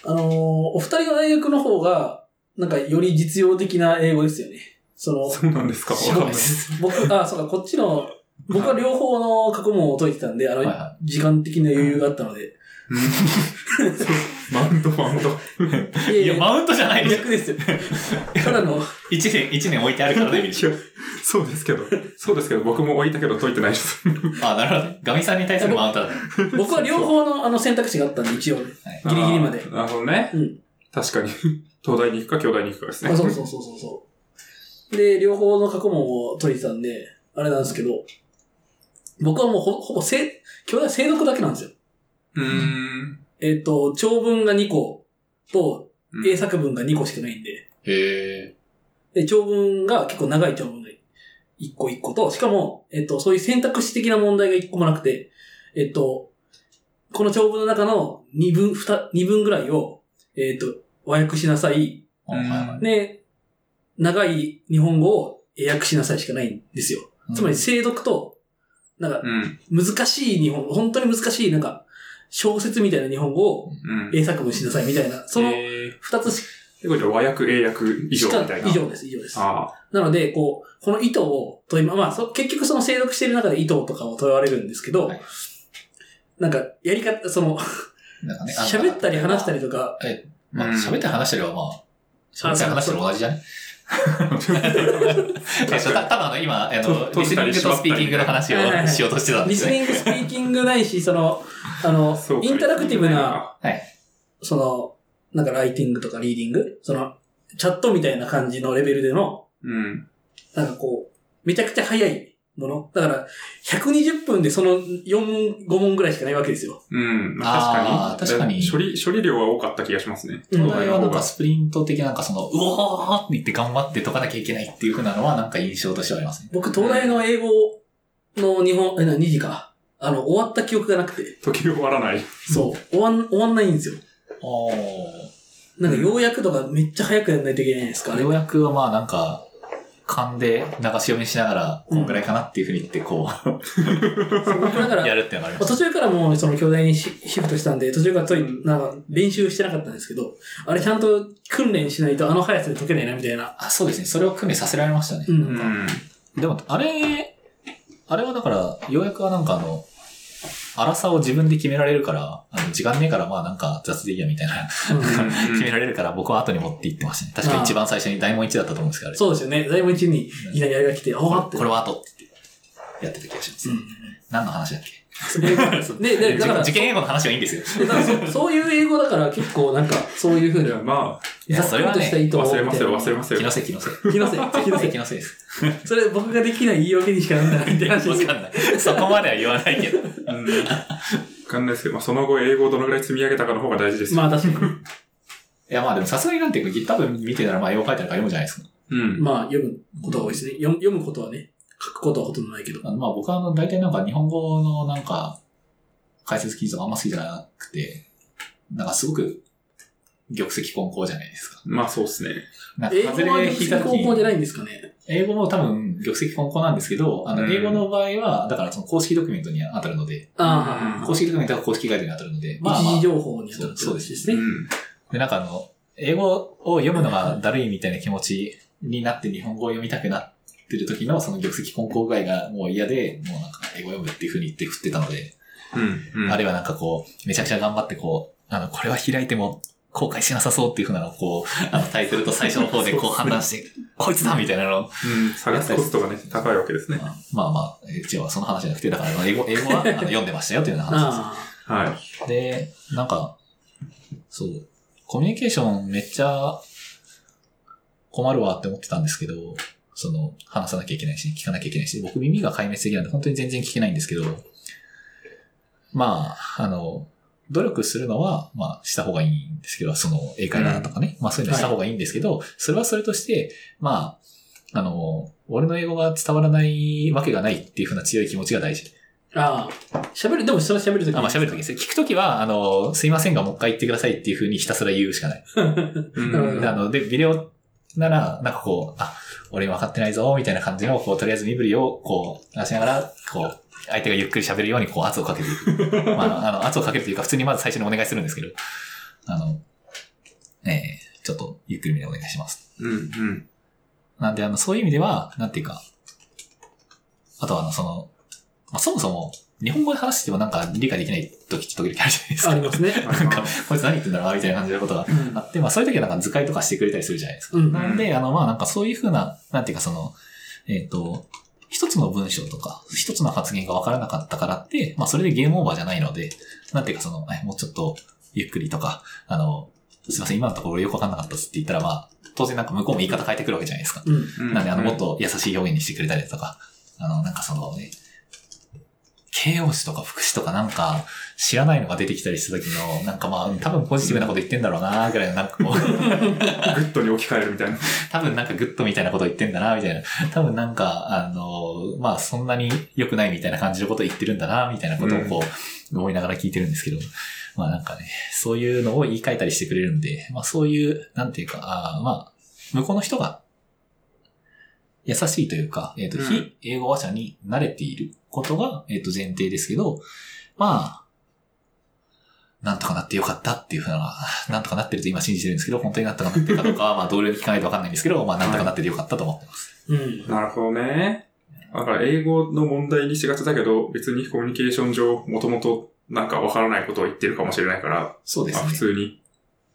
Speaker 2: あのーお二人の大学の方が、なんかより実用的な英語ですよね。その、
Speaker 3: そうなんですかわ
Speaker 1: 知
Speaker 3: か
Speaker 1: ら
Speaker 3: ん
Speaker 1: ない
Speaker 3: ない
Speaker 1: で。す。
Speaker 2: 僕、あ、そうか、こっちの、僕は両方の過去問を解いてたんで、あの、
Speaker 1: はいは
Speaker 2: 時間的な余裕があったので。
Speaker 3: うんそうマウント、マウント。
Speaker 2: い
Speaker 1: いや、マウントじゃないでしょ。
Speaker 2: 逆 [LAUGHS] ですよ。ただ [LAUGHS] の、
Speaker 1: 一年、一年置いてあるからね、み
Speaker 3: いやそうですけど、そうですけど、僕も置いたけど解いてないです。
Speaker 1: あ、なるほどね。ガミさんに対するマウントだ。
Speaker 2: 僕は両方のあの選択肢があったんで、一応。ギリギリまで
Speaker 3: あー [LAUGHS] なるほどね。
Speaker 2: うん
Speaker 3: 確かに。東大に行くか、京大に行くかですね。
Speaker 2: あそうそうそうそうそう。で、両方の過去問を解いてたんで、あれなんですけど、僕はもうほほぼ正、教材正読だけなんですよ。
Speaker 3: うーん。
Speaker 2: えっ、と、長文が2個と、
Speaker 3: うん
Speaker 2: 英作文が2個しかないんで、
Speaker 1: へ
Speaker 2: で長文が結構長い長文が1個1個と、しかも、えっ、と、そういう選択肢的な問題が1個もなくて、えっ、と、この長文の中の2分、二二分ぐらいを、えっ、と、和訳しなさい、
Speaker 1: ー。はいは
Speaker 2: で、長い日本語を英訳しなさいしかないんですよ。
Speaker 1: い
Speaker 2: つまり、精読と、なんか、
Speaker 3: うん。
Speaker 2: 難しい日本語、本当に難しい、なんか、小説みたいな日本語を
Speaker 3: うん。
Speaker 2: 英作文しなさいみたいな、その
Speaker 3: え
Speaker 2: 二つしか、
Speaker 3: ー、これで和訳、英訳以上みたいな。
Speaker 2: 以上です、以上です。
Speaker 3: ああ。
Speaker 2: なので、こう、この意図を問いま、まあ、そ結局その精読している中で意図とかを問われるんですけど、
Speaker 1: はい
Speaker 2: なんか、やり方、その、
Speaker 1: なんかねあの
Speaker 2: 喋ったり話したりとか、
Speaker 1: まあ、
Speaker 3: うん
Speaker 1: 喋って話してればまあ、喋って話してれば同じじゃねえっと、たただあの、今、あの、
Speaker 3: と
Speaker 1: リスニングとスピーキングの話
Speaker 2: はいはいは
Speaker 1: を
Speaker 2: い
Speaker 1: しようとしてたんで
Speaker 2: リ
Speaker 1: す
Speaker 2: ス
Speaker 1: ね。
Speaker 2: ニング、スピーキングないし、そ
Speaker 1: [LAUGHS]
Speaker 2: の、あの
Speaker 3: そう、か
Speaker 2: インタラクティブな、。
Speaker 1: はい。
Speaker 2: その、なんかライティングとかリーディングその、チャットみたいな感じのレベルでの、
Speaker 3: うん。
Speaker 2: なんかこう、めちゃくちゃ早いもの。だから、120分でその4問、5問ぐらいしかないわけですよ。
Speaker 3: うん。まあ
Speaker 1: あー
Speaker 3: 確かに。
Speaker 1: 確かに
Speaker 3: 処理、処理量は多かった気がしますね。
Speaker 2: う
Speaker 3: 東
Speaker 2: ん
Speaker 1: この
Speaker 3: 大
Speaker 1: 辺
Speaker 3: の
Speaker 1: はな
Speaker 3: 方
Speaker 1: んか
Speaker 3: が。
Speaker 1: スプリント的ななんかその、うおーって言って頑張って解かなきゃいけないっていう風なのはなんか印象としてはありますね。
Speaker 2: 僕、東大の英語の日本、え、な、2時か。あの、終わった記憶がなくて。
Speaker 3: 時終わらない。
Speaker 2: そう。終わん、終わんないんですよ。
Speaker 1: お
Speaker 2: なんか、ようやくとかめっちゃ早くやんないといけないんですか、あれ
Speaker 1: [LAUGHS] ようやくはまあなんか、勘で流し読みしながら、こんぐらいかなっていう風に言ってこ
Speaker 2: 僕だか
Speaker 1: う、や
Speaker 2: ら、
Speaker 1: るっていうのがありま
Speaker 2: 途
Speaker 1: し
Speaker 2: 中からもうその京大にシシフトしたんで、途中からとい、なんか練習してなかったんですけど、あれちゃんと訓練しないとあの速さで解けないな、みたいな。
Speaker 1: た。あそうですね。それを訓練させられましたね
Speaker 2: う。。
Speaker 3: うん
Speaker 1: [LAUGHS]
Speaker 3: ん。
Speaker 1: でも、あれ、あれはだから、ようやくはなんかあの、粗さを自分で決められるから、あの時間ねえからまあなんか雑でいいやみたいな、決められるから僕は後に持っていってましたね。確か一番最初に大問1だったと思うんですけど、あれ。
Speaker 2: そうですよね。財務一にいきなりあれが来て、あ
Speaker 1: こ
Speaker 2: あ
Speaker 1: れ
Speaker 2: って。
Speaker 1: これは後って言ってやってた気がします。何の話だっけ
Speaker 2: うん。で、
Speaker 1: [LAUGHS]
Speaker 2: で、だから、
Speaker 1: 受験英語の話はいいんですよ。
Speaker 2: でだからそそう [LAUGHS] いう英語だから結構なんか、そういうふう
Speaker 3: い
Speaker 2: に
Speaker 3: や、ま
Speaker 1: いや、それは
Speaker 2: とした
Speaker 1: ね、
Speaker 2: 意図
Speaker 3: あ、
Speaker 2: を。
Speaker 3: 忘れますよ、忘れ
Speaker 2: ま
Speaker 3: ますよ
Speaker 1: 気。のせい気のせい。
Speaker 2: す。気の
Speaker 1: [LAUGHS]
Speaker 2: せい、気のせい
Speaker 1: 絶対気のせいです。
Speaker 2: それ僕ができない言い訳にしかならないって話で
Speaker 1: わ
Speaker 2: すよ。
Speaker 1: かんない。そこまでは言わないけど。
Speaker 3: うんわかんないですけど、まあ、その後英語をどのぐらい積み上げたかの方が大事ですよ。
Speaker 2: まあ確かに。
Speaker 1: いや、まあでもさすがになんていうか、多分見てたらまあ絵を描いてあるから読むじゃないですか。
Speaker 3: うん。
Speaker 2: まあ読むことが多いですね。読む読むことはね、書くことはほとんどないけど。
Speaker 1: あのまあ僕はあの、大体なんか日本語のなんか、解説記事とかあんま好きじゃなくて、なんかすごく、玉石混交じゃないですか。
Speaker 3: まあ、そうですね。
Speaker 1: なんか
Speaker 2: 英語
Speaker 1: 外
Speaker 2: は
Speaker 1: れ引いた
Speaker 2: 高校
Speaker 1: 時
Speaker 2: じゃ
Speaker 1: に、
Speaker 2: ないんですかね。
Speaker 1: 英語も多分玉石混交なんですけど、あの、
Speaker 3: うん
Speaker 1: 英語の場合は、だからその公式ドキュメントに当たるので、
Speaker 2: あ
Speaker 1: 公式ドキュメントは公式ガイドに当たるので、まあま
Speaker 2: 一
Speaker 1: あ
Speaker 2: 時、情報に当たるって
Speaker 1: そう
Speaker 2: こ
Speaker 1: そう
Speaker 2: と
Speaker 1: です
Speaker 2: ですね。
Speaker 1: で、なんかあの、英語を読むのがだるいみたいな気持ちになって日本語を読みたくなってる時のその玉石混交具合がもう嫌で、もうなんか英語読むっていう風に言って振ってたので、
Speaker 3: うん。うん。
Speaker 1: あ
Speaker 3: れ
Speaker 1: るいはなんかこう、めちゃくちゃ頑張ってこう、あの、これは開いても後悔しなさそうっていう風なのをこう、あのタイトルと最初の方でこう判断して、こいつだみたいなのを
Speaker 3: うん。探すコストがね、高いわけですね。
Speaker 1: まあまあ、え違う、その話じゃなくて、だからあの英語、英語はあの読んでましたよというような話です。
Speaker 2: ああ。
Speaker 3: はい。
Speaker 1: で、なんか、そう、コミュニケーションめっちゃ困るわって思ってたんですけど、その、話さなきゃいけないし、聞かなきゃいけないし、僕耳が壊滅的なんで本当に全然聞けないんですけど、まあ、あの、努力するのは、まあ、した方がいいんですけど、その、英会話とかね、まあそういうのした方がいいんですけど、それはそれとして、まあ、あの、俺の英語が伝わらないわけがないっていうふうな強い気持ちが大事。
Speaker 2: ああ。喋る、でもそれは喋るとき
Speaker 1: あ、まあ喋るときですね。聞くときは、あの、すいませんがもう一回言ってくださいっていうふうにひたすら言うしかない。
Speaker 3: うん
Speaker 2: なるほど
Speaker 1: なので、ビデオなら、なんかこう、あ、俺今分かってないぞ、みたいな感じの、こう、とりあえず身振りを、こう、出しながら、こう、相手がゆっくり喋るように、こう、圧をかけていく。
Speaker 3: [LAUGHS]
Speaker 1: まあ、あの、圧をかけるというか、普通にまず最初にお願いするんですけど、あの、ええちょっと、ゆっくり見でお願いします。
Speaker 3: うん。うん。
Speaker 1: なんで、あの、そういう意味では、なんていうか、あとは、あの、その、まあ、そもそも、日本語で話してもなんか理解できない時って時々あるじゃないですか
Speaker 2: あ。りますね。
Speaker 1: なんか、こいつ何言ってんだろうなみたいな感じのことがあって、まあそういう時はなんか図解とかしてくれたりするじゃないですか。
Speaker 2: うん。
Speaker 1: なんで、あの、まあなんかそういうふうな、なんていうかその、えっ、と、一つの文章とか、一つの発言が分からなかったからって、まあそれでゲームオーバーじゃないので、なんていうかその、えもうちょっとゆっくりとか、あの、すいません、今のところよく分かんなかったっすって言ったら、まあ、当然なんか向こうも言い方変えてくるわけじゃないですか。
Speaker 2: うん。
Speaker 3: うん
Speaker 1: なんで、あの、もっ。と優しい表現にしてくれたりだとか、あの、なんかそのね、形容詞とか副詞とかなんか知らないのが出てきたりした時の、なんかまあ、うん多分ポジティブなこと言ってんだろうなぐらいの、なんかこう、
Speaker 3: グッドに置き換えるみたいな。
Speaker 1: [LAUGHS] 多分なんかグッドみたいなこと言ってんだなみたいな、多分なんか、あの、まあそんなに良くないみたいな感じのこと言ってるんだなみたいなことをこう、思いながら聞いてるんですけど、まあなんかね、そういうのを言い換えたりしてくれるんで、まあそういう、なんていうか、あーまあ、向こうの人が優しいというか、えっ、と、
Speaker 3: うん
Speaker 1: 非英語話者に慣れていることが、えっ、と、前提ですけど、まあ、なんとかなってよかったっていうふうな、 [LAUGHS] なんとかなってると今信じてるんですけど、本当になんとかなってるかどうかは、まあ、同僚に聞かないとわかんないんですけど、まあ、なんとかなっててよかったと思ってます。
Speaker 2: うん。
Speaker 3: なるほどね。だから、英語の問題にしがちだけど、別にコミュニケーション上、もともとなんかわからないことを言ってるかもしれないから、
Speaker 1: そうで
Speaker 3: まあ、普
Speaker 1: すね。
Speaker 3: 通に。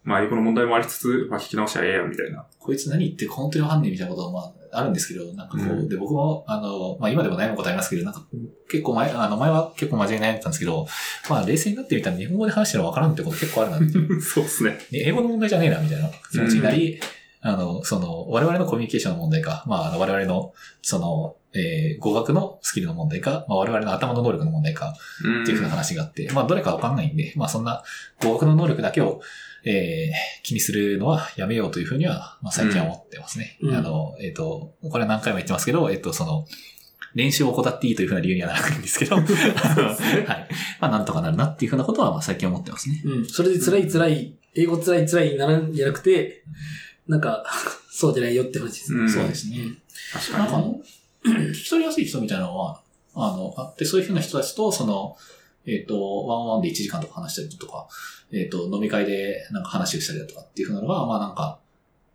Speaker 3: まあ、英語の問題もありつつ、まあ、聞き直しはええやん、みたい
Speaker 1: [LAUGHS]
Speaker 3: な。
Speaker 1: こいつ何言って本当にわかんねえみたいなことは、まあ、あるんですけど、なんかこう、
Speaker 3: うん
Speaker 1: で、僕も、あの、まあ、今でも悩むことありますけど、なんか、結構前、あの、前は結構真面目に悩んでたんですけど、まあ、冷静になってみたら日本語で話してるのわからんってこと結構あるなっていう [LAUGHS]
Speaker 3: そうですね。
Speaker 1: ね英語の問題じゃねえな、みたいな気持ちになり、あの、その、我々のコミュニケーションの問題か、まあ、あの我々の、その、えー語学のスキルの問題か、まあ、我々の頭の能力の問題か、っていうふうな話があって、まあ、どれかわかんないんで、まあ、そんな語学の能力だけを、えー気にするのはやめようというふうには、まあ、最近は思ってますね。
Speaker 2: うん
Speaker 1: あの、えっ、と、これは何回も言ってますけど、えっ、と、その、練習を怠っていいというふうな理由にはならないんです
Speaker 2: [LAUGHS]
Speaker 1: けど、あのはい。まあ、なんとかなるなっていうふうなことは、まあ、最近思ってますね。
Speaker 2: うん。それで辛い辛い、英語辛い辛いにならんじゃなくて、なんか、 [LAUGHS] そうじゃないよって話です。
Speaker 3: うん
Speaker 1: そうですね。
Speaker 3: 確
Speaker 1: なんか
Speaker 3: かに。、
Speaker 1: 聞き取りやすい人みたいなのは、あの、あって、そういうふうな人たちと、その、えっ、と、ワンオンワンで1時間とか話したりとか、えっ、と、飲み会でなんか話をしたりだとかっていうふうなのが、まあなんか、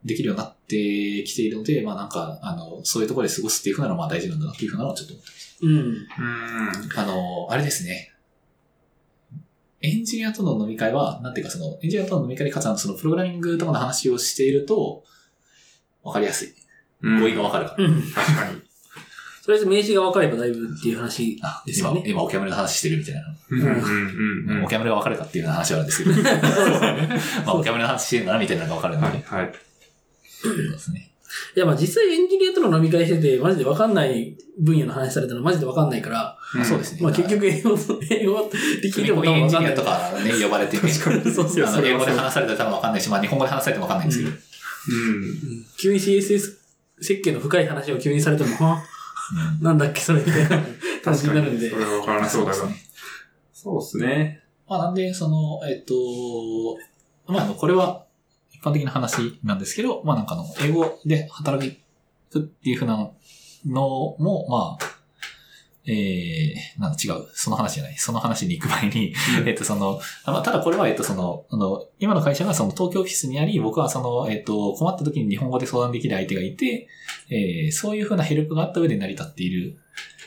Speaker 1: できるようになってきているので、まあなんか、あの、そういうところで過ごすっていうふうなのはまあ大事なんだなっていうふうなのはちょっと思って
Speaker 2: うん。
Speaker 3: うん。
Speaker 1: あの、あれですね。エンジニアとの飲み会は、なんていうかその、エンジニアとの飲み会でかつあの、そのプログラミングとかの話をしていると、わかりやすい。
Speaker 3: うん
Speaker 1: 語彙がわかるから。
Speaker 2: うん。
Speaker 3: 確かに。
Speaker 2: とりあえず名詞が分かればだいぶっていう話。
Speaker 1: あ、
Speaker 2: ですよね
Speaker 1: 今、今オキャメルの話してるみたいな。
Speaker 3: うんうんうん。
Speaker 1: オキャメルが分かるかっていう話はあるんですけど、 [LAUGHS] まあ、オキャメルの話してるんだなみたいなのが分かるの
Speaker 3: は
Speaker 1: で、
Speaker 3: いはい。
Speaker 1: そうですね。
Speaker 2: いや、まあ実際エンジニアとの飲み会してて、マジで分かんない分野の話されたらマジで分かんないから、
Speaker 1: まあ、そうですね。
Speaker 2: まあ結局英語、英語って聞いても多
Speaker 1: エ
Speaker 2: 分
Speaker 1: ン
Speaker 2: 分
Speaker 1: ジ
Speaker 2: かん
Speaker 1: ニ
Speaker 2: な
Speaker 1: ア
Speaker 2: い
Speaker 1: と。かね、呼ばれてね、
Speaker 2: そう
Speaker 3: いや
Speaker 1: あ
Speaker 3: そ
Speaker 1: の
Speaker 3: れ
Speaker 1: 英
Speaker 3: は
Speaker 1: 語
Speaker 3: そう
Speaker 1: で話されたら多分分かんないし、まあ、日本語で話されても分かんないんですけ
Speaker 3: う
Speaker 1: ど、
Speaker 3: ん。
Speaker 2: うん急に CSS 設計の深い話を急にされても、は
Speaker 1: うん
Speaker 2: なんだっけそれ
Speaker 1: [LAUGHS]
Speaker 2: みたいな感
Speaker 3: 確
Speaker 2: じに
Speaker 3: か
Speaker 2: なるん
Speaker 3: に。
Speaker 2: で
Speaker 3: そ。れはわからなそうだ
Speaker 1: そう
Speaker 3: が
Speaker 1: で。
Speaker 3: そうですね。
Speaker 1: まあ、なんで、その、えっと、まあ、あの、これは一般的な話なんですけど、まあ、なんかあの、英語で働くっていうふうなのも、まあ、えー、なんだ違う。その話じゃない。その話に行く前に、えっと、その、あまあただこれは、えっと、その、あの、今の会社がその東京オフィスにあり、僕はその、えっと、困った時に日本語で相談できる相手がいて、えーそういうふうなヘルプがあった上で成り立っている、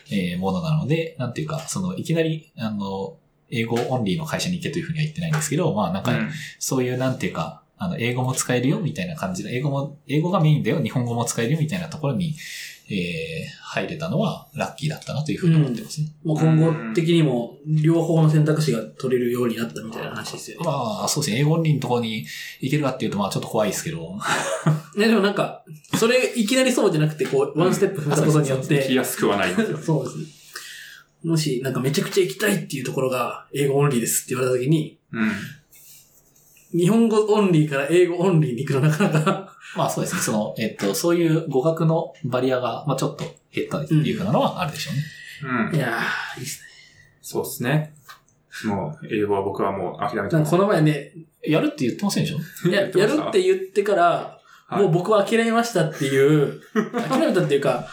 Speaker 1: えーものなので、なんていうか、その、いきなり、あの、英語オンリーの会社に行けというふうには言ってないんですけど、まあなんか、そういうなんていうか、あの、英語も使えるよみたいな感じで、英語も、英語がメインだよ、日本語も使えるよみたいなところに、えー入れたのはラッキーだったなというふうに思ってますね。
Speaker 2: もう今後的にも両方の選択肢が取れるようになったみたいな話ですよね。
Speaker 1: まあ、そうですね。英語オンリーのところに行けるかっていうと、まあ、ちょっと怖いですけど。
Speaker 2: ね、でもなんか、それいきなりそうじゃなくて、こう、ワンステップ踏んだことによっ
Speaker 3: 聞き
Speaker 2: て、
Speaker 3: やすくはない。
Speaker 2: そうですね。もし、なんかめちゃくちゃ行きたいっていうところが、英語オンリーですって言われたときに、
Speaker 3: うん。
Speaker 2: 日本語オンリーから英語オンリーに行くのなかなか、
Speaker 1: まあ、そうですね。その、えっと、そういう語学のバリアが、まあ、ちょっと減ったっていうふうなのはあるでしょうね。
Speaker 3: うん
Speaker 2: い。やー、いいっす
Speaker 3: そうですね。もう、英語は僕はもう諦め
Speaker 2: ね。
Speaker 3: て
Speaker 2: なん
Speaker 3: ま
Speaker 2: か
Speaker 3: す。
Speaker 2: この前
Speaker 3: [LAUGHS]
Speaker 2: ね、
Speaker 1: やるって言ってませんでしょ
Speaker 2: い [LAUGHS]
Speaker 3: 言
Speaker 2: や、や
Speaker 3: ってまし
Speaker 2: る
Speaker 3: た
Speaker 2: って言ってから、
Speaker 3: はい
Speaker 2: もう僕は諦めましたって
Speaker 3: [LAUGHS]
Speaker 2: いう、諦めたっていうか、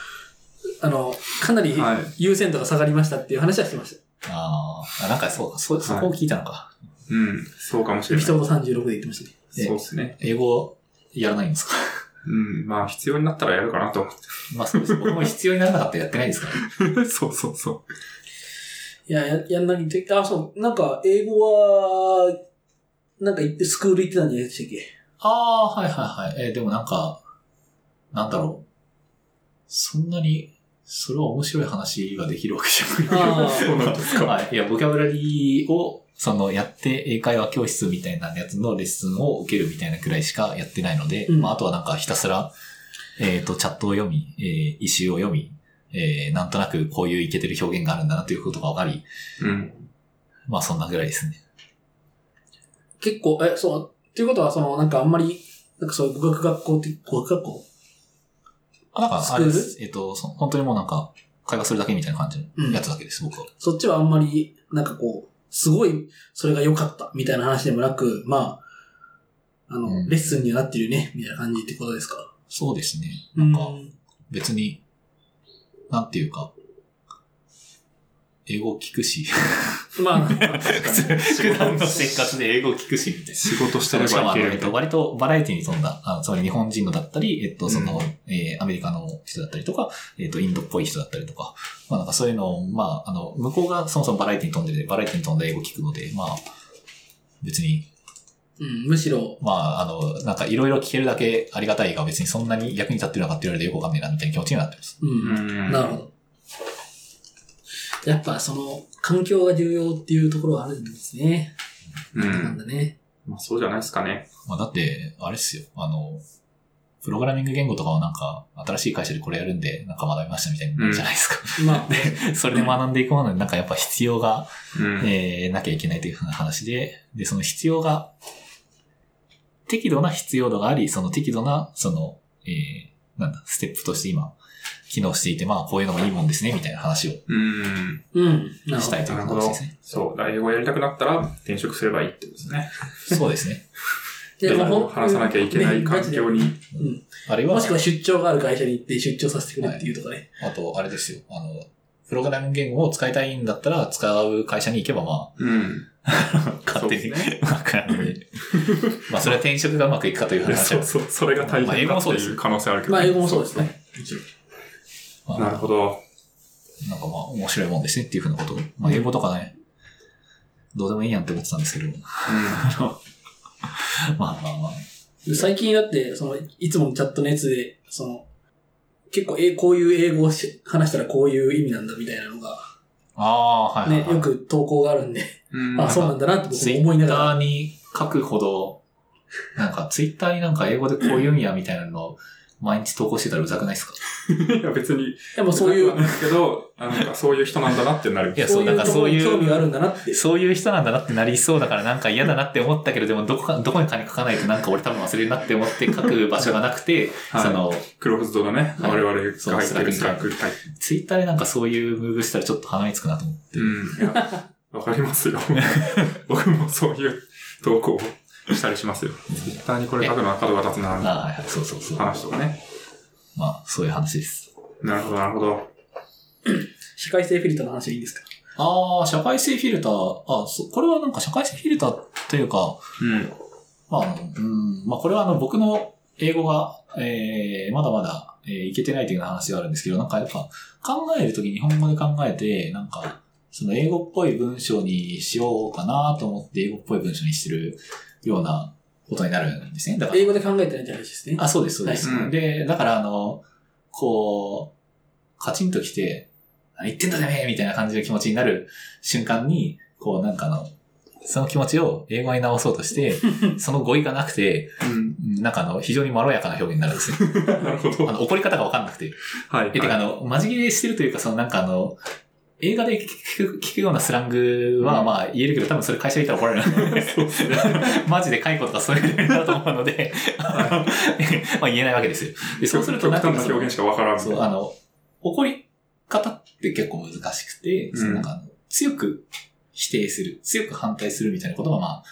Speaker 2: あの、かなり
Speaker 3: はい
Speaker 2: 優先度が下がりましたっていう話はしてました。
Speaker 1: あーあ、なんかそうか、そ、そこを聞いたのか。
Speaker 3: うん。そうかもし
Speaker 2: エ
Speaker 3: れな
Speaker 2: ピ
Speaker 3: い。
Speaker 2: ソ
Speaker 3: そう
Speaker 2: ード36で言ってましたね。
Speaker 3: ですね。
Speaker 1: 英語、やらないんですか
Speaker 3: うん。まあ、必要になったらやるかなと思っ
Speaker 1: まあ、そうです。僕も必要にならなかったらやってないですから、
Speaker 3: て。そうそうそ
Speaker 2: いや、や、やんなきゃいけあ、そう、なんか、英語は、なんか行って、スクール行ってたんじゃないでしたっけ
Speaker 1: ああー、はいはいはい。えーでもなんか、なんだろう。そんなに、それは面白い話ができるわけじゃない。
Speaker 2: あ
Speaker 3: う。 [LAUGHS] そうなんですか。
Speaker 1: [LAUGHS] はい。いや、ボキャブラリーを、その、やって、英会話教室みたいなやつのレッスンを受けるみたいなくらいしかやってないので、
Speaker 2: うん
Speaker 1: まあ、あとはなんかひたすら、えっ、と、チャットを読み、えー、一周を読み、えー、なんとなくこういういけてる表現があるんだなということが分かり、
Speaker 3: うん。
Speaker 1: まあ、そんなぐらいですね。
Speaker 2: 結構、え、そう、っていうことは、その、なんかあんまり、なんかそういう語学学校って、語学学校
Speaker 1: あなんか、
Speaker 2: スクー
Speaker 1: あ
Speaker 2: ル
Speaker 1: れです。えっ、と、そ本当にもうなんか、会話するだけみたいな感じ
Speaker 2: う
Speaker 1: の
Speaker 2: ん
Speaker 1: やつだけです、僕は。
Speaker 2: そっちはあんまり、なんかこう、すごい、それが良かった、みたいな話でもなく、まあ、あの、
Speaker 1: うん
Speaker 2: レッスンにはなってるよね、みたいな感じってことですか。
Speaker 1: そうですね。
Speaker 2: なん
Speaker 1: か別に、なんていうか、英語を聞くし、
Speaker 2: まあ、
Speaker 1: 普段の生活で英語を聞くし、みたいな。
Speaker 3: 仕事してれ
Speaker 1: しかも
Speaker 3: ばいけ
Speaker 1: あの、
Speaker 3: る
Speaker 1: え
Speaker 3: み
Speaker 1: った
Speaker 3: い
Speaker 1: と、
Speaker 3: な。
Speaker 1: 割とバラエティに富んだ、あつまり日本人のだったり、えっと、その、
Speaker 3: う
Speaker 1: えーアメリカの人だったりとか、えっと、インドっぽい人だったりとか、まあなんかそういうのを、まあ、あの、向こうがそもそもバラエティに富んでて、バラエティに富んだ英語を聞くので、まあ、別に、
Speaker 2: うん、むしろ、
Speaker 1: まあ、あの、なんかいろいろ聞けるだけありがたいが別にそんなに役に立ってるのかって言われてよくわかんねえなみたいな気持ちになってます。
Speaker 2: うん、
Speaker 3: うん。
Speaker 2: なるほど。やっぱその、環境が重要っていうところはあるんですね。
Speaker 3: う
Speaker 2: なん
Speaker 3: ん。
Speaker 2: だね。
Speaker 3: まあ、そうじゃないですかね。
Speaker 1: まあだって、あれっすよ、あの、プログラミング言語とかをなんか、新しい会社でこれやるんで、なんか学びましたみたいになるじゃないですか。 [LAUGHS]
Speaker 2: まあ、
Speaker 1: それで学んでいくものになんかやっぱ必要が、
Speaker 3: うん。
Speaker 1: えーなきゃいけないというふうな話で、で、その必要が、適度な必要度があり、その適度な、その、えーなんだ、ステップとして今、機能していて、まあ、こういうのもいいもんですね、みたいな話を
Speaker 3: うん。 [LAUGHS]
Speaker 2: うん。なる
Speaker 1: し
Speaker 2: ほど
Speaker 1: たいという話ですね。
Speaker 3: そう。英語やりたくなったら転職すればいいってことですね。
Speaker 1: そうですね。
Speaker 2: で
Speaker 3: 英
Speaker 2: も
Speaker 3: 語を
Speaker 2: 本当に
Speaker 3: 話さなきゃいけない環境に。
Speaker 2: うん。
Speaker 1: あれは、
Speaker 2: もしくは出張がある会社に行って出張させてくれっていうとかね。
Speaker 1: あと、あれですよ、あの、プログラミング言語を使いたいんだったら、使う会社に行けば、ま
Speaker 3: うん。
Speaker 1: あ、勝手に
Speaker 3: そうですね
Speaker 1: うまくなるの [LAUGHS] で。まあ、それは転職がうまくいくかという話
Speaker 3: そ
Speaker 1: は
Speaker 3: うそう。それが大変だっていう可能性あるけど。
Speaker 2: まあ、英語もそうです。ね。
Speaker 1: まあ
Speaker 3: なるほど。
Speaker 1: なんかまあ面白いもんですねっていうふうなことを。まあ英語とかね、どうでもいいやんって思ってたんですけど。 [LAUGHS] まあまあまあ。
Speaker 2: 最近だって、その、いつものチャットのやつで、その、結構、え、こういう英語をし話したらこういう意味なんだみたいなのが、
Speaker 1: ああー、はいはい、
Speaker 2: ね
Speaker 1: は、い。
Speaker 2: よく投稿があるんで、
Speaker 3: うん。
Speaker 2: [LAUGHS] あ、
Speaker 1: ん
Speaker 2: そうなんだなって僕
Speaker 1: ツイ
Speaker 2: も思いな
Speaker 1: ッタ
Speaker 2: がら。
Speaker 1: ーに書くほど、なんかツイッターになんか英語でこういうんやみたいなのを毎日投稿してたらうざくないですか
Speaker 3: いや、別に。
Speaker 2: でもそういう
Speaker 3: なくはない、ですけど、あなんかそういう人なんだなってなる。
Speaker 1: いやそうなんかそういう
Speaker 2: ところに興味があるんだなって。
Speaker 1: [LAUGHS] そういう人なんだなってなりそうだからなんか嫌だなって思ったけど、でもどこか、どこに金書かないとなんか俺多分忘れるなって思って書く場所がなくて、
Speaker 3: はい
Speaker 1: その、
Speaker 3: クローズドのね、
Speaker 1: はい
Speaker 3: 我々が入ってるスラック。はい。
Speaker 1: ツイッターでなんかそういうムーブしたらちょっと鼻につくなと思って。
Speaker 3: うん。いや、わかります
Speaker 1: [LAUGHS]
Speaker 3: よ。僕もそういう投稿をしたりしますよ。ツイッターにこれ書くのは角が立つ
Speaker 1: あ
Speaker 3: な、
Speaker 1: あ、はいはい、そうそうそう。ま
Speaker 3: 話とかね。
Speaker 1: あ、そういう話です。
Speaker 3: なるほど、なるほど。
Speaker 2: 社会性フィルターの話はいいんですか
Speaker 1: ああ、社会性フィルター。あ、そこれはなんか社会性フィルターというか、
Speaker 3: うん。
Speaker 1: まあ、あのうん、まあこれはあの僕の英語が、えー、まだまだ、えーいけてないというような話があるんですけど、なんかやっぱ考えるとき日本語で考えて、なんか、その英語っぽい文章にしようかなと思って英語っぽい文章にしてるようなことになるんですね。だから
Speaker 2: 英語で考えてないって話ですね。
Speaker 1: あ、そうです、そうです。
Speaker 3: はいうん
Speaker 1: で、だから、あの、こう、カチンと来て、何言ってんだてめえみたいな感じの気持ちになる瞬間に、こう、なんかあの、その気持ちを英語に直そうと
Speaker 3: [LAUGHS]
Speaker 1: して、その語彙がなくて、なんかあの、非常にまろやかな表現になるんですね。
Speaker 3: うん。なるほど。
Speaker 1: [LAUGHS] あ
Speaker 3: はい
Speaker 1: の、怒り方がわかんなくて。。
Speaker 3: はい
Speaker 1: え、てかあの、まじ切れしてるというか、そのなんかあの、映画で聞く聞くようなスラングは、
Speaker 3: うん
Speaker 1: まあ言えるけど、多分それ会社にいたら怒られる。 [LAUGHS] マジで解雇とかそういうレベルだと思う
Speaker 3: [LAUGHS]
Speaker 1: ので、あのまあ言えないわけですよ。で、そうすると
Speaker 3: 極
Speaker 1: なんか
Speaker 3: 端な
Speaker 1: その
Speaker 3: 表現しかわからんみたい
Speaker 1: そう、
Speaker 3: な。
Speaker 1: あの、怒り方って結構難しくて、
Speaker 3: うん
Speaker 1: そのなんかあの強く否定する、強く反対するみたいなことが、まあ、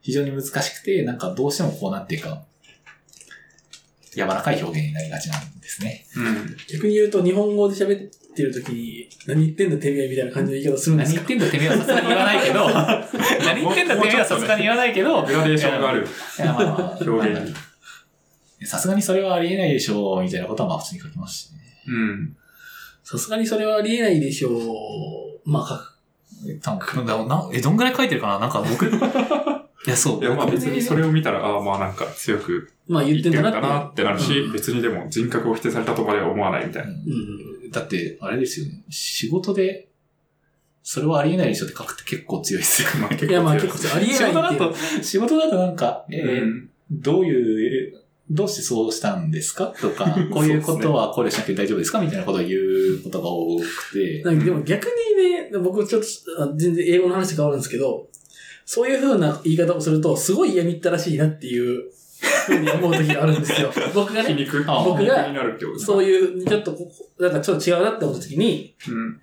Speaker 1: 非常に難しくて、なんかどうしてもこうなんていうか、柔らかい表現になりがちなんですね。
Speaker 3: うん。
Speaker 2: 逆に言うと、日本語で喋ってる時に、何言ってんだてめえみたいな感じの言い方するんで
Speaker 1: 何
Speaker 2: す
Speaker 1: 言
Speaker 2: か
Speaker 1: ってんだてめえはさすがに言わないけ [LAUGHS] ど、何言ってんだてめえはさすがに言わないけど、
Speaker 3: グラデーションがある
Speaker 1: いやまあまあ
Speaker 3: 表現に。
Speaker 1: さすがにそれはありえないでしょう、みたいなことはまあ普通に書きますしね。
Speaker 3: うん。
Speaker 2: さすがにそれはありえないでしょう。まあ、書く。
Speaker 1: 多分ななえ、どんぐらい書いてるかななんか [LAUGHS] 僕、いや、そう。
Speaker 3: いや、まあ
Speaker 1: 僕ね
Speaker 3: 別にそれを見たら、ああ、まあなんか強く
Speaker 2: まあ、言
Speaker 3: 言
Speaker 2: っ
Speaker 3: ってて
Speaker 2: ん
Speaker 3: る
Speaker 2: だ
Speaker 3: ん
Speaker 2: な
Speaker 3: だ
Speaker 2: って。
Speaker 3: なってなるし
Speaker 2: う、ん
Speaker 3: 別にでも人格を否定されたとまでは思わないみたいな。
Speaker 2: うん。
Speaker 1: だって、あれですよね。仕事で、それはありえないでしょって書くって結構強いですよ。 [LAUGHS]
Speaker 3: まあ結構強
Speaker 2: いや、まあ
Speaker 3: で
Speaker 2: 結
Speaker 3: す
Speaker 2: 構、ありえ
Speaker 1: 仕
Speaker 2: ない
Speaker 1: 事
Speaker 2: って
Speaker 1: だ
Speaker 2: いう。
Speaker 1: と、仕事だとなんか、えー
Speaker 3: うん
Speaker 1: どういう、どうしてそうしたんですかと [LAUGHS] か、こういうことは考慮しなくて大丈夫ですかみたいなことを言うことが多くて。
Speaker 2: なんかでも逆にね、僕ちょっと、あ全然英語の話変わるんですけど、そういう風な言い方をすると、すごい嫌みったらしいなっていう風に思う時があるんです
Speaker 1: [LAUGHS]
Speaker 2: よ。僕が
Speaker 3: 皮
Speaker 2: ね、
Speaker 3: 肉、
Speaker 1: あ
Speaker 2: 僕が
Speaker 3: 皮肉になるってことですね
Speaker 2: そういう、ちょっとここ、なんかちょっと違うなって思った時に、
Speaker 3: うん。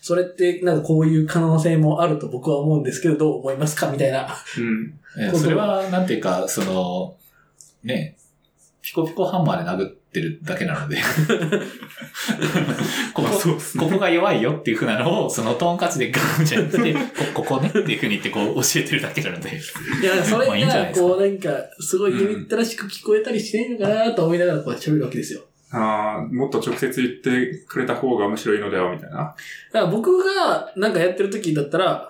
Speaker 2: それってなんかこういう可能性もあると僕は思うんですけど、どう思いますかみたいな。
Speaker 3: うん。
Speaker 1: えーそれは、なんていうか、その、ね、ピコピコハンマーで殴ってるだけな [LAUGHS] ので。こ
Speaker 3: ま
Speaker 1: こ
Speaker 3: あ、そうですね。
Speaker 1: ここが弱いよっていうふうなのを、そのトンカチでガンじゃなくて、こ [LAUGHS] ここねっていうふうに言ってこう教えてるだけなので。
Speaker 2: いや、 [LAUGHS] それ
Speaker 1: まあいいんじゃ
Speaker 2: が、
Speaker 1: ないですか
Speaker 2: こうなんか、すごい嫌みったらしく聞こえたりしないのかなと思いながらこう喋るわけですよ。
Speaker 3: ああ、もっと直接言ってくれた方がむしろいいのでは、みたいな。
Speaker 2: だから僕がなんかやってる時だったら、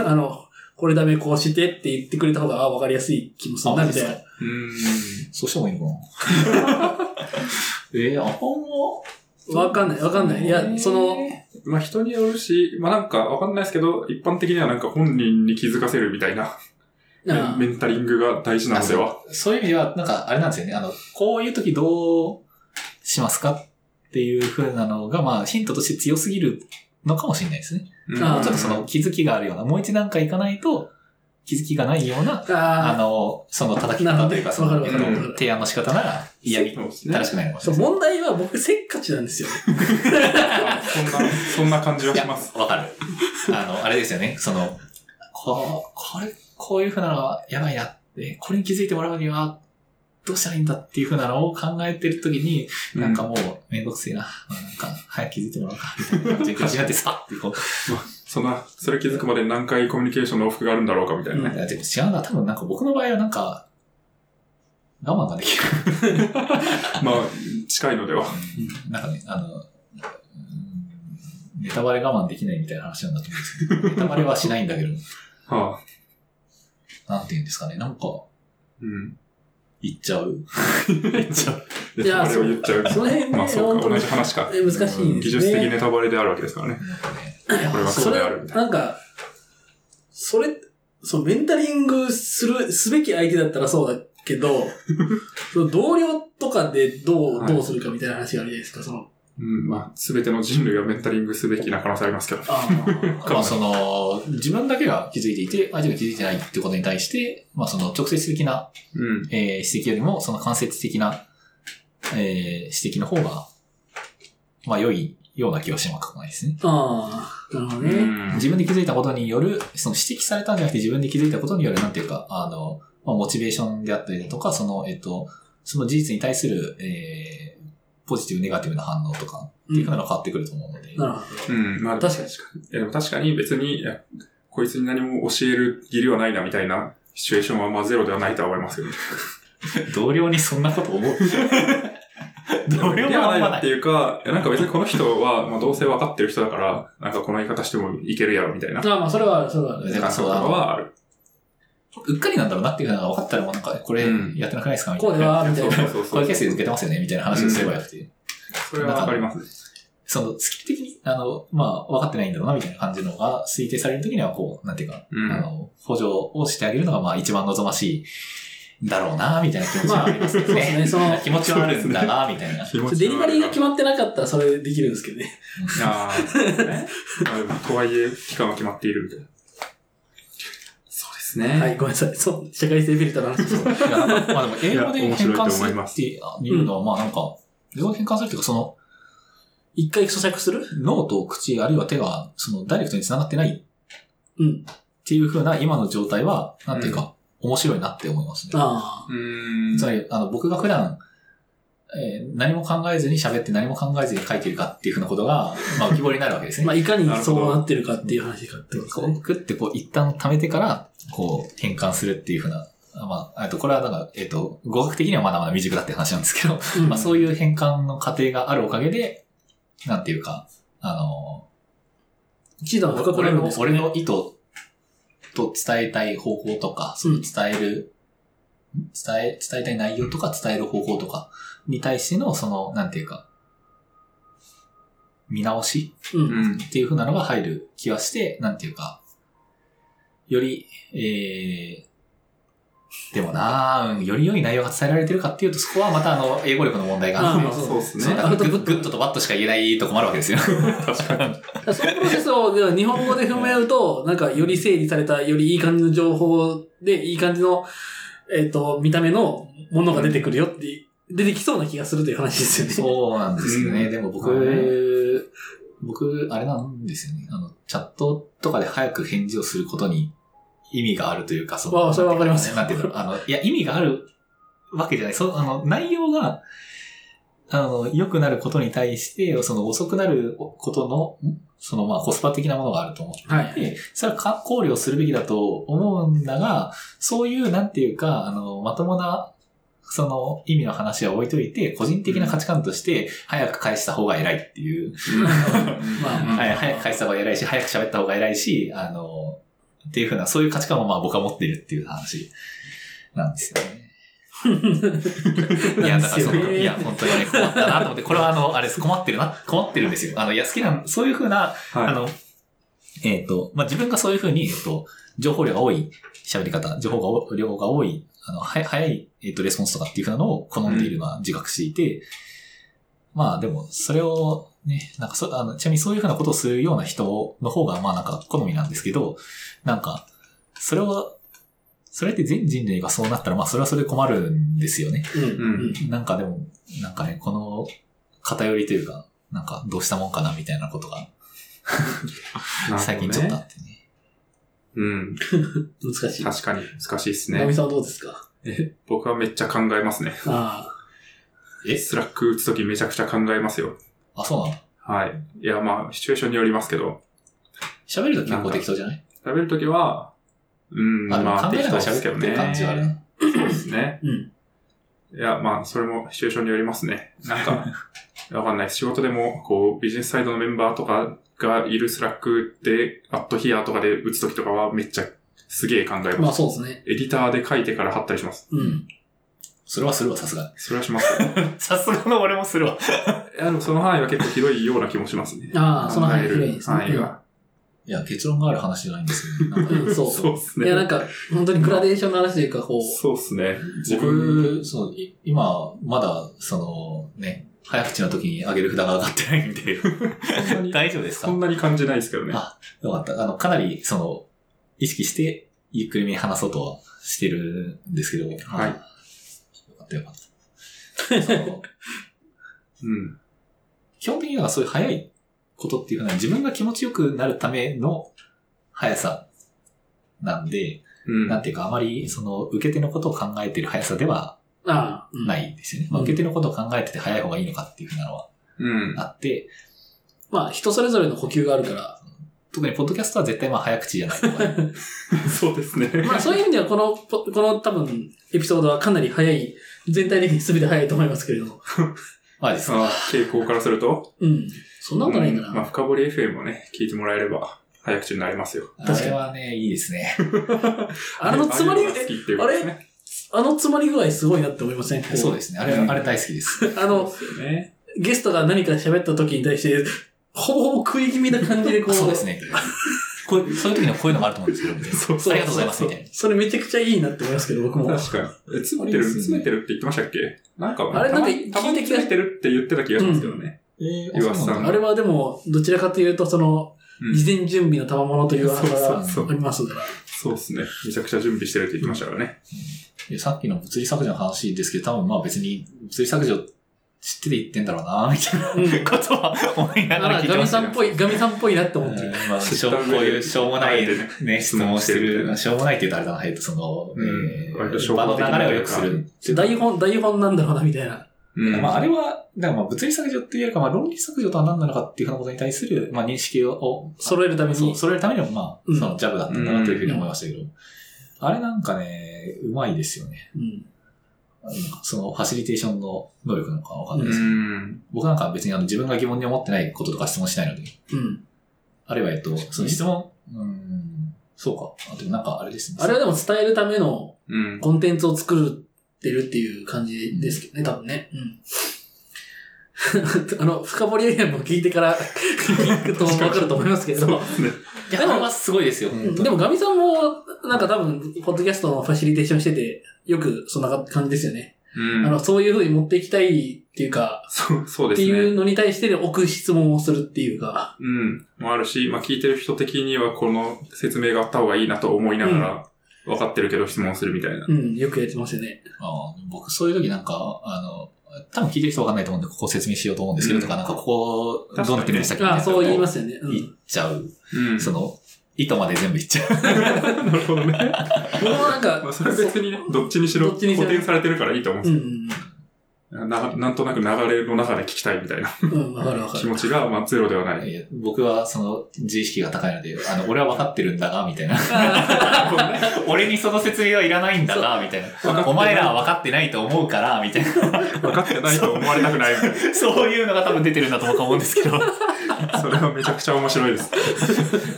Speaker 2: あの、これダメこうしてって言ってくれた方が、あわかりやすい気もするな、みたいな。
Speaker 3: うん。
Speaker 1: そうしてもいいのかな [LAUGHS] えー、アホも、
Speaker 2: わかんない、わかんない。いや、その、
Speaker 3: まあ、人によるし、まあなんかわかんないですけど、一般的にはなんか本人に気づかせるみたいな
Speaker 2: あ
Speaker 3: メンタリングが大事なのでは。
Speaker 1: そういう意味では、なんか、あれなんですよね。あの、こういう時どうしますかっていう風なのが、まあ、ヒントとして強すぎるのかもしれないですね。
Speaker 3: うん
Speaker 2: あー
Speaker 1: もうちょっとその気づきがあるような、もう一段階いかないと気づきがないような、あ
Speaker 2: あー
Speaker 1: の、その叩き
Speaker 2: なるほ
Speaker 1: 方
Speaker 2: ど
Speaker 1: というか、その
Speaker 2: わか
Speaker 3: るわかるわか
Speaker 2: る
Speaker 1: 提案の仕方なら、いや、
Speaker 3: そうですね
Speaker 1: 正しくないのかもし
Speaker 2: そ
Speaker 1: れ
Speaker 2: う、
Speaker 1: ない。
Speaker 2: 問題は僕せっかちなんですよ。
Speaker 3: あそんな、そんな感じが
Speaker 1: い
Speaker 3: し
Speaker 1: や、
Speaker 3: ます。
Speaker 1: わかる。あの、あれですよね。その、こう、これ、こういう風なのはやばいなって、これに気づいてもらうには、どうしたらいいんだっていう風なのを考えてる時に、なんかもう、めんどくせえな。なんか、早く気づいてもらおうか。みたいな感じで、になってさ、ってこう。
Speaker 3: そんな、それ気づくまで何回コミュニケーションの往復があるんだろうかみたいなね。
Speaker 1: でも違うな。多分なんか僕の場合はなんか、我慢ができる。
Speaker 3: まあ、近いのでは。
Speaker 1: なんかね、あの、うんネタバレ我慢できないみたいな話なんだと思うんですけど、ネタバレはしないんだけど、
Speaker 3: はあ、
Speaker 1: なんて言うんですかね。なんか、
Speaker 3: うん。
Speaker 1: 言っちゃう。
Speaker 3: 言っちゃう。
Speaker 2: い
Speaker 3: [LAUGHS]
Speaker 2: や
Speaker 3: あれを言っちゃう。
Speaker 2: その辺ね、
Speaker 3: [LAUGHS] まあ、そう
Speaker 2: 本
Speaker 3: か、
Speaker 2: 当
Speaker 3: 同
Speaker 2: に
Speaker 3: じ話か。
Speaker 2: え難しいですね。
Speaker 3: 技術的ネタバレであるわけですからね。
Speaker 1: なんかね
Speaker 3: これは
Speaker 2: そ
Speaker 3: そう
Speaker 2: れ
Speaker 3: であるみたい
Speaker 2: なんか、それ、そう、メンタリングする、すべき相手だったらそうだけ
Speaker 3: [LAUGHS]
Speaker 2: ど、その同僚とかでどう、
Speaker 3: はい
Speaker 2: どうするかみたいな話があるじゃないですか、その。
Speaker 3: な。うん、まあ、すべての人類がメンタリングすべきな可能性ありますけど。
Speaker 2: あ
Speaker 1: まあその、自分だけが気づいていて、相手が気づいてないってことに対して、まあその直接的な
Speaker 3: うん。
Speaker 1: えー指摘よりも、その間接的な、えー指摘の方が、まあ、良いような気はしなくもないですね。
Speaker 2: あ、ああ、なるほど
Speaker 3: う
Speaker 2: ね。
Speaker 3: ん。
Speaker 1: 自分で気づいたことによる、その指摘されたんじゃなくて自分で気づいたことによる、なんていうか、あの、まあ、モチベーションであったりだとか、その、えっと、その事実に対する、えーポジティブ、ネガティブな反応とか、っていう
Speaker 2: う
Speaker 1: の
Speaker 2: ん
Speaker 1: が変わってくると思うので。
Speaker 2: なるほ
Speaker 3: うん、まあ、
Speaker 2: ど。確かに。
Speaker 3: いやでも確かに別に、いやこいつに何も教える義理はないなみたいなシチュエーションはまあゼロではないとは思いますけど。 [LAUGHS]
Speaker 1: 同僚にそんなこと思う同僚
Speaker 3: で
Speaker 1: は
Speaker 3: は
Speaker 1: 思
Speaker 3: な
Speaker 1: わ
Speaker 3: い
Speaker 1: な
Speaker 3: っ
Speaker 1: い
Speaker 3: て。いうか、いやなんか別にこの人は、まあどうせ分かってる人だから、なんかこの言い方してもいけるやろみたいな。
Speaker 2: ああ、まあ、それはある、それはある。
Speaker 1: だからそうだ
Speaker 3: 感覚はある。
Speaker 1: うっかりなんだろうなっていうのが分かったらもうなんか、これ
Speaker 3: うん
Speaker 1: やってなくないですかみたい
Speaker 2: こ
Speaker 1: な。
Speaker 2: うでは、みたい
Speaker 3: そう
Speaker 2: な。
Speaker 3: そうそう
Speaker 1: こ
Speaker 3: そう
Speaker 1: いう
Speaker 3: う
Speaker 1: ケー。スで受けてますよね、みたいな話をすればよくて。
Speaker 3: それはわかります。
Speaker 1: その、月的に、あの、まあ、分かってないんだろうな、みたいな感じのが推定されるときには、こう、なんていうか、
Speaker 3: うん
Speaker 1: あの、補助をしてあげるのが、まあ、一番望ましいんだろうな、みたいな気持ちはありますけど
Speaker 2: そうです
Speaker 1: ね。
Speaker 2: ね、その、
Speaker 1: 気持ちはあるんだな、みたいな。
Speaker 3: 気持ち
Speaker 2: デリバリーが
Speaker 3: 悪い
Speaker 2: 決まってなかったらそれできるんですけどね。
Speaker 3: ああ、ね。まあでもとはいえ、期間は決まっているみたいな。そうですね。
Speaker 2: はい、ごめんなさい。そう、社会性フィルターの話でした。
Speaker 1: いや、なんか、まあでも、英語で
Speaker 3: いや面
Speaker 1: 変
Speaker 3: 白いと
Speaker 1: 換
Speaker 3: 思
Speaker 1: す
Speaker 3: い
Speaker 1: る
Speaker 3: ま
Speaker 1: っ
Speaker 3: す
Speaker 1: ていうのは、まあ、なんか、英語で変換するっていうか、その、
Speaker 2: 一回咀嚼する
Speaker 1: 脳と口、あるいは手が、その、ダイレクトに繋がってない
Speaker 2: うん。
Speaker 1: っていう風な、今の状態は、なんていうか、面白いなって思いますね。
Speaker 2: あ
Speaker 3: うーん。
Speaker 1: つまり、あの、僕が普段、えー何も考えずに喋って何も考えずに書いてるかっていうふうなことが、まあ、浮き彫りになるわけです
Speaker 2: あ。
Speaker 1: ね。
Speaker 2: [LAUGHS] まあ、いかに
Speaker 3: なるほ
Speaker 2: そ
Speaker 3: ど
Speaker 2: うなってるかっていう話かってことです
Speaker 1: こ
Speaker 2: ね
Speaker 1: う、。くってこう、一旦貯めてから、こう、変換するっていうふうな、まあ、あと、これはなんか、えっ、と、語学的にはまだまだ未熟だって話なんですけど、
Speaker 2: うん
Speaker 1: まあ、そういう変換の過程があるおかげで、なんていうか、あの、
Speaker 2: 一段深くな
Speaker 1: 俺
Speaker 2: るん
Speaker 1: の
Speaker 2: です、かね
Speaker 1: 俺の意図と伝えたい方向とか、その伝える、ん伝え、伝えたい内容とか伝える方向とかに対しての、その、なんていうか、見直し
Speaker 2: うん
Speaker 3: うん。
Speaker 1: っていう風なのが入る気はして、なんていうか、より、えー、でもなぁ、うんより良い内容が伝えられてるかっていうと、そこはまたあの、英語力の問題が
Speaker 2: あ
Speaker 1: ある
Speaker 2: ー
Speaker 1: の
Speaker 2: ま
Speaker 1: で、
Speaker 3: そうです
Speaker 1: そう
Speaker 3: ね
Speaker 1: だ。からグッグッドとバットしか言えないと困るわ
Speaker 2: [LAUGHS]
Speaker 1: けですよ。確かに。
Speaker 2: だからそのプロセスをでは日本語で踏まえると、なんかより整理された、よりいい感じの情報で、いい感じの、えっ、と、見た目のものが出てくるよって、出てきそうな気がするという話ですよね。
Speaker 1: そうなんですよね。
Speaker 3: うん
Speaker 1: でも僕、
Speaker 3: は
Speaker 1: 僕、あれなんですよね。あの、チャットとかで早く返事をすることに意味があるというか、そ
Speaker 2: わあそれはわかりますよ
Speaker 1: なんていうのあの、いや、意味があるわけじゃない。そう、あの、内容が、あの、良くなることに対して、その遅くなることの、んそのまあコスパ的なものがあると思って
Speaker 2: はい。
Speaker 1: で、それはか考慮するべきだと思うんだが、そういう、なんていうか、あの、まともな、その意味の話は置いといて、個人的な価値観として、早く返した方が偉いっていう、
Speaker 2: まあまあ
Speaker 1: はい早く返した方が偉いし、早く喋った方が偉いし、あの、っていうふうな、そういう価値観もまあ僕は持ってるっていう話なんですよ
Speaker 2: [LAUGHS]
Speaker 1: ね。
Speaker 2: なんで
Speaker 1: いや、だからそ
Speaker 2: すよ
Speaker 1: の、
Speaker 2: ね
Speaker 1: いや、本当にね困ったなと思って、これはあの、あれです、困ってるな、困ってるんですよ。あの、いや、好きな、そういうふうな、
Speaker 3: はい
Speaker 1: あの、えっ、と、まあ、自分がそういうふうに、えっ、と、情報量が多い喋り方、情報が量が多い、あの、は早い、えっ、と、レスポンスとかっていうふうなのを好んでいるのは自覚していて、まあ、でも、それを、ね、なんかそ、あの、ちなみにそういうふうなことをするような人の方が、まあ、なんか、好みなんですけど、なんか、それを、それって全人類がそうなったら、まあ、それはそれで困るんですよね。
Speaker 2: うん。
Speaker 3: うん
Speaker 1: なんかでも、なんかね、この偏りというか、なんかどうしたもんかなみたいなことが最近ちょっとあってね。
Speaker 3: うん。
Speaker 2: 難しい。
Speaker 3: 確かに難しいです
Speaker 2: ガミ
Speaker 3: ね。
Speaker 2: さんはどうですか
Speaker 3: 僕はめっちゃ考えますね。
Speaker 2: あ
Speaker 3: えスラック打つときめちゃくちゃ考えますよ。
Speaker 1: あ、そうなの
Speaker 3: はい。いや、まあ、シチュエーションによりますけど、
Speaker 1: 喋ると結構適当じゃない
Speaker 3: 食べるときは、うん、
Speaker 1: あ、でも
Speaker 3: まあ、
Speaker 1: 考え
Speaker 3: 適当
Speaker 1: なが
Speaker 3: に
Speaker 1: ら
Speaker 3: 喋る
Speaker 1: 喋
Speaker 3: けど
Speaker 1: って
Speaker 3: ね。
Speaker 1: る感じはあるな。
Speaker 3: そうですね。
Speaker 2: あ。うん。
Speaker 3: いや、まあ、それもシチュエーションによりますね。なんか、 [LAUGHS] わかんない。仕事でも、こう、ビジネスサイドのメンバーとかがいるスラックで、アットヒアとかで打つときとかは、めっちゃすげえ考えます。
Speaker 2: まあそうですね。
Speaker 3: エディターで書いてから貼ったりします。
Speaker 2: うん。
Speaker 1: それはするわ、さすが
Speaker 3: それはします。い
Speaker 1: に。さすがの俺もするわ。
Speaker 3: や、でもその範囲は結構広いような気もしますね。
Speaker 2: ああ、その範
Speaker 3: 考え
Speaker 2: 囲
Speaker 3: る
Speaker 2: 広いですね。
Speaker 3: 範囲が。
Speaker 1: いや、結論がある話じゃないんです
Speaker 3: [LAUGHS]
Speaker 1: よね。なんか
Speaker 2: うん、そう。
Speaker 3: そうです
Speaker 2: いや、なん
Speaker 3: ね。
Speaker 2: か、本当にグラデーションの話というか、こう、
Speaker 3: そうですね。自分、
Speaker 1: 僕、そう、い今、まだ、その、ね、早口の時に上げる札が上がってないんで、
Speaker 3: そんなに、
Speaker 1: 大丈夫ですか
Speaker 3: そんなに感じないですけどね。
Speaker 1: あよかった。あの、かなり、その、意識して、ゆっくりめに話そうとはしてるんですけど。
Speaker 3: はい
Speaker 1: よかったよかった。その
Speaker 3: うん。
Speaker 1: 基本的にはそういう早いことっていうのは自分が気持ちよくなるための速さなんで、
Speaker 3: うん。
Speaker 1: なんていうかあまりその受け手のことを考えてる速さでは
Speaker 2: ああ、うん
Speaker 1: な。いんですよね。まあ、
Speaker 2: うん
Speaker 1: 受け手のことを考えてて早い方がいいのかっていうふうなのは
Speaker 3: うん。
Speaker 1: あって、
Speaker 2: まあ、人それぞれの呼吸があるから、
Speaker 1: 特にポッドキャストは絶対まあ早口じゃないとか、ね、
Speaker 3: そうですね。
Speaker 2: まあ、そういう意味では、この、ぽこの多分、エピソードはかなり早い、全体的に全て早いと思いますけれども。
Speaker 1: まあですね。
Speaker 3: あ傾向からすると、
Speaker 2: うん。そんなことないかな。
Speaker 3: うんまあ、深掘り FM をね、聞いてもらえれば、早口になりますよ。
Speaker 1: あ
Speaker 2: 確かに
Speaker 1: れはね、いいですね。
Speaker 2: あのつまり、
Speaker 3: ああいうのが好きっていうことですね。
Speaker 2: あの詰まり具合すごいなって思いません
Speaker 1: そうですね。あれ、
Speaker 3: うん
Speaker 1: あれ大好きです。
Speaker 2: す。あの、
Speaker 3: そうですよね。
Speaker 2: ゲストが何か喋った時に対して、ほぼほぼ食い気味な感じでこう。
Speaker 1: そうですね。こうそういう時にはこういうのがあると思うんですけど、みたいな
Speaker 3: そう
Speaker 2: そう
Speaker 1: ありがとうございます、みたいな。
Speaker 2: それめちゃくちゃいいなって思いますけど、僕も。
Speaker 3: 確かに。え詰めてる、
Speaker 1: あれですよ
Speaker 3: 詰
Speaker 1: ね
Speaker 3: めてるって言ってましたっけなんか、
Speaker 2: あれな
Speaker 3: た
Speaker 2: んか
Speaker 3: まにたまに
Speaker 2: 聞いてきた
Speaker 3: 詰めてるって言ってた気がしますけどね。
Speaker 1: え
Speaker 3: ー岩瀬さん
Speaker 2: あれはでも、どちらかというと、その、
Speaker 3: うん
Speaker 2: 事前準備の賜物という
Speaker 3: そ
Speaker 2: 話が
Speaker 3: うそう
Speaker 2: あ
Speaker 3: そう。
Speaker 2: りますから。
Speaker 3: そうですね。めちゃくちゃ準備してるって言ってましたからね。
Speaker 1: さっきの物理削除の話ですけど、多分まあ別に物理削除知ってて言ってんだろうな、み [LAUGHS] たいな
Speaker 2: うん。
Speaker 1: ことは思いなが
Speaker 2: あ
Speaker 1: ら
Speaker 2: あ
Speaker 1: 聞いて
Speaker 2: ガ
Speaker 1: ま
Speaker 2: ミ
Speaker 1: した
Speaker 2: さ
Speaker 1: ね
Speaker 2: んっぽい、ガミさんっぽいなって思ってる。
Speaker 1: うんまあ、しょうこういうしょうもないね、質問をしてる、しょうもないって言うとあれだな、えっと、その、
Speaker 3: うん
Speaker 1: えー
Speaker 3: 割と消
Speaker 1: 場
Speaker 3: 極的
Speaker 1: の流
Speaker 3: な
Speaker 1: れを良くする。
Speaker 2: 台本、台本なんだろうな、みたいな。
Speaker 3: うん。
Speaker 1: まあ、あれは、だからまあ物理削除っていうよりか、まあ、論理削除とは何なのかっていうふうなことに対する、まあ、認識を、
Speaker 2: 揃えるため
Speaker 1: そう、
Speaker 2: に。
Speaker 1: それるためにも、ま
Speaker 2: うん
Speaker 1: あ、そのジャブだったんだなというふうに思いましたけど、あれなんかね、うまいですよね。
Speaker 2: うん。
Speaker 1: なんかその、ファシリテーションの能力なのかわかんな
Speaker 3: う
Speaker 1: いですけど、
Speaker 3: ん。
Speaker 1: 僕なんか別にあの自分が疑問に思ってないこととか質問しないので、
Speaker 2: うん。
Speaker 1: あるいは、えっと、その質問、うん、そうか。あとなんかあれですね。
Speaker 2: あれはでも伝えるための
Speaker 3: うん。
Speaker 2: コンテンツを作るってるっていう感じですけどね、多分ね。うん。 [LAUGHS] あの、深掘りエリアも聞いてから聞くと分かると思いますけど。
Speaker 1: いやでも、まあすごいですよ。本当に
Speaker 2: でも、ガミさんも、なんか多分、ポッドキャストのファシリテーションしてて、よくそんな感じですよね。
Speaker 3: うん
Speaker 2: あの、そういう風に持っていきたいっていうか、
Speaker 3: そう、そうで
Speaker 2: って
Speaker 3: すね。
Speaker 2: いうのに対して置く質問をするっていうか、
Speaker 3: うん。もあるし、まあ聞いてる人的にはこの説明があった方がいいなと思いながら、分かってるけど質問するみたいな。
Speaker 2: うん、よくやってますよね。
Speaker 1: あー僕、そういう時なんか、あの、多分聞いてる人わかんないと思うんで、ここ説明しようと思うんですけど、
Speaker 3: うん
Speaker 1: とか、なんかここ、
Speaker 3: 確かにね
Speaker 1: どうなってるんでしたっけ。
Speaker 2: ああ、そう言いますすよね。うん
Speaker 1: 言っちゃう。
Speaker 3: うん。
Speaker 1: その、糸まで全部言っちゃう。
Speaker 3: [LAUGHS] なるほどね。
Speaker 2: 僕もなんか
Speaker 3: [LAUGHS] まあ、それは別にね、どっちにしろ
Speaker 2: どっちにしろ
Speaker 3: 固定されてるからいいと思うん
Speaker 2: う
Speaker 3: ですよ。
Speaker 2: ん、
Speaker 3: ななんとなく流れの中で聞きたいみたいな
Speaker 2: うん、うん、わかるわか
Speaker 3: [LAUGHS] 気
Speaker 2: る。
Speaker 3: 持ちが、まあ、ゼロでは [LAUGHS] ない。
Speaker 1: いや [LAUGHS] 僕は、その、自意識が高いので、あの、俺は分かってるんだが、みたいな。俺にその説明はいらないんだが、みたいな。お前らは分かってないと思うから、みたいな。
Speaker 3: 分かってないと思われたくないみたい
Speaker 1: [LAUGHS] そういうのが多分出てるんだと僕は思うんですけど。
Speaker 3: な。それはめちゃくちゃ面白いです。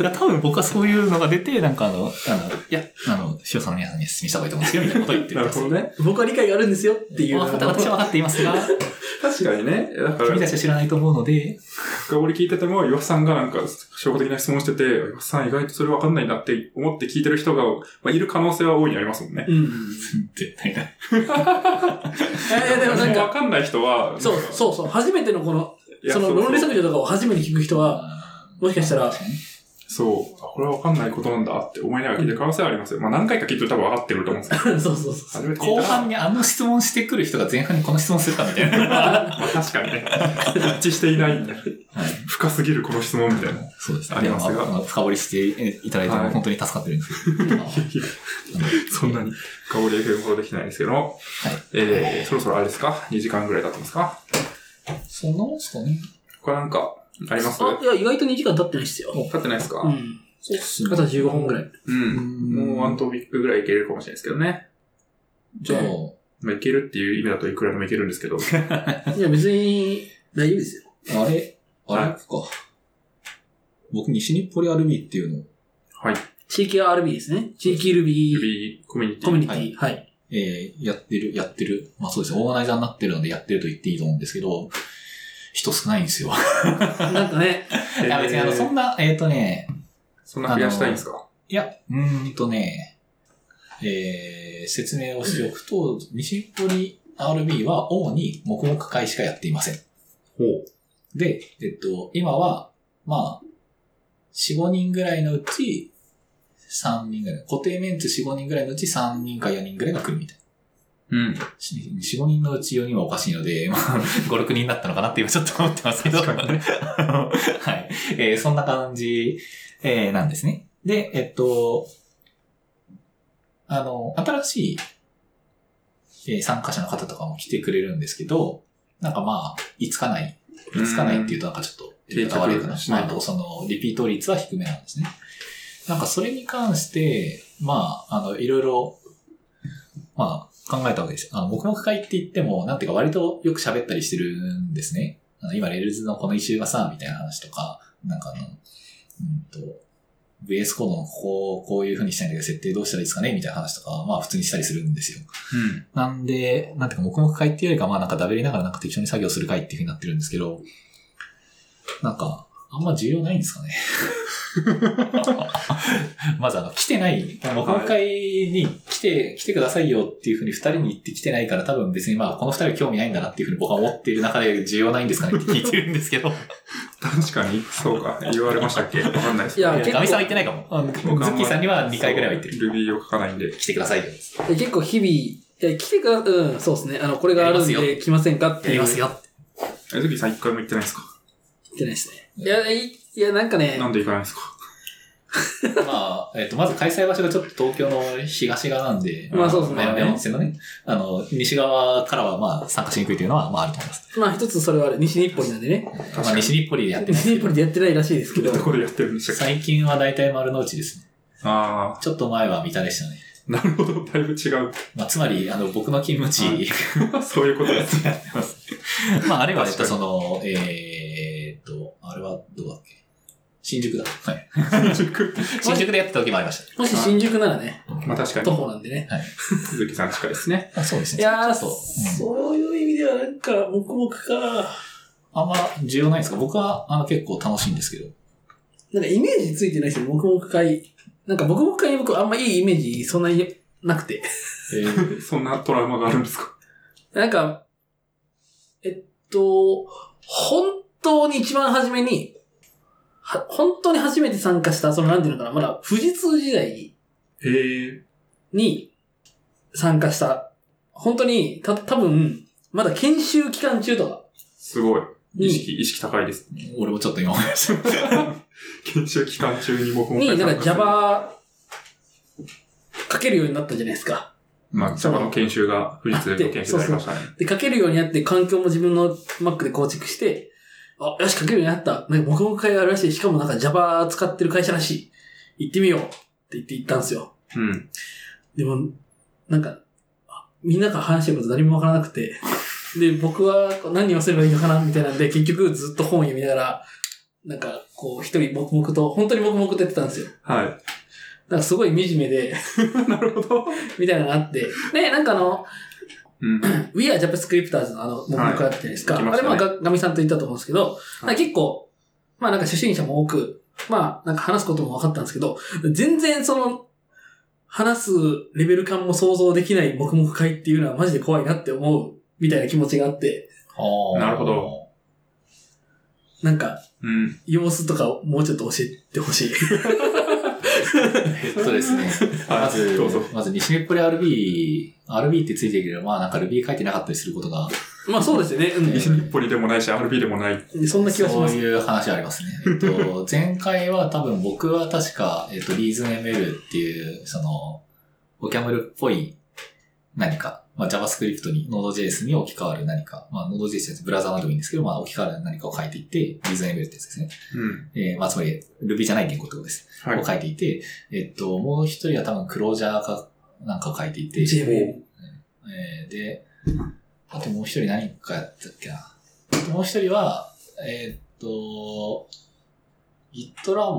Speaker 1: いや、多分僕はそういうのが出て、なんかあの、あの、いや、あの、塩さんの皆さんに説明した方がいいと思うんですよ、みたいなことを言っ
Speaker 3: [LAUGHS]
Speaker 1: て
Speaker 3: な
Speaker 1: るん
Speaker 3: る
Speaker 1: です
Speaker 3: ほ
Speaker 1: よ
Speaker 3: どね。 [LAUGHS]
Speaker 2: 僕は理解があるんですよっていう。
Speaker 1: わかった私は分かっていますが、
Speaker 3: 確かにね。だから、
Speaker 1: 君たちは知らないと思うので、
Speaker 3: 深掘り聞いてても、岩瀬さんがなんか、初歩的な質問してて、岩瀬さん意外とそれわかんないなって思って聞いてる人が、まあ、いる可能性は大いにありますもんね。
Speaker 2: うん。
Speaker 1: 絶対ない。
Speaker 2: えやでもなん
Speaker 3: わ
Speaker 2: か、
Speaker 3: かんない人は、
Speaker 2: [LAUGHS] そう、
Speaker 3: なんか
Speaker 2: そうそう、初めてのこの、
Speaker 3: いや
Speaker 2: その
Speaker 3: うう
Speaker 2: 論理削除とかを初めて聞く人は、もしかしたら
Speaker 1: 確に
Speaker 3: そう、あこれはわかんないことなんだって思いながら聞いてる可能性はありますよ。まあ何回か聞いてると多分分かってると思うんですけど。
Speaker 2: そうそうそうそう。
Speaker 3: 初めて聞い
Speaker 1: 後
Speaker 3: たら
Speaker 1: 半にあの質問してくる人が前半にこの質問するかみたいな。 [LAUGHS]
Speaker 3: まあ確かにね。一致していないんで。
Speaker 1: はい
Speaker 3: 深すぎるこの質問みたいな。
Speaker 1: そうですね。
Speaker 3: ありますが
Speaker 1: でもあの深掘りしていただいて
Speaker 3: は
Speaker 1: も
Speaker 3: い
Speaker 1: 本当に助かってるんですけ [LAUGHS] ど。
Speaker 3: そんなに香り FM ほどできないですけども。えー、そろそろあれですか ?2 時間ぐらい経ってますか
Speaker 1: そんなもんすかね。
Speaker 3: 他なんかあります
Speaker 2: あ、いや、意外と2時間経ってないっすよ。
Speaker 3: 経ってないですか
Speaker 2: う、ん。
Speaker 1: そうっす
Speaker 2: あとは15分ぐらい。
Speaker 3: うん、もうワントピックぐらいいけるかもしれないですけどね。
Speaker 1: じゃあ、
Speaker 3: まあ、いけるっていう意味だといくらでもいけるんですけど。
Speaker 2: いや、別に、大丈夫ですよ。
Speaker 1: あれ、あれ
Speaker 3: はい
Speaker 1: か。僕、西日暮里アルビーっていうのを、
Speaker 3: はい。
Speaker 2: 地域 RB ですね。地域 RB
Speaker 3: 指コミュニティ。
Speaker 2: コミュニティ。はい。
Speaker 1: えーやってる、やってる。まあそうですね、オーガナイザーになってるのでやってると言っていいと思うんですけど、人少 [LAUGHS] ないんですよ。
Speaker 2: なんかね、 [LAUGHS]
Speaker 1: いや、別にあの、そんな、えっ、とね、
Speaker 3: そんな増やしたいんですか
Speaker 1: いや、うーんとね、えー、説明をしておくと、西日暮里 RB は主に黙々会しかやっていません。
Speaker 3: ほう。
Speaker 1: で、えっと、今は、まあ、4、5人ぐらいのうち、3人ぐらい。固定メンツ4、5人ぐらいのうち3人か4人ぐらいが来るみたいな。
Speaker 3: うん。
Speaker 1: 4、5人のうち4人はおかしいので、まあ、5、6人だったのかなって今ちょっと思ってますけど。
Speaker 3: 確かに
Speaker 1: はい。えーそんな感じ、えーなんですね。で、えっと、あの、新しい、えー参加者の方とかも来てくれるんですけど、なんかまあ、いつかないつかないっていうとなんかちょっと言い方悪いかな
Speaker 3: 定着しない
Speaker 1: まああとその、リピート率は低めなんですね。なんかそれに関して、まあ、あの、いろいろ、まあ、考えたわけです。あの、黙々会って言っても、なんていうか割とよく喋ったりしてるんですね。あの今、レールズのこの一周がさ、みたいな話とか、なんかあの、うんと、VS コードのここをこういう風にしたいんだけど、設定どうしたらいいですかねみたいな話とか、まあ普通にしたりするんですよ。
Speaker 3: うん。
Speaker 1: なんで、なんていうか、黙々会っていうよりか、まあなんかだべりながらなんか適当に作業する会っていう風になってるんですけど、なんか、あんま需要ないんですかね。 [LAUGHS] まずあの、来てない、黙々会に来て、来てくださいよっていう風に二人に言って来てないから多分別にまあこの二人は興味ないんだなっていう風に僕は思っている中で需要ないんですか
Speaker 3: [LAUGHS]
Speaker 1: ねって聞いてるんですけど。
Speaker 3: 確かに、そうか。言われましたっけわかんないです。
Speaker 2: いや
Speaker 1: い
Speaker 2: 結
Speaker 1: や、
Speaker 2: 構
Speaker 1: ガミさんは言ってないかも。あのズ
Speaker 3: 僕はあん
Speaker 1: ッ
Speaker 3: ま
Speaker 1: キーさんには2回ぐらいは言ってる。
Speaker 3: ルビーを書かないんで。
Speaker 1: 来てくださいよ。
Speaker 2: え結構日々、え来てくだ、うん、そうですね。あの、これがあるん
Speaker 1: やります
Speaker 2: で来ませんかって
Speaker 1: や
Speaker 2: いう。
Speaker 1: りますよ。
Speaker 3: え、ズビーさん一回も行ってないですか
Speaker 2: 言ってないですね。いや、いいや、なんかね、
Speaker 3: なんで行かないんですか
Speaker 1: まあ、えっ、と、まず開催場所がちょっと東京の東側なんで、
Speaker 2: まあそうですね
Speaker 1: まあ山手線のね、あの、西側からはまあ参加しにくいというのはまああると思います。
Speaker 2: まあ一つそれはある。西日暮里なんでね。
Speaker 3: かに
Speaker 1: まあ西日暮里でやってま
Speaker 2: 西日
Speaker 1: す
Speaker 2: 暮里でやってないらしいですけど
Speaker 3: ど。こでやってるんでしたっけ
Speaker 1: 最近は大体丸の内ですね。
Speaker 3: あ
Speaker 1: ちょっと前は三田でしたね。
Speaker 3: あ、なるほど。だいぶ違う。 [LAUGHS]
Speaker 1: まあ、つまり、あの、僕の勤務地、
Speaker 3: そういうことです。[LAUGHS]
Speaker 1: やってます。 [LAUGHS] まあ、あれは、えっ
Speaker 3: 確
Speaker 1: と、
Speaker 3: かに
Speaker 1: その、えーっと、あれはどうだっけ新宿だ。はい。新宿でやってた時もありまし
Speaker 2: もし新宿ならね、
Speaker 3: まあ確か
Speaker 2: 徒
Speaker 3: に、
Speaker 2: 歩なんでね。
Speaker 3: 鈴木さん近いですね。
Speaker 1: た。あそうです
Speaker 2: い
Speaker 1: ね。
Speaker 2: やー、
Speaker 1: ちょっと
Speaker 2: そういう意味ではなんか、黙々か。
Speaker 1: あんま需要ないですか僕は、あの、結構楽しいんですけど。
Speaker 2: なんかイメージついてない人、黙々会。なんか黙々会に僕あんまいいイメージそんなになくて。
Speaker 1: えー [LAUGHS]
Speaker 3: そんなトラウマがあるんですか
Speaker 2: なんか、えっと、本当に一番初めに、は本当に初めて参加した、そのなんていうのかな、まだ富士通時代
Speaker 3: へえ。
Speaker 2: に参加した。本当に、た、多分まだ研修期間中とか。
Speaker 3: すごい。意識、意識高いです。
Speaker 1: 俺もちょっと今思いました。
Speaker 3: 研修期間中に僕も。
Speaker 2: に、なんか Java 書けるようになったじゃないですか。
Speaker 3: まあ、Java の研修が、富士通の研修になりましたね。
Speaker 2: で、書けるようになって、環境も自分の Mac で構築して、あ、よし、書けるようになった。なんか、黙々会があるらしい。しかもなんか Java 使ってる会社らしい。行ってみようって言って行ったんですよ。
Speaker 3: うん。
Speaker 2: でも、なんか、あみんなが話してること何もわからなくて。で、僕はこう何をすればいいのかなみたいなんで、結局ずっと本読みながら、なんか、こう、一人黙々と、本当に黙々とやってたんですよ。
Speaker 3: は
Speaker 2: なんかすごい惨めで、
Speaker 3: い。なるほど。
Speaker 2: みたいなのがあって。で、なんかあの、
Speaker 3: うん。
Speaker 2: We are JavaScripters のあの、僕があったじゃないですか。
Speaker 3: はい行きまし
Speaker 2: あれ
Speaker 3: たね
Speaker 2: まあ、ガガミさんと言ったと思うんですけど、
Speaker 3: い
Speaker 2: なんか結構、まあなんか初心者も多く、まあなんか話すことも分かったんですけど、全然その、話すレベル感も想像できない黙々会っていうのはマジで怖いなって思うみたいな気持ちがあって、
Speaker 1: あー
Speaker 3: なるほど。
Speaker 2: なんか
Speaker 3: うん。
Speaker 2: 様子とかをもうちょっと教えてほしい。
Speaker 1: えっとです [LAUGHS] ね。まず
Speaker 3: どうぞ。、
Speaker 1: まず、西日暮れ RB、RB ってついてるけど、まあなんか Ruby 書いてなかったりすることが、
Speaker 2: [LAUGHS] まあそうですよね。うん
Speaker 3: 西日暮里でもないし、RB でもない。
Speaker 2: そんな気がし
Speaker 1: そう
Speaker 2: ます。
Speaker 1: いう話ありますね。えっと、 [LAUGHS] 前回は多分僕は確か、えっと、ReasonML っていう、その、ボキャムルっぽい何か、まあ、JavaScript に Node.js に置き換わる何か、まあ、Node.js ってブラウザなどでもいいんですけど、まあ、置き換わる何かを書いていって、ReasonML ってやつですね。
Speaker 3: うん。
Speaker 1: えー、まあ、つまり Ruby じゃない言語ってことです。
Speaker 3: はい
Speaker 1: を。書いていて、えっと、もう一人は多分クロージャーか、なんかを書いていて、
Speaker 2: JVM。
Speaker 1: えーで、あともう一人何かやったっけな。もう一人は、えーっと、GitLab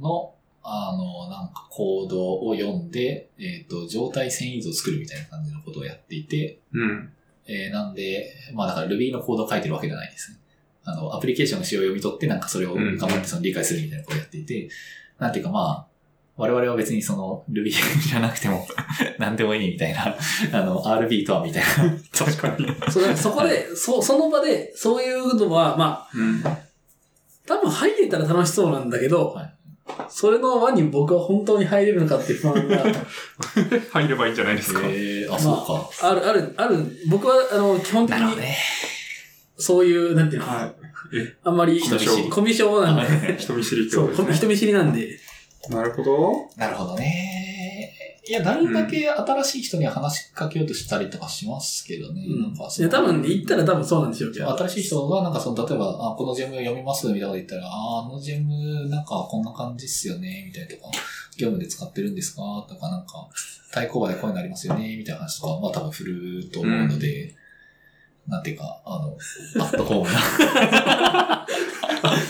Speaker 1: の、あの、なんかコードを読んで、えーっと、状態遷移図を作るみたいな感じのことをやっていて、
Speaker 3: うん。
Speaker 1: えーなんで、まあだから Ruby のコードを書いてるわけじゃないですね。あの、アプリケーションの仕様を読み取って、なんかそれを頑張ってその理解するみたいなことをやっていて、なんていうかまあ、我々は別にその Ruby じゃなくても [LAUGHS] 何でもいいみたいな、あの、RB とはみたいな。
Speaker 3: 確かに。
Speaker 2: そうだからそこで、そその場で、そういうのは、まあ、
Speaker 3: うん。
Speaker 2: 多分入れたら楽しそうなんだけど、
Speaker 1: はい
Speaker 2: それの輪に僕は本当に入れるのかっていう不安が
Speaker 3: 入ればいいんじゃないですか。
Speaker 1: えー、あ、
Speaker 2: あ
Speaker 1: そうか。
Speaker 2: ある、ある、ある、僕はあの基本的
Speaker 1: なるほど
Speaker 2: に
Speaker 1: ね。
Speaker 2: そういう、なんていうの、
Speaker 3: は
Speaker 2: あんまり
Speaker 1: 人
Speaker 3: 見知り
Speaker 2: コミュ障なんで、
Speaker 3: い。人見知りってこ
Speaker 2: そ
Speaker 3: と
Speaker 2: う、コミ
Speaker 3: ですね。
Speaker 2: 人見知りなんで、
Speaker 3: なるほ [LAUGHS] ど。
Speaker 1: なるほどね。いや、なるだけ新しい人には話しかけようとしたりとかしますけどね。
Speaker 2: うん
Speaker 1: なんか
Speaker 2: いや多分ね、行ったら多分そうなんでしょうけど。
Speaker 1: 新しい人が、なんかその、例えば、あ、このジェム読みますみたいなこと言ったら、あ、あのジェム、なんかこんな感じっすよね、みたいなとか、業務で使ってるんですかとか、なんか、対抗馬でこういうのありますよね、みたいな話とか、まあ多分振ると思うので、なんていうか、あの、アットホームな。
Speaker 3: [LAUGHS]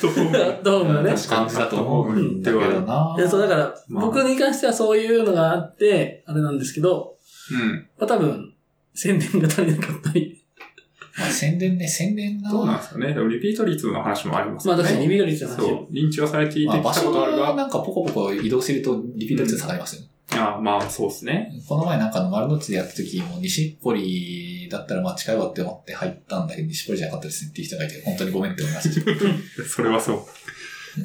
Speaker 3: どう
Speaker 2: [LAUGHS]
Speaker 3: も
Speaker 2: どうもね。。
Speaker 3: 確かに
Speaker 1: 感じだと思うんだけどない
Speaker 2: やそう、だから、
Speaker 3: まあ
Speaker 2: 僕に関してはそういうのがあって、あれなんですけど、
Speaker 3: うん。
Speaker 2: まあ多分、宣伝が足りなかったり、
Speaker 1: まあ、宣伝ね、宣伝が、
Speaker 3: どうなんですかね。でもリピート率の話もあります
Speaker 2: まあ
Speaker 3: よね。
Speaker 2: 確かに緑の話
Speaker 3: そう。認知はされてい
Speaker 1: ま
Speaker 3: て
Speaker 1: あ、
Speaker 3: きた
Speaker 1: 場
Speaker 3: こ
Speaker 1: 所
Speaker 3: とある
Speaker 1: が
Speaker 3: が、
Speaker 1: なんかポコポコ移動するとリピート率下がりますよね。
Speaker 3: あまあ、そうですね。
Speaker 1: この前なんかの丸の内でやった時も西っぽりだったらまあ近いわって思って入ったんだけど、西っぽりじゃなかったですねっていう人がいて、本当にごめんって思いました。
Speaker 3: それはそ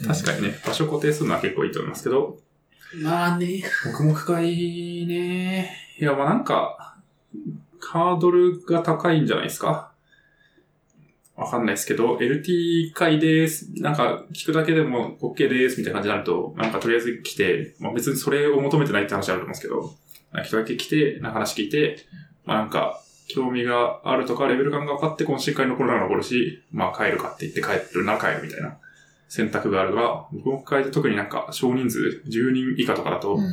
Speaker 3: う。確かにね、場所固定するのは結構いいと思いますけど、
Speaker 2: まあね、
Speaker 3: 黙々会ね。いや、まあなんか、ハードルが高いんじゃないですか。わかんないですけど、LT 会です。なんか、聞くだけでも OK です。みたいな感じになると、なんかとりあえず来て、まあ別にそれを求めてないって話あると思うんですけど、なんか聞くだけ来て、なんか話聞いて、まあなんか、興味があるとか、レベル感が分かって懇親会のコロナが残るし、まあ帰るかって言って帰るなら帰るみたいな選択があるが、僕の会で特になんか少人数、10人以下とかだと、
Speaker 1: うん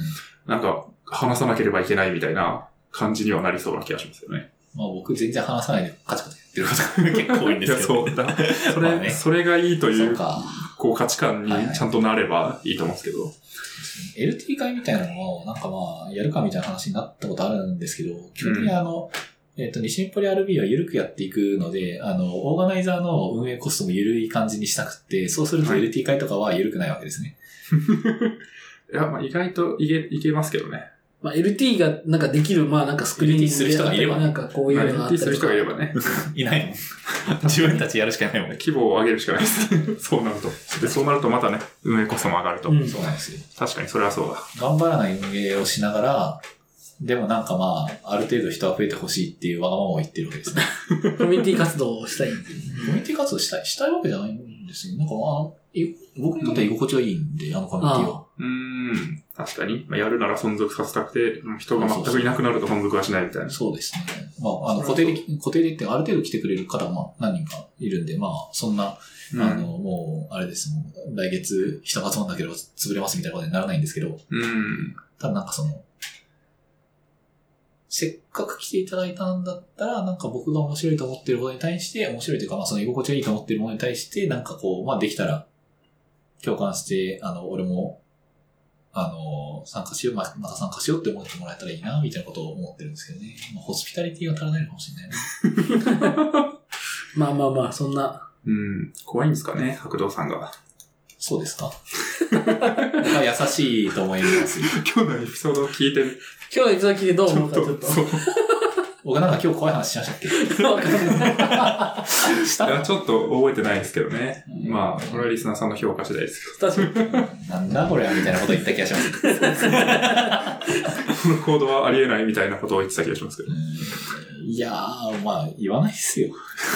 Speaker 3: なんか、話さなければいけないみたいな感じにはなりそうな気がしますよね。
Speaker 1: まあ僕全然話さないでカチカチやってることが結構多いんですけ
Speaker 3: い
Speaker 1: ど。
Speaker 3: やそうだ。そ
Speaker 1: まあ
Speaker 3: れ、
Speaker 1: ね
Speaker 3: それがいいとい
Speaker 1: そう
Speaker 3: う、
Speaker 1: か。
Speaker 3: こう価値観にちゃんとなればいいと思うんですけど。
Speaker 1: LT 会みたいなのをなんかまあやるかみたいな話になったことあるんですけど、基本的にあの、えっ、と、西日暮里 RB は緩くやっていくので、あの、オーガナイザーの運営コストも緩い感じにしたくって、そうすると
Speaker 3: はい
Speaker 1: LT 会とかは緩くないわけですね。
Speaker 3: いや、まあ意外といけ、いけますけどね。
Speaker 2: まあ、LT がなんかできる、まあなんかスクリーン
Speaker 1: LT する人がいればね
Speaker 2: なんかこう
Speaker 3: ま
Speaker 2: い
Speaker 3: あ
Speaker 2: うのがあっ
Speaker 3: LT
Speaker 2: たり
Speaker 3: す
Speaker 2: と
Speaker 3: る人
Speaker 2: か
Speaker 3: がいればね。
Speaker 1: いないもん。 [LAUGHS] 自分たちやるしかないもん。
Speaker 3: 規模を上げるしかないです。 [LAUGHS] そうなると。で、そうなるとまたね、運営コストも上がると。
Speaker 2: うん
Speaker 1: そうなんですよ。
Speaker 3: 確かにそれはそうだ。
Speaker 1: 頑張らない運営をしながら、でもなんかまあ、ある程度人は増えてほしいっていうわがままを言ってるわけですね。
Speaker 2: コミュニティ活動をしたい。
Speaker 1: コミュニティ活動したい、したいわけじゃないんですよ。なんかあの、い僕にとっては居心地はいいんで、あのコミュニティは。
Speaker 3: うーん。確かに。まあやるなら存続させたくて、人が全くいなくなると存続はしないみたいな。
Speaker 1: そうですね。まあ、あの、
Speaker 3: そ
Speaker 1: 固
Speaker 3: れ
Speaker 1: 定
Speaker 3: はそう
Speaker 1: で、固定でっていうかある程度来てくれる方もまあ何人かいるんで、まあ、そんな、
Speaker 3: うん
Speaker 1: あの、もう、あれです、もう、来月人が集まんなければ潰れますみたいなことにならないんですけど、
Speaker 3: うん。
Speaker 1: ただなんかその、せっかく来ていただいたんだったら、なんか僕が面白いと思ってることに対して、面白いというか、まあその居心地がいいと思ってるものに対して、なんかこう、まあできたら、共感して、あの、俺も、あの、参加しよう、ままた参加しようって思ってもらえたらいいな、みたいなことを思ってるんですけどね。まあ、ホスピタリティが足らないのかもしれないな。
Speaker 2: まあまあまあ、そんな。
Speaker 3: うん。怖いんですかね、白道さんが。
Speaker 1: そうですか。僕は優しいと思いますよ。
Speaker 3: 今日のエピソードを聞いて、
Speaker 2: 今日のいただきでどう
Speaker 3: ち
Speaker 2: 思
Speaker 3: ょ
Speaker 2: う
Speaker 3: っ
Speaker 2: かちょっ
Speaker 3: と、そう。
Speaker 1: 僕なんか今日怖い話しましたっけ
Speaker 2: と。わかんない
Speaker 1: した
Speaker 3: いや、ちょっと覚えてないですけどね。
Speaker 1: うん
Speaker 3: まあ、これはリスナーさんの評価次第です
Speaker 2: 確かに。
Speaker 1: なんだこれはみたいなこと言った気がします。
Speaker 3: けど。この行動はありえないみたいなことを言ってた気がしますけど。
Speaker 1: うんいやー、まあ、言わないっすよ。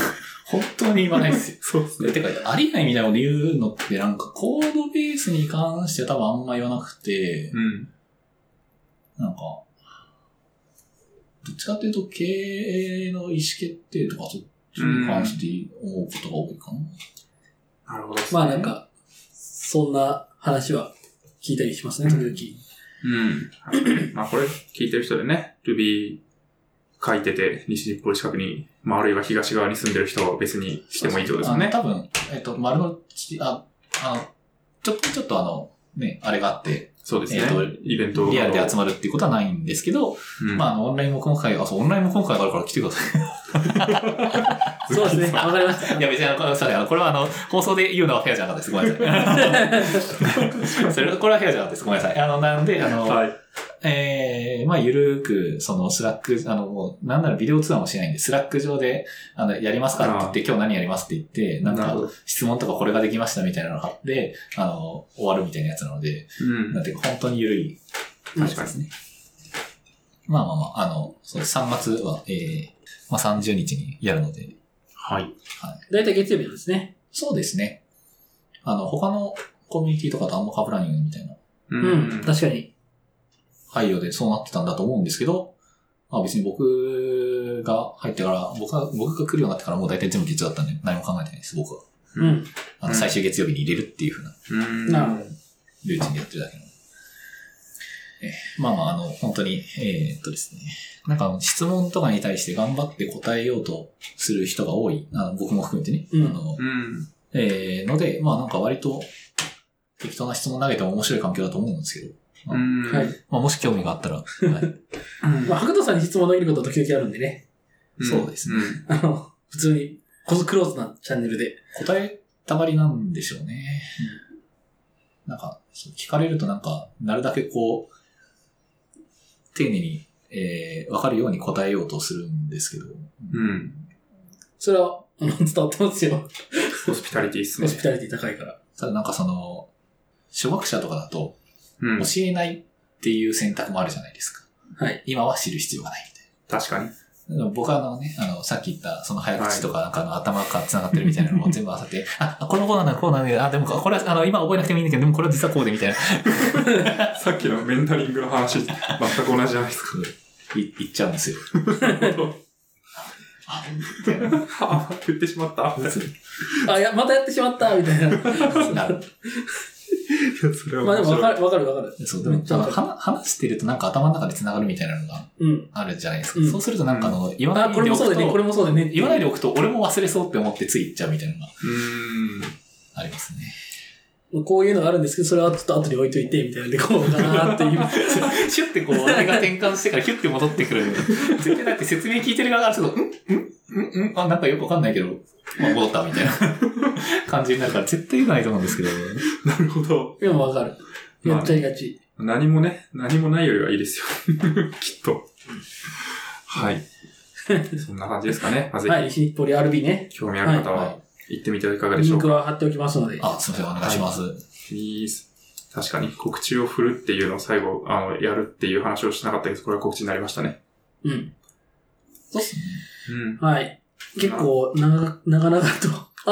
Speaker 1: [LAUGHS] 本当に言わないっすよ。
Speaker 3: そうです
Speaker 1: え。てか、ありえないみたいなこと言うのって、なんか、コードベースに関しては多分あんま言わなくて、
Speaker 3: うん。
Speaker 1: なんか、どっちかっていうと、経営の意思決定とか、そっちに関して思うことが多いかな。
Speaker 3: なるほど、
Speaker 2: まあなん。か、そんな話は聞いたりしますね、時
Speaker 3: うん。まあこれ聞いてる人でね、Ruby 書いてて、西日暮里近くに、まああるいは東側に住んでる人は別にしてもいいってことですよね。
Speaker 1: あの多分、えっと、丸の内、あ、あの、ちょっと、ちょっとあの、ね、あれがあって、
Speaker 3: そうですね。
Speaker 1: えーと
Speaker 3: イベント
Speaker 1: リアルで集
Speaker 3: ま
Speaker 1: まるっていうことはないんですけど、
Speaker 3: うん、
Speaker 1: まあ、あの、オンラインも今回、あ、そう、オンラインも今回があるから来てください。
Speaker 2: そうですね、わかりました。
Speaker 1: いや、別にあの、これすいませんあのこれはあの、放送で言うのはフェアじゃなかったです。ごめんなさ [LAUGHS] い。それ、これはフェアじゃなかったです。ごめんなさい。あの、なんで、あの、
Speaker 3: はい。
Speaker 1: えー、まあ、ゆるーく、その、スラック、あの、もう、なんならビデオ通話もしないんで、スラック上で、あの、やりますかって言って、今日何やりますって言って、なん
Speaker 3: なるほ
Speaker 1: か、
Speaker 3: ど
Speaker 1: 質問とかこれができましたみたいなのがあって、あの、終わるみたいなやつなので、
Speaker 3: うん
Speaker 1: なん。ていうか、本当にゆるい
Speaker 3: 確かに。
Speaker 1: ね。まあまあまあ、あの、そう3月は、えー、まあ30日にやるので、
Speaker 3: はい。
Speaker 2: だいたい月曜日なんですね。
Speaker 1: そうですね。あの、他のコミュニティとかとあんま被らないようにみたいな
Speaker 3: う
Speaker 2: うん、確かに。
Speaker 1: 配慮でそうなってたんだと思うんですけど、まあ別に僕が入ってから、僕が、僕が来るようになってからもう大体全部月曜だったんで、何も考えてないです、僕は。
Speaker 2: う。ん。
Speaker 1: あ
Speaker 3: う
Speaker 1: の、
Speaker 3: ん
Speaker 1: 最終月曜日に入れるっていうふうな
Speaker 3: うん。
Speaker 2: なるほ
Speaker 1: ルーチンでやってるだけなので。えーまあまあ、あの、本当に、えーっとですね。なんかあの、質問とかに対して頑張って答えようとする人が多い。あの僕も含めてね。
Speaker 2: うん
Speaker 1: あの
Speaker 3: うん。
Speaker 1: えー、ので、まあなんか割と適当な質問投げても面白い環境だと思うんですけど、
Speaker 3: うん。
Speaker 2: はい。
Speaker 1: まあもし興味があったら、はい、
Speaker 2: まあ、白土さんに質問を投げることは時々あるんでね。
Speaker 3: うん
Speaker 1: そうですね
Speaker 3: うん
Speaker 2: あの、普通に、こそクローズなチャンネルで。
Speaker 1: 答えたがりなんでしょうね。なんか、そう聞かれるとなんか、なるだけこう、丁寧に、えー、わかるように答えようとするんですけど、
Speaker 3: うん。
Speaker 2: それは、あの、伝わってますよ。
Speaker 3: ホスピタリティです
Speaker 2: ホ
Speaker 3: ね
Speaker 2: ス。ピタリティ高いから。
Speaker 1: ただなんかその、初学者とかだと、
Speaker 3: うん
Speaker 1: 教。えないっていう選択もあるじゃないですか。
Speaker 2: はい。
Speaker 1: 今は知る必要がないみたいな。
Speaker 3: 確かに。 [LAUGHS]
Speaker 1: 僕はあのね、あの、さっき言った、その早口とか、なんかあの、頭が繋がってるみたい [LAUGHS] なのを全部あさって、あ、この子なんだ、こうなんだ、あ、でもこれは、あの、今覚えなくてもいいんだけど、でもこれは実はこうで、みたいな。
Speaker 3: さっきのメンタリングの話、全く同じじゃないですか。 [LAUGHS]
Speaker 1: い、言っちゃうんですよ。 [LAUGHS] あ、みたい
Speaker 3: あ、言ってしまった。い
Speaker 2: あ、いや、またやってしまったみた
Speaker 3: [LAUGHS]
Speaker 2: いな。
Speaker 1: な。なる。
Speaker 3: や、それは
Speaker 2: まあで
Speaker 3: 面
Speaker 2: も、
Speaker 3: 白
Speaker 2: わ
Speaker 3: い
Speaker 2: かる、わかる、わかる。
Speaker 1: そう、でも、あの話話してるとなんか頭の中で繋がるみたいなのが
Speaker 2: うん。
Speaker 1: あるじゃないですか。
Speaker 2: うん
Speaker 1: そうするとなんかあの、言わな
Speaker 2: あ、
Speaker 1: い
Speaker 2: こ
Speaker 1: で
Speaker 2: れも
Speaker 1: お
Speaker 2: そう
Speaker 1: く、
Speaker 2: だね、ことれもそうだね。
Speaker 1: 言わないでおくと、俺も忘れそうって思ってつい行っちゃうみたいなのが
Speaker 3: うーん。
Speaker 1: ありますね。
Speaker 2: こういうのがあるんですけど、それはちょっと後に置いといて、みたいなんで、こうかなっていう。
Speaker 1: [LAUGHS] シュッてこう、俺が転換してからヒュッて戻ってくる。絶対だって説明聞いてる側からすると、んんんんあ、なんかよくわかんないけど、まあ、戻ったみたいな [LAUGHS] 感じになるから、絶対言わないと思うんですけど。
Speaker 3: なるほど。
Speaker 2: でも
Speaker 3: [LAUGHS]
Speaker 2: わかる。
Speaker 3: まあ
Speaker 2: やっちゃいがち。
Speaker 3: 何もね、何もないよりはいいですよ。 [LAUGHS] きっと。はい。そんな感じですかね。まあぜ
Speaker 2: はい、西日暮里 RB ね。
Speaker 3: ひ、興味ある方
Speaker 1: はいは、
Speaker 3: はい行ってみてはいかがでし
Speaker 2: リ
Speaker 3: ょ
Speaker 2: ン
Speaker 3: う
Speaker 2: ク
Speaker 3: か。
Speaker 2: は貼っておきますので。
Speaker 1: あ、すみません、お願いします。
Speaker 3: いいっす確かに、告知を振るっていうのを最後、あの、やるっていう話をしなかったけど、これは告知になりましたね。
Speaker 2: うん。
Speaker 1: そうっすね。
Speaker 3: うん。
Speaker 2: はい。結構、長、長々と。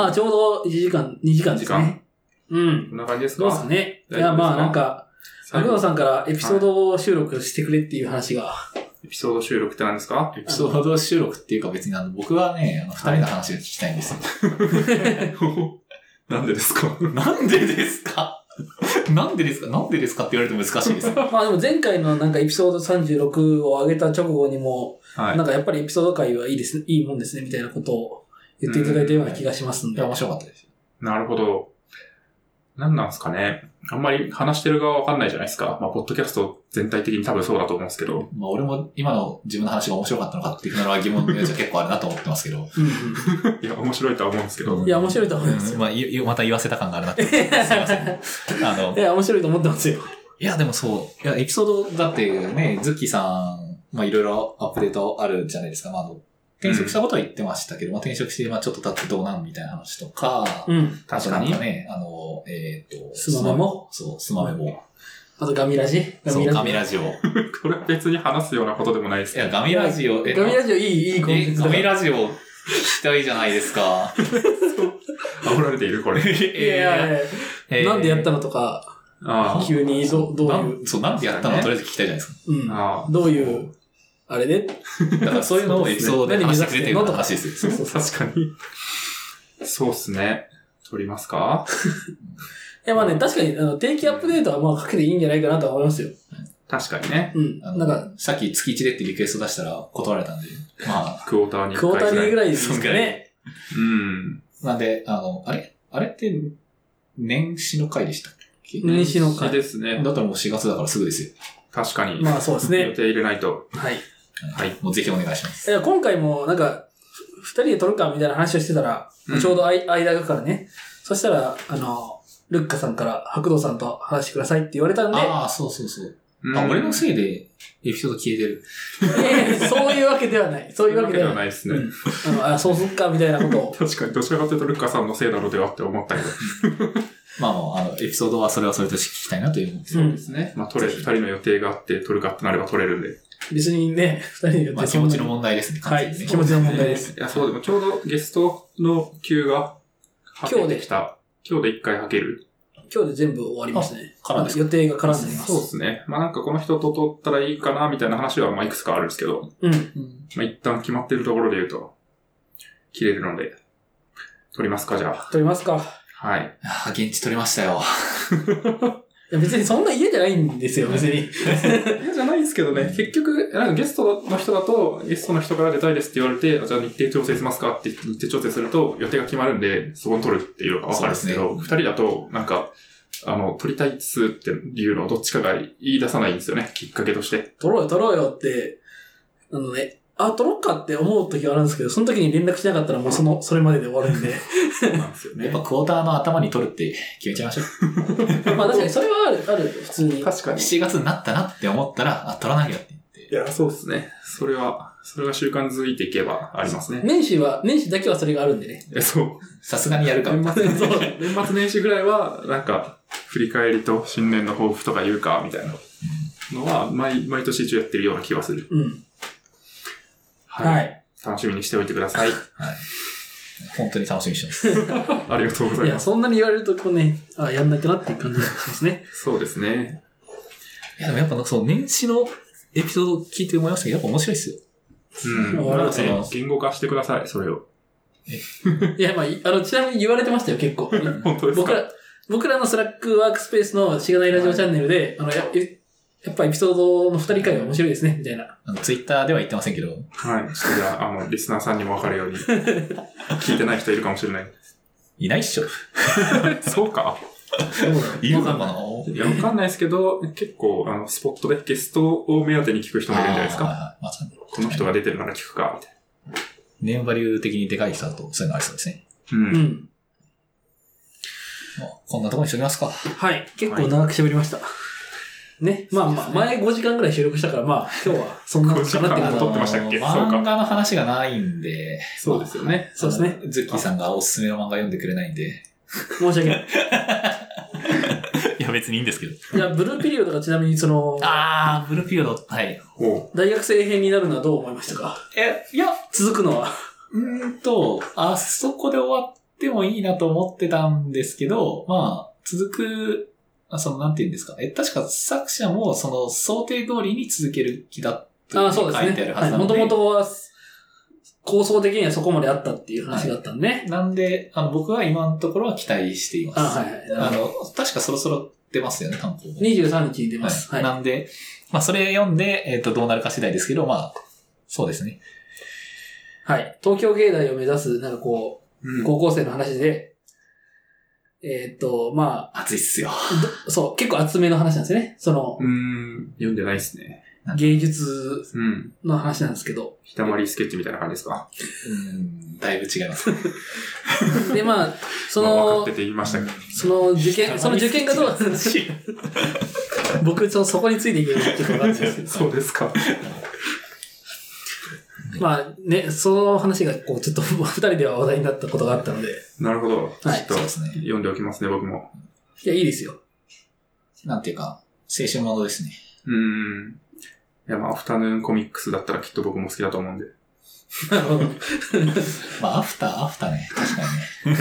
Speaker 2: あ、ちょうど1時間、2時間ですね。うん。
Speaker 3: こんな感じです
Speaker 2: どう
Speaker 3: か
Speaker 2: ですかね。い
Speaker 3: 大丈夫ですか
Speaker 2: や、まあなんか、
Speaker 3: 最
Speaker 2: 白
Speaker 3: 後
Speaker 2: 野さんからエピソードを収録してくれっていう話が。
Speaker 3: エピソード収録って何ですか
Speaker 1: エピソード収録っていうか別にあの、僕はね、あの、二人の話が聞きたいんですよ。
Speaker 3: [LAUGHS] なんでですか
Speaker 1: [LAUGHS] なんでですかなんでですかなんでですかって言われても難しいですよ。
Speaker 2: [LAUGHS] まあでも前回のなんかエピソード36を上げた直後にも、
Speaker 3: は
Speaker 2: なんかやっぱりエピソード回はいいですね、いいもんですね、みたいなことを言っていただいたような気がしますん
Speaker 1: い
Speaker 2: で。
Speaker 1: や、面白かったですよ。
Speaker 3: なるほど。何なんですかね。あんまり話してる側はわかんないじゃないですか。まあ、ポッドキャスト全体的に多分そうだと思うんですけど。 [LAUGHS]
Speaker 1: まあ俺も今の自分の話が面白かったのかっていうのは疑問の余地は結構あるなと思ってますけど。
Speaker 2: うん
Speaker 3: いや、面白いとは思うんですけど。
Speaker 2: うん。いや、面白いと思います
Speaker 1: うん
Speaker 2: よ。
Speaker 1: まあ、ゆゆまた言わせた感があるなって。すいません。あの
Speaker 2: い、や、面白いと思ってますよ。
Speaker 1: いや、でもそう。いや、エピソードだってね、ズッキーさん、まあいろいろアップデートあるじゃないですか。まあ、あの転職したことは言ってましたけど、まあ転職して、まあちょっと経ってどうなんみたいな話とか、
Speaker 2: うん。
Speaker 1: あと
Speaker 3: 確
Speaker 1: な
Speaker 3: か
Speaker 1: ん
Speaker 3: に
Speaker 1: か。ね、あの、えっ、と、
Speaker 2: スマメモ
Speaker 1: そう、スマメモ。
Speaker 2: あとガミラジ
Speaker 1: そう、ガミ
Speaker 2: ジ
Speaker 1: ラジオ。い
Speaker 3: これは別に話すようなことでもないですけど。
Speaker 1: や、ガミラジオ、え
Speaker 2: ガミラジオいい、いいコンテ
Speaker 1: え
Speaker 2: ンツだ
Speaker 1: ガ
Speaker 2: か
Speaker 1: ミ
Speaker 2: ら。
Speaker 1: ラジオ、したいじゃないですか。
Speaker 3: [LAUGHS] 煽られている、これ。 [LAUGHS]
Speaker 2: いやいやいや、
Speaker 1: [LAUGHS] えー
Speaker 2: なんでやったのとか、
Speaker 3: あ
Speaker 2: 急にどどう
Speaker 1: ないんそう、なんでやったのはとりあえず聞きたいじゃないですか。
Speaker 2: う、う
Speaker 3: あ。
Speaker 2: ん、
Speaker 3: ああ。
Speaker 2: どういう、あれで、
Speaker 1: だからそういうのをエピソードで話してくれてるような
Speaker 2: 何目
Speaker 1: 話ですよ。
Speaker 3: 確かに。そうっすね。撮りますか
Speaker 2: いやまあね、確かにあの定期アップデートはまあかけていいんじゃないかなとは思いますよ。
Speaker 3: 確かにね。
Speaker 2: うん。
Speaker 1: あ
Speaker 2: な
Speaker 1: の
Speaker 2: んか、
Speaker 1: さっき月1でってリクエスト出したら断られた
Speaker 2: [LAUGHS]
Speaker 1: んで。まあ、
Speaker 3: クォーターに一
Speaker 2: クォータ
Speaker 3: 回
Speaker 2: リーぐ
Speaker 3: い。
Speaker 2: らいです
Speaker 1: そん
Speaker 2: か
Speaker 1: ぐらい
Speaker 2: ね。
Speaker 3: うん。
Speaker 1: なんで、あの、あれあれって、年始の回でしたっけ
Speaker 2: 年始の
Speaker 3: 年
Speaker 2: 回。
Speaker 3: ですね。
Speaker 1: だったらもう4月だからすぐですよ。
Speaker 3: 確かに。
Speaker 2: まあそうです
Speaker 3: 予
Speaker 2: ね。
Speaker 3: 定入れないと。
Speaker 2: はい。い
Speaker 3: はい。
Speaker 1: もうぜひお願いします。
Speaker 2: や今回もなんか、ふ二人で撮るかみたいな話をしてたら、
Speaker 3: うん
Speaker 2: ちょうどあい間がからね。そしたら、あの、ルッカさんから白道さんと話してくださいって言われたんで、
Speaker 1: ああ、そうそうそう。あ、
Speaker 3: うん
Speaker 1: 俺のせいでエピソード消えてる。
Speaker 2: いやいやそういうわけではない。そう
Speaker 3: そう
Speaker 2: い
Speaker 3: いうう
Speaker 2: わ
Speaker 3: わけ
Speaker 2: け
Speaker 3: で
Speaker 2: では
Speaker 3: は
Speaker 2: な。
Speaker 3: ないいですね。
Speaker 2: うんあのあ、そうすっかみたいなことを。
Speaker 3: 確かに、どちらかというと、ルッカさんのせいだろうではって思った [LAUGHS] けど。
Speaker 1: まあもう、あの、エピソードはそれはそれとして聞きたいなという思うんです
Speaker 2: うん
Speaker 3: ですね。まあ、取れ、二人の予定があって、取るかってなれば取れるんで。
Speaker 2: 別にね、二人によって
Speaker 1: まあ気
Speaker 2: そん
Speaker 1: 持
Speaker 2: な
Speaker 1: ち
Speaker 2: に
Speaker 1: の問題ですね、
Speaker 2: は
Speaker 1: 完全
Speaker 2: い、
Speaker 1: にね
Speaker 2: 気持ちの問題です。
Speaker 3: いや、そう、でもちょうどゲストの級が、
Speaker 2: 今日で
Speaker 3: できた。今日で一回はける。
Speaker 2: 今日で全部終わりますね。
Speaker 1: あ絡んでます
Speaker 2: 予定が絡んでいます。
Speaker 3: そうですね。まあなんかこの人と取ったらいいかな、みたいな話は、まあいくつかあるんですけど、
Speaker 2: うん。
Speaker 1: うん
Speaker 3: まあ一旦決まってるところで言うと、切れるので、取りますか、じゃあ。
Speaker 2: 撮りますか。
Speaker 3: はい。
Speaker 1: ああ、現地取れましたよ。
Speaker 2: いや別にそんな家じゃないんですよ、別に。
Speaker 3: いや、じゃないですけどね、結局、なんかゲストの人だと、ゲストの人から出たいですって言われて、あじゃあ日程調整しますかって日程調整すると、予定が決まるんで、そこに取るっていうのがわかるんですけ
Speaker 1: そう
Speaker 3: ど、
Speaker 1: で
Speaker 3: 二、
Speaker 1: すね
Speaker 3: 人だと、なんか、あの、取りたいっすっていうのをどっちかが言い出さないんですよね、きっかけとして。
Speaker 2: 撮ろうよ、撮ろうよって、あのね、あ、撮ろうかって思う時はあるんですけど、その時に連絡しなかったらもうその、それまでで終わるんで。
Speaker 3: そうなんですよ
Speaker 1: や
Speaker 3: ね
Speaker 1: っぱ。クォーターの頭に取るって決めちゃいましょう。
Speaker 2: まあ確かにそれはある、ある、普通に。
Speaker 3: 確かに。
Speaker 1: 7月になったなって思ったら、あ、取らなきゃって言って。
Speaker 3: いや、そうですね。それは、それが習慣づいていけばありますね。
Speaker 2: 年始は、年始だけはそれがあるんでね。
Speaker 3: えそう。
Speaker 1: さすがにやるかも。
Speaker 3: 年末年始 [LAUGHS]
Speaker 2: そう
Speaker 3: 年末年始ぐらいは、なんか、振り返りと新年の抱負とか言うか、みたいなのは、毎、毎年一応やってるような気がする。
Speaker 2: うん。はい。
Speaker 3: 楽しみにしておいてください。
Speaker 1: 本当に楽しみにしてます。
Speaker 3: ありがとうござ
Speaker 2: い
Speaker 3: い
Speaker 2: や、
Speaker 3: ます。
Speaker 2: そんなに言われるとこうね、あ、やんないかなっていう感じがしま
Speaker 3: [LAUGHS]
Speaker 2: すね。
Speaker 3: そうですね。
Speaker 1: いや、でもやっぱそう、年始のエピソードを聞いて思いましたけど、やっぱ面白いですよ。
Speaker 3: うん。な
Speaker 2: わかり
Speaker 3: の
Speaker 2: ました
Speaker 3: で、言語化してください、それを。
Speaker 2: いや、まあ、いあの、ちなみに言われてましたよ、結構。
Speaker 3: 本当です
Speaker 2: 僕、
Speaker 3: から
Speaker 2: 僕らのスラックワークスペースのしがないラジオチャンネルで、あの、やややっぱエピソードの二人会は面白いですね、みたいな。
Speaker 1: あの、ツイッターでは言ってませんけど、
Speaker 3: はい。ちょっとじゃあ、あの、リスナーさんにもわかるように、聞いてない人いるかもしれない。
Speaker 1: いないっしょ。
Speaker 3: そうか
Speaker 2: そうなの
Speaker 1: [LAUGHS] いるのか
Speaker 2: わ
Speaker 1: な
Speaker 3: ないや、わかんないですけど、結構、あの、スポットでゲストを目当てに聞く人もいるんじゃないです
Speaker 1: あー
Speaker 3: か。
Speaker 1: はいはいまさに。
Speaker 3: この人が出てるなら聞くか、みたい
Speaker 1: ネームバリュー的にでかい人だと、そういうのありそうですね。
Speaker 2: か
Speaker 3: な。う。
Speaker 2: んなんい
Speaker 1: まあこんなところにしときますか。
Speaker 2: うん。はい。結構長く喋りました。ね。まあまあ、前5時間ぐらい収録したから、まあ、今日はそんなのかなって
Speaker 3: あ
Speaker 2: 感
Speaker 3: 5時間
Speaker 2: じ
Speaker 1: の
Speaker 3: 撮ってましたっけそうか
Speaker 1: 漫画の話がないんで、
Speaker 3: そうですよね。
Speaker 2: そうですね
Speaker 1: あの。ズッキーさんがおすすめの漫画読んでくれないんで。
Speaker 2: 申し訳ない。
Speaker 1: いや、別にいいんですけど。
Speaker 2: いや、ブルーピリオドがちなみに、その、
Speaker 1: あー、ブルーピリオド。はい。
Speaker 3: おう
Speaker 2: 大学生編になるのはどう思いましたか
Speaker 1: え、いや、
Speaker 2: 続くのは。
Speaker 1: うーんと、あそこで終わってもいいなと思ってたんですけど、まあ、続く、あその、なんて言うんですか。え、確か作者も、その、想定通りに続ける気だと
Speaker 2: あ
Speaker 1: いう
Speaker 2: あ、
Speaker 1: ふう
Speaker 2: そう
Speaker 1: に
Speaker 2: で
Speaker 1: 書い
Speaker 2: す
Speaker 1: てあ
Speaker 2: ね。
Speaker 1: るは
Speaker 2: は
Speaker 1: ず
Speaker 2: い。
Speaker 1: な
Speaker 2: も
Speaker 1: ので、
Speaker 2: ともとは、構想的にはそこまであったっていう話があったんでね。
Speaker 1: なんで、あの、僕は今のところは期待しています。
Speaker 2: あはいはい
Speaker 1: あの、確かそろそろ出ますよね、単行本。
Speaker 2: 23日に出ます。
Speaker 1: は。
Speaker 2: はいい。
Speaker 1: なんで、まあ、それ読んで、えっ、と、どうなるか次第ですけど、まあ、そうですね。
Speaker 2: はい。東京芸大を目指す、なんかこう、
Speaker 3: うん
Speaker 2: 高校生の話で、えーっと、ま
Speaker 1: 熱いっすよ。
Speaker 2: あ、どそう、結構厚めの話なんですよね。その
Speaker 3: う、ーん、読んでないですね。
Speaker 2: 芸術
Speaker 3: うん。
Speaker 2: の話なんですけど。
Speaker 3: ひたまりスケッチみたいな感じですか。
Speaker 1: うん、だいぶ違
Speaker 2: [LAUGHS]
Speaker 1: います。
Speaker 2: で、まあ、そ
Speaker 3: まあ分かっ
Speaker 2: の
Speaker 3: て、て言いましたけ
Speaker 1: [LAUGHS]
Speaker 3: ど。
Speaker 2: その受験、その受験がどう、 [LAUGHS] 僕、そのそこについていけるかちょっと分かんないですけど。
Speaker 3: そうですか。
Speaker 2: まあね、その話が、こう、ちょっと、まあ二人では話題になったことがあったので。
Speaker 3: なるほど。ちょ
Speaker 2: はい
Speaker 3: っと
Speaker 1: そうですね。
Speaker 3: 読んでおきますね、僕も。
Speaker 2: いや、いいですよ。
Speaker 1: なんていうか、青春ものですね。
Speaker 3: うーん。いや、まあ、アフタヌーンコミックスだったらきっと僕も好きだと思うんで。
Speaker 2: なるほど。
Speaker 1: まあ、アフター、アフターね。確かにね。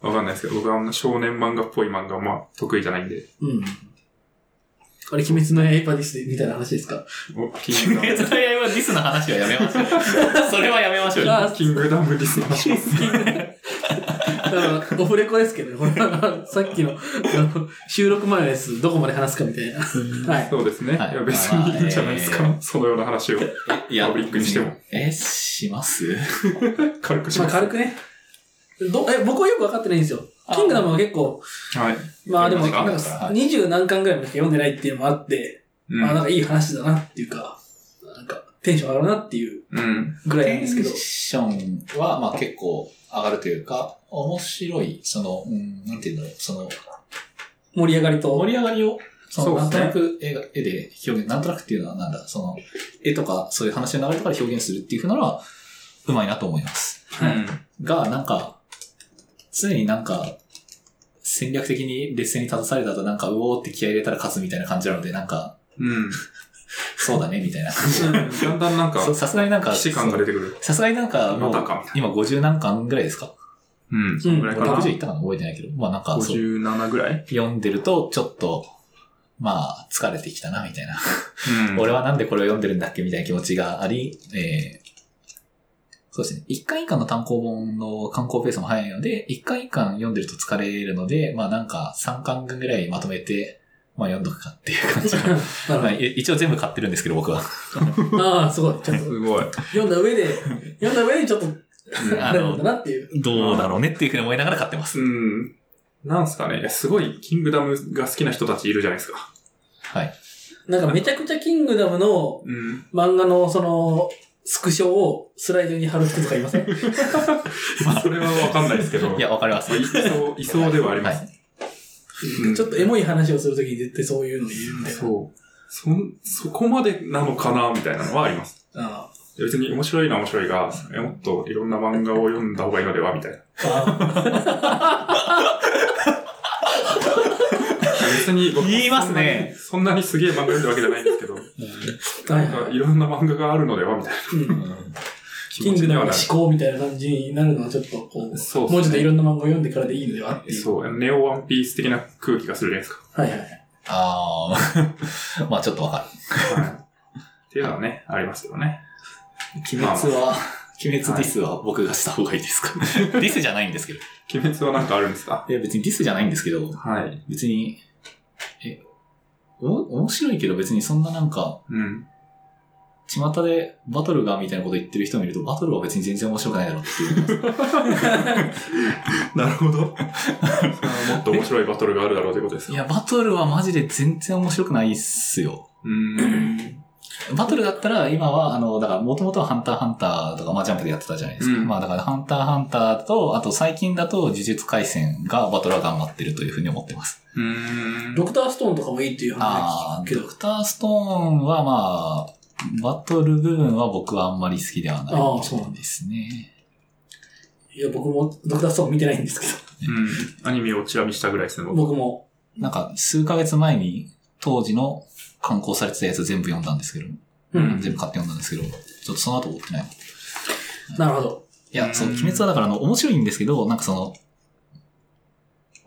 Speaker 3: わかんないですけど、僕はあんな少年漫画っぽい漫画はまあ、得意じゃないんで。
Speaker 2: うん。あれ、鬼滅の刃です、みたいな話ですか
Speaker 3: お、キングダム。
Speaker 1: の刃ディスの話はやめまし [LAUGHS] ょう。それはやめましょう。
Speaker 2: あ
Speaker 3: キングダムディスの話です。
Speaker 2: だから、オフレコですけどね、これはさっきの、あの収録前のやつ、どこまで話すかみたいな。はい。
Speaker 3: そうですね。い
Speaker 1: はい
Speaker 3: や、別にいいんじゃないです
Speaker 1: まあまあ
Speaker 3: か。そのような話を
Speaker 1: い
Speaker 3: パブリックにしても。
Speaker 1: え、します
Speaker 3: 軽くし
Speaker 2: まあ、
Speaker 3: ます。
Speaker 2: 軽くね。どえ僕はよく分かってないんですよ。
Speaker 1: あ
Speaker 2: キングダムは結構、
Speaker 3: はい。
Speaker 2: まあでも、
Speaker 3: 読
Speaker 2: なん
Speaker 3: み
Speaker 2: か
Speaker 3: ま
Speaker 1: したはい
Speaker 2: 二十何巻ぐらいまでしか読んでないっていうのもあって、
Speaker 3: うん。
Speaker 2: まあなんかいい話だなっていうか、なんかテンション上がるなっていう
Speaker 3: うん。
Speaker 2: ぐらい
Speaker 1: テ
Speaker 2: なんで
Speaker 1: ン
Speaker 2: すけど。
Speaker 1: ションは、まあ結構上がるというか、面白い、その、うん、なんていうんだろう、その、
Speaker 2: 盛り上がりと。
Speaker 1: 盛り上がりを、その、
Speaker 3: そ
Speaker 1: な
Speaker 3: うんで
Speaker 1: と
Speaker 3: すね
Speaker 1: なく絵が絵で表現、なんとなくっていうのはなんだ、その、絵とかそういう話の流れとかで表現するっていうふうなのは、うまいなと思います。
Speaker 2: はい
Speaker 1: が、なんか、常になんか、戦略的に劣勢に立たされたとなんか、うおーって気合い入れたら勝つみたいな感じなので、なんか、
Speaker 3: うん。
Speaker 1: そうだね、みた
Speaker 3: [LAUGHS]
Speaker 1: いな。
Speaker 3: だんだんなんか、
Speaker 1: そうさすがになんか、
Speaker 3: 騎士感が出てくる。
Speaker 1: さすがになんか、もう
Speaker 3: またか
Speaker 1: 今50何巻ぐらいですか
Speaker 3: うん。そのぐらいかな。
Speaker 1: ?60 いったかな覚えてないけど、まあなんか、そう
Speaker 3: 57ぐらい
Speaker 1: 読んでると、ちょっと、まあ、疲れてきたな、みたいな。
Speaker 3: うん
Speaker 1: 俺はなんでこれを読んでるんだっけみたいな気持ちがあり、えーそうですね。一巻一巻の単行本の観光ペースも早いので、一巻一巻読んでると疲れるので、まあなんか3巻ぐらいまとめて、まあ読んどくかっていう感
Speaker 2: [LAUGHS]
Speaker 1: じ [LAUGHS] が。
Speaker 2: なるほ
Speaker 1: ま
Speaker 2: ど
Speaker 1: あい一応全部買ってるんですけど、僕は。
Speaker 2: ああ、すごい。ちょっと
Speaker 3: すごい。
Speaker 2: 読んだ上で、読んだ上にちょっと、
Speaker 3: うん
Speaker 2: あれなんだなっていう。
Speaker 1: どうだろうねっていうふうに思いながら買ってます。
Speaker 3: うん。なんすかね。いやすごい、キングダムが好きな人たちいるじゃないですか。
Speaker 1: はい。
Speaker 2: なんかめちゃくちゃキングダムの
Speaker 3: うん。
Speaker 2: 漫画のその、スクショをスライドに貼る人とかいませ
Speaker 3: [LAUGHS]
Speaker 2: ん
Speaker 3: それはわかんないですけど。
Speaker 1: いや、わかります。
Speaker 3: いそう、いそうではあります。
Speaker 1: はい
Speaker 3: うん
Speaker 2: ちょっとエモい話をするときに絶対そういうの言うみたいな。
Speaker 3: そう。そん、そこまでなのかなみたいなのはあります。
Speaker 2: あ
Speaker 3: いや別に面白いのは面白いが、えもっといろんな漫画を読んだ方がいいのではみたいな。
Speaker 2: あ
Speaker 3: 別に僕
Speaker 1: 言いますね
Speaker 3: そんなにそんなにすげえ漫画読んだわけじゃないんですけど、
Speaker 2: あ、はい
Speaker 3: なん
Speaker 2: は
Speaker 3: か
Speaker 2: い。
Speaker 3: いろんな漫画があるのではみたいな
Speaker 2: うん
Speaker 3: 気
Speaker 2: キ
Speaker 3: 持
Speaker 2: ン
Speaker 3: ち
Speaker 2: グ
Speaker 3: に
Speaker 2: ダム
Speaker 3: は
Speaker 2: の
Speaker 3: な
Speaker 2: 思
Speaker 3: る。
Speaker 2: 考みたいな感じになるのはちょっとこう、
Speaker 3: そうっすね
Speaker 2: もうちょっといろんな漫画を読んでからでいいのではっていう。
Speaker 3: そう、ネオワンピース的な空気がするじゃないです
Speaker 2: はいはい。
Speaker 1: ああ [LAUGHS] まあちょっとわかる。
Speaker 3: か。はいっていうのはね、ありますよね。
Speaker 1: 鬼滅は、鬼滅ディスは僕がした方がいいですか [LAUGHS] ディスじゃないんですけど。
Speaker 3: 鬼滅はなんかあるんですか
Speaker 1: いや、別にディスじゃないんですけど、
Speaker 3: はい。
Speaker 1: 別に、え、お、面白いけど別にそんななんか、
Speaker 3: うん。
Speaker 1: 巷でバトルがみたいなこと言ってる人を見ると、バトルは別に全然面白くないだろうっていう。
Speaker 3: なるほど。もっと面白いバトルがあるだろうということ
Speaker 2: [LAUGHS]
Speaker 3: です
Speaker 1: い
Speaker 3: か
Speaker 1: や、バトルはマジで全然面白くないっすよ。
Speaker 3: うーん。
Speaker 1: バトルだったら、今は、あの、だから、もともとはハンターハンターとか、まあ、ジャンプでやってたじゃないですか。
Speaker 3: うん
Speaker 1: まあ、だから、ハンターハンターと、あと、最近だと、呪術回戦が、バトルは頑張ってるというふうに思ってます。
Speaker 3: うーん。
Speaker 2: ドクターストーンとかもいいっていう話
Speaker 1: あ
Speaker 2: 聞
Speaker 1: あ、
Speaker 2: くけ
Speaker 1: ド
Speaker 2: ど。
Speaker 1: クターストーンはまあ、バトル部分は僕はあんまり好きではな
Speaker 2: ああそうなん
Speaker 1: いですね。
Speaker 2: いや、僕もドクターストーン見てないんですけ
Speaker 3: うん。アニメをチラ見したぐらいですね、
Speaker 2: ど。
Speaker 3: 僕。
Speaker 2: 僕も。
Speaker 1: なんか、数ヶ月前に当時の刊行されてたやつ全部読んだんですけど、
Speaker 2: うん。
Speaker 1: 全部買って読んだんですけど、ちょっとその後追ってない。い
Speaker 2: なるほど。
Speaker 1: や、そう、
Speaker 3: うん
Speaker 1: 鬼滅はだからあの、面白いんですけど、なんかその、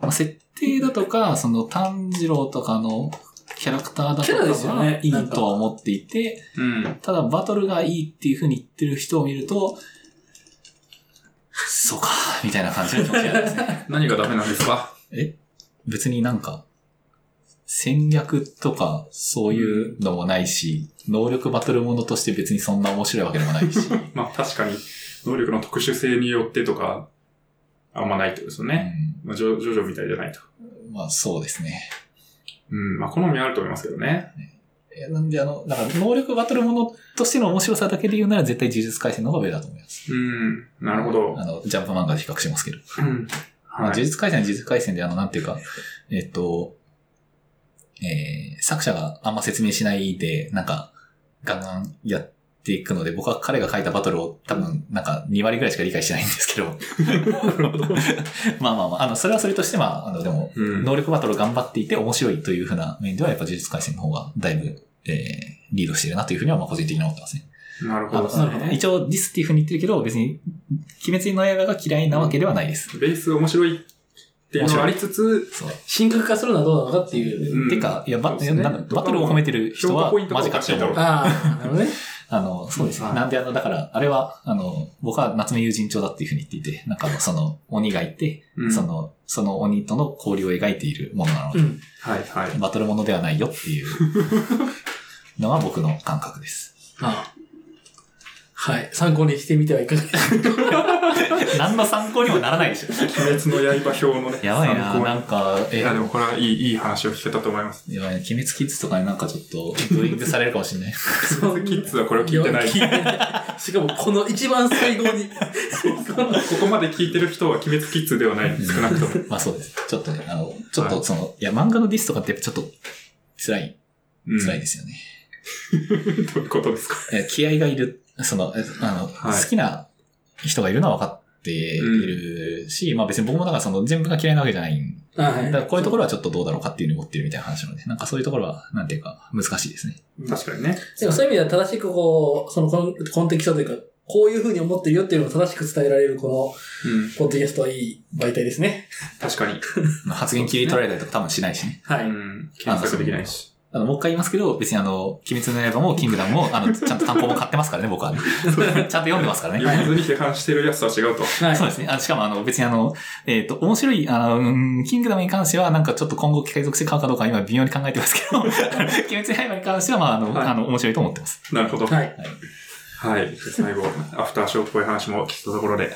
Speaker 1: まあ、設定だとか、その炭治郎とかのキャラクターだと
Speaker 2: キャラです
Speaker 1: か
Speaker 2: よ
Speaker 1: は
Speaker 2: ね
Speaker 1: いいとは思っていて、
Speaker 3: うん。
Speaker 1: ただバトルがいいっていう風に言ってる人を見ると、そうか、みたいな感じの気持ちになりますね。
Speaker 3: 何がダメなんですか
Speaker 1: 別になんか、戦略とかそういうのもないし、能力バトルものとして別にそんな面白いわけで
Speaker 3: [LAUGHS]
Speaker 1: もないし、うん
Speaker 3: まあ確かに、能力の特殊性によってとか、あんまないってことですよね。まあ、ジョジョジョみたいじゃないと。
Speaker 1: まあそうですね。
Speaker 3: うん、まあ、好みあると思いますけどね。
Speaker 1: いやなんであの、なんか能力バトルものとしての面白さだけで言うなら絶対呪術回戦の方が上だと思います。
Speaker 3: うん、なるほど。
Speaker 1: あの、ジャンプ漫画で比較しますけど。
Speaker 3: うん。
Speaker 1: まあ、
Speaker 3: は
Speaker 1: 呪
Speaker 3: い。
Speaker 1: 術回戦は呪術回戦で、あの、なんていうか、えっと、えー、作者があんま説明しないで、なんか、ガンガンやっていくので、僕は彼が書いたバトルを多分、なんか2割ぐらいしか理解してないんですけど。 [LAUGHS] まあまあまあ、あの、それはそれとして、まあ、あの、でも、
Speaker 3: うん。
Speaker 1: 能力バトルを頑張っていて面白いというふうな面では、やっぱ呪術回戦の方がだいぶ、えー、リードしてるなというふうには、まあ、個人的に思ってますね。
Speaker 3: なる
Speaker 1: あ
Speaker 3: ほ
Speaker 1: の
Speaker 3: ど。
Speaker 2: なるほど
Speaker 1: 一応、ディスっていうふうに言ってるけど、別に、鬼滅の刃が嫌いなわけではないです。
Speaker 3: ベース面白いっていうのがありつつ、
Speaker 1: そう。
Speaker 2: 神格化するのはどうなのかっていう。
Speaker 3: うん
Speaker 1: てか、いや、
Speaker 3: そ
Speaker 1: バ
Speaker 3: うですね
Speaker 1: なんかバトルを褒めてる人
Speaker 3: 評価
Speaker 1: は
Speaker 3: ポイン、トが
Speaker 1: マジ
Speaker 3: お
Speaker 1: か
Speaker 3: か
Speaker 1: っ
Speaker 3: していだ
Speaker 1: 思
Speaker 3: ろう。
Speaker 1: う
Speaker 2: ああ、なるほどね。
Speaker 1: あの、そうですね。
Speaker 3: はい
Speaker 1: なんであの、だから、あれは、あの、僕は夏目友人帳だっていうふうに言っていて、なんかあの、その、鬼がいて、
Speaker 3: うん
Speaker 1: その、その鬼との交流を描いているものなの
Speaker 2: う
Speaker 1: で、
Speaker 2: ん。
Speaker 3: はいはい。
Speaker 1: バトルものではないよっ
Speaker 3: [LAUGHS]
Speaker 1: ていうのは僕の感覚です。
Speaker 2: ああはい。参考にしてみてはいかがでしょう
Speaker 1: 何の参考にもならないでしょ。
Speaker 3: 鬼滅の刃表のね、
Speaker 1: やばい
Speaker 3: 参
Speaker 1: な、
Speaker 3: 考に
Speaker 1: なんか、
Speaker 3: い
Speaker 1: え、
Speaker 3: や、でもこれはいい、いい話を聞けたと思います。
Speaker 1: やばいな、鬼滅キッズとかになんかちょっと、ブーイングされるかもし
Speaker 3: [LAUGHS]
Speaker 1: れない。
Speaker 2: そんな
Speaker 3: キッズはこれを聞いてない。
Speaker 2: いや聞いてないしかも、この一番最後に。
Speaker 3: ここまで聞いてる人は鬼滅キッズではない。少なくとも。
Speaker 1: まあそうです。ちょっとね、あの、ちょっ
Speaker 3: は
Speaker 1: とその、い、や、漫画のディスとかってやっぱちょっと、辛い、
Speaker 3: うん
Speaker 1: 辛いですよね。
Speaker 3: どういうことですか
Speaker 1: え気合がいる、その、えあの、
Speaker 3: はい
Speaker 1: 好きな人がいるのは分かっているし、まあ別に僕もだからその全部が嫌いなわけじゃないんで
Speaker 2: ああは
Speaker 1: だ
Speaker 2: い
Speaker 1: からこういうところはちょっとどうだろうかっていうふうに思ってるみたいな話なので、なんかそういうところは、なんていうか、難しいですね。
Speaker 3: 確かにね。
Speaker 2: でもそういう意味では正しくこう、そのコンコンテキストというか、こういう風に思ってるよっていうのを正しく伝えられるこ
Speaker 3: うん
Speaker 2: の、。ポッドキャストはいい媒体ですね。
Speaker 3: 確かに。
Speaker 1: まあ発言切り取られたりとか多分しないしね。
Speaker 2: は
Speaker 3: う
Speaker 2: い。
Speaker 3: ん。検索できないし。
Speaker 1: あの、もう一回言いますけど、別にあの、鬼滅の刃も、キングダムも、あの、ちゃんと単行本買ってますからね、 [LAUGHS] 僕はね。ちゃんと読んでますからね。
Speaker 3: 読まずに批判してるやつとは違うと。
Speaker 2: はい
Speaker 1: そうですね。あしかも、あの、別にあの、えっ、と、面白い、あの、うんキングダムに関しては、なんかちょっと今後継続して買うかどうかは今微妙に考えてますけど、鬼 [LAUGHS] 滅の刃に関しては、まあ、あの、
Speaker 3: はい
Speaker 1: あの、面白いと思ってます。
Speaker 3: なるほど。は
Speaker 2: はい。
Speaker 3: い。最後、アフターショーっぽい話も聞いたところで、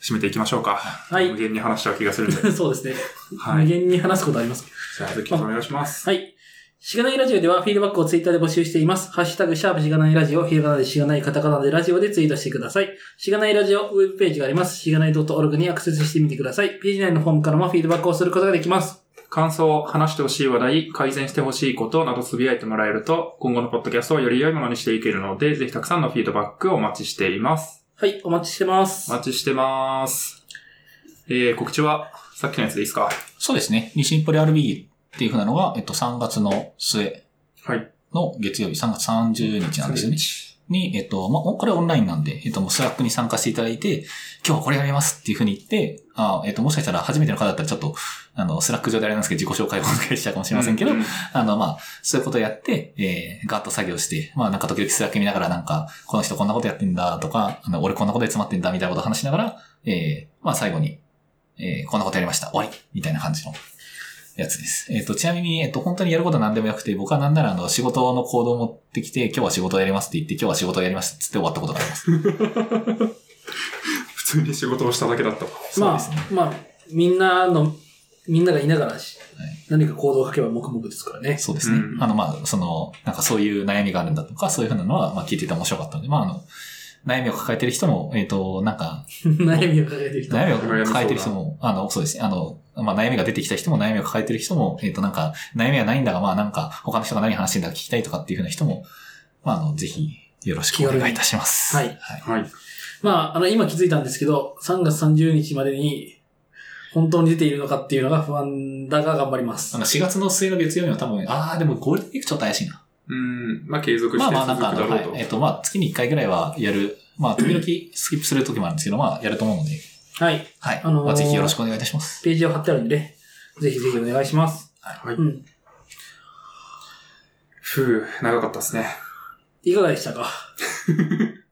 Speaker 3: 締めていきましょうか。はい無限に話した気がす [LAUGHS] るんで。
Speaker 2: [LAUGHS] そうですね。
Speaker 3: は
Speaker 2: 無
Speaker 3: い。
Speaker 2: 限に話すことあります
Speaker 3: じゃあ、鈴木さんお願いします。
Speaker 2: はい。しがないラジオではフィードバックをツイッターで募集しています。ハッシュタグ、シャープしがないラジオ、ひらがなでしがないカタカナでラジオでツイートしてください。しがないラジオウェブページがあります。しがない .org にアクセスしてみてください。ページ内のフォームからもフィードバックをすることができます。
Speaker 3: 感想、話してほしい話題、改善してほしいことなどつぶやいてもらえると、今後のポッドキャストをより良いものにしていけるので、ぜひたくさんのフィードバックをお待ちしています。
Speaker 2: はい、お待ちしてます。
Speaker 3: お待ちしてます。えー、告知は、さっきのやつでいいですか
Speaker 1: そうですね。西日暮里 RB っていうふうなのが、えっと、3月の末
Speaker 3: はい。
Speaker 1: の月曜日、3月30日なんですよね。
Speaker 3: 日。
Speaker 1: に、えっと、まあ、おこれオンラインなんで、えっと、もうスラックに参加していただいて、今日はこれやりますっていうふうに言って、あえっと、もしかしたら初めての方だったらちょっと、あの、スラック上であれなんですけど、自己紹介をお願いしちゃうかもしれませんけど、
Speaker 3: う
Speaker 1: あの、まあ、そういうことをやって、えー、ガッと作業して、まあ、なんか時々スラック見ながら、なんか、この人こんなことやってんだとか、あの、俺こんなことで詰まってんだみたいなことを話しながら、えー、まあ、最後に、えー、こんなことやりました、終わりみたいな感じのやつです。えっ、と、ちなみに、えっ、と、本当にやることは何でもよくて、僕はなんなら、あの、仕事の行動を持ってきて、今日は仕事をやりますって言って、今日は仕事をやりますっつって終わったことがあります。
Speaker 3: 普通に仕事をしただけだったわ。
Speaker 1: そうですね。
Speaker 2: まあ、まあ、みんなの、みんながいながらし、
Speaker 1: はい
Speaker 2: 何か行動を書けば黙々ですからね。 [LAUGHS]
Speaker 1: そうですね。
Speaker 3: うん
Speaker 1: あの、まあ、その、なんかそういう悩みがあるんだとか、そういうふうなのは、まあ、聞いてて面白かったので、まあ、あの、悩みを抱えてる人も、えっ、と、なんか、
Speaker 2: 悩みを抱えてる人。
Speaker 1: 悩みを抱えてる人も、あの、そうですね。あの、まあ、悩みが出てきた人も、悩みを抱えてる人も、えっ、と、なんか、悩みはないんだが、まあ、なんか、他の人が何話してんだか聞きたいとかっていうふうな人も、まあ、あの、ぜひ、よろしくお願いいたします。
Speaker 2: 気軽に
Speaker 1: はい。
Speaker 3: はい。
Speaker 2: まあ、あの、今気づいたんですけど、3月30日までに、本当に出ているのかっていうのが不安だが頑張ります
Speaker 1: あ。の、4月の末の月曜日は多分、ああ、でもゴールデンウィークちょっと怪しいな。
Speaker 3: うん、まあ継続
Speaker 1: ま
Speaker 3: し
Speaker 1: あ
Speaker 3: て
Speaker 1: まあ、な
Speaker 3: 続
Speaker 1: ん
Speaker 3: くだろ
Speaker 1: かあの、は
Speaker 3: うと。
Speaker 1: い。えっ、と、まあ、月に1回ぐらいはやる、まあ、時々スキップする時もあるんですけど、まあ、やると思うので、
Speaker 2: はい。
Speaker 1: はい。
Speaker 2: あのー
Speaker 1: まあ、ぜひよろしくお願いいたします。
Speaker 2: ページを貼ってあるんでね。ぜひぜひお願いします。
Speaker 3: はい。
Speaker 2: うん。
Speaker 3: ふう長かったですね。
Speaker 2: いかがでしたか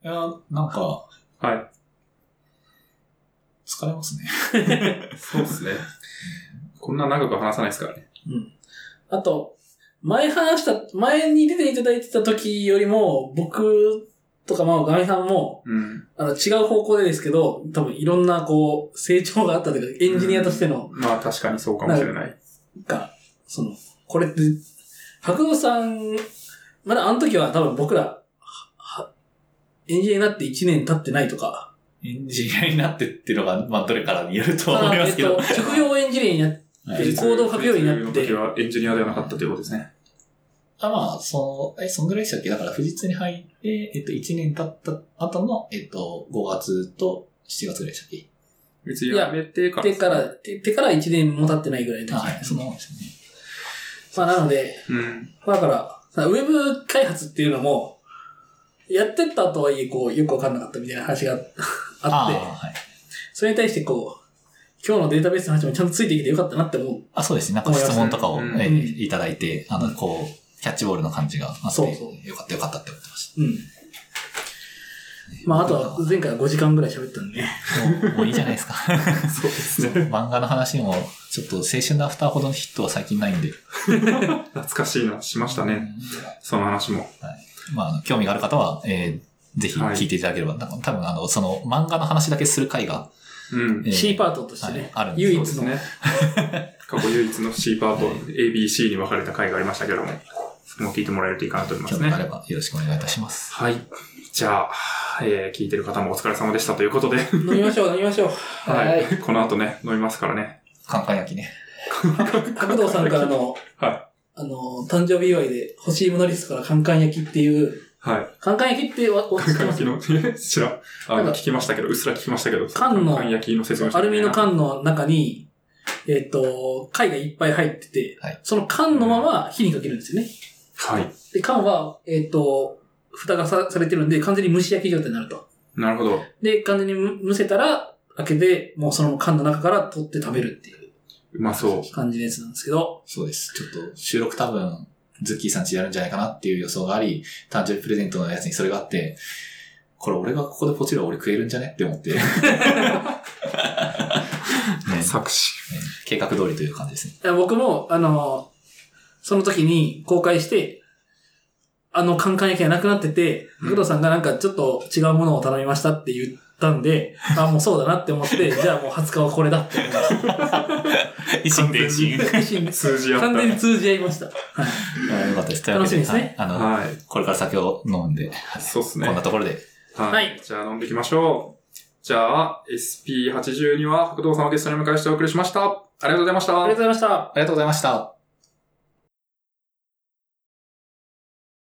Speaker 1: いやー、なんか、
Speaker 3: はい。
Speaker 1: 疲れますね。
Speaker 3: そうですね。こんな長く話さないですからね。
Speaker 2: うん。あと、前話した、前に出ていただいてた時よりも、僕とか、まあ、ガミさんも、
Speaker 3: うん。
Speaker 2: あの、違う方向でですけど、多分いろんな、こう、成長があったというか、エンジニアとしての、
Speaker 3: まあ確かにそうかもしれない。
Speaker 2: が、その、これって、白鵬さん、まだあの時は多分僕ら、ははエンジニアになって1年経ってないとか、
Speaker 1: エンジニアになってっていうのが、まあ、どれからによるとは思いますけど。
Speaker 2: あえっと、職業エンジニアになって、
Speaker 1: はい
Speaker 2: コードを書くようになって
Speaker 3: 実務の時はエンジニアではなかったということですね。
Speaker 1: あまあ、その、え、そんぐらいでしたっけだから、富士通に入って、えっと、1年経った後の、えっと、5月と7月ぐらいでしたっけ
Speaker 3: 別にやめてから。
Speaker 2: てから、ててから1年も経ってないぐらいの時
Speaker 1: はい、そのままですね。
Speaker 2: まあなので、
Speaker 3: うん。 [LAUGHS]
Speaker 2: だから、さウェブ開発っていうのも、やってったとはいえ、こう、よくわかんなかったみたいな話があって、
Speaker 1: はい。
Speaker 2: それに対してこう、今日のデータベースの話もちゃんとついてきてよかったなって思う。
Speaker 1: あ、そうですね。なんか質問とかを、
Speaker 3: うん
Speaker 1: え
Speaker 2: うん
Speaker 1: いただいて、あの、こう、キャッチボールの感じがあって、
Speaker 2: そうそ
Speaker 1: よかったよかったって思ってまし
Speaker 2: うん。まあ、あとは前回は5時間ぐらい喋ったんでね。
Speaker 1: た。もう、もういいじゃないですか。 [LAUGHS]
Speaker 3: そうですね。
Speaker 1: 漫画の話も、ちょっと青春のアフターほどのヒットは最近ないんで。
Speaker 3: 懐かしいな、しましたね。その話も。
Speaker 1: まああの、興味がある方は、えーぜひ聞いていただければ、なんか多分あの、その漫画の話だけする回が、
Speaker 3: うん。
Speaker 1: えー
Speaker 2: C パートとして
Speaker 1: はい
Speaker 2: ね、
Speaker 1: あるんです
Speaker 2: 唯一
Speaker 3: そ
Speaker 2: の、
Speaker 3: うですね。過去唯一の C パート、ABC に分かれた回がありましたけども、そこも聞いてもらえるといいかなと思いま
Speaker 1: 興
Speaker 3: す
Speaker 1: 味
Speaker 3: ね
Speaker 1: があ。ればよろしくお願いいたします。
Speaker 3: はい。じゃあ、えー聞いてる方もお疲れ様でしたということで、
Speaker 2: 飲みましょう、飲みましょう。
Speaker 3: は。
Speaker 2: はい
Speaker 3: この後ね、飲みますからね。
Speaker 1: カンカン焼きね。
Speaker 2: い。角藤さんからの、
Speaker 3: は
Speaker 2: あの、誕生日祝いで、欲しいものリストからカンカン焼きっていう、
Speaker 3: はい。
Speaker 2: カンカン焼きってわ、わ知って
Speaker 3: 缶
Speaker 2: ます
Speaker 3: 焼きの、 [LAUGHS] 知らん。あ
Speaker 2: なんか
Speaker 3: の、聞きましたけど、うっすら聞きましたけど、
Speaker 2: 缶の
Speaker 3: 缶焼きの説明をして
Speaker 2: ア
Speaker 3: くれな
Speaker 2: ル
Speaker 3: い
Speaker 2: ミの。缶の中に、えっ、と、貝がいっぱい入ってて、
Speaker 1: はい
Speaker 2: その缶のまま火にかけるんですよね。
Speaker 3: はい。
Speaker 2: で、缶は、えっ、と、蓋がさされてるんで、完全に蒸し焼き状態になると。
Speaker 3: なるほど。
Speaker 2: で、完全にむ蒸せたら、開けて、もうその缶の中から取って食べるっていう
Speaker 3: うまそう。
Speaker 2: 感じのやつなんですけど、
Speaker 1: そうです。ちょっと収録多分、ズッキーさんちやるんじゃないかなっていう予想があり、誕生日プレゼントのやつにそれがあって、これ俺がここでポチる俺食えるんじゃねって思って。ね
Speaker 3: 作詞。
Speaker 1: ね [LAUGHS] 計画通りという感じですね。
Speaker 2: いや僕も、あの、その時に公開して、あのカンカン焼きがなくなってて、
Speaker 3: うん
Speaker 2: 工藤さんがなんかちょっと違うものを頼みましたって言ったんで、あ、もうそうだなって思
Speaker 3: [LAUGHS]
Speaker 2: って、じゃあもう20日はこれだって思いまし
Speaker 1: 一
Speaker 3: 心伝
Speaker 1: [LAUGHS]
Speaker 3: 心
Speaker 2: た一心で。
Speaker 3: 数字あった。
Speaker 2: 完全に
Speaker 3: は
Speaker 2: 通じ合いました。はい。
Speaker 1: よかったです。というわ
Speaker 2: 楽
Speaker 1: け
Speaker 2: しみですね
Speaker 1: はいあの、これから酒を飲んで、
Speaker 3: い。そうっすね。
Speaker 1: こんなところで。
Speaker 3: は
Speaker 2: はい
Speaker 3: い。じゃあ飲んでいきましょう。じゃあ、SP82 は白道さんをゲストにお迎えしてお送りしました。ありがとうございました。
Speaker 2: ありがとうございました。
Speaker 1: ありがとうございました。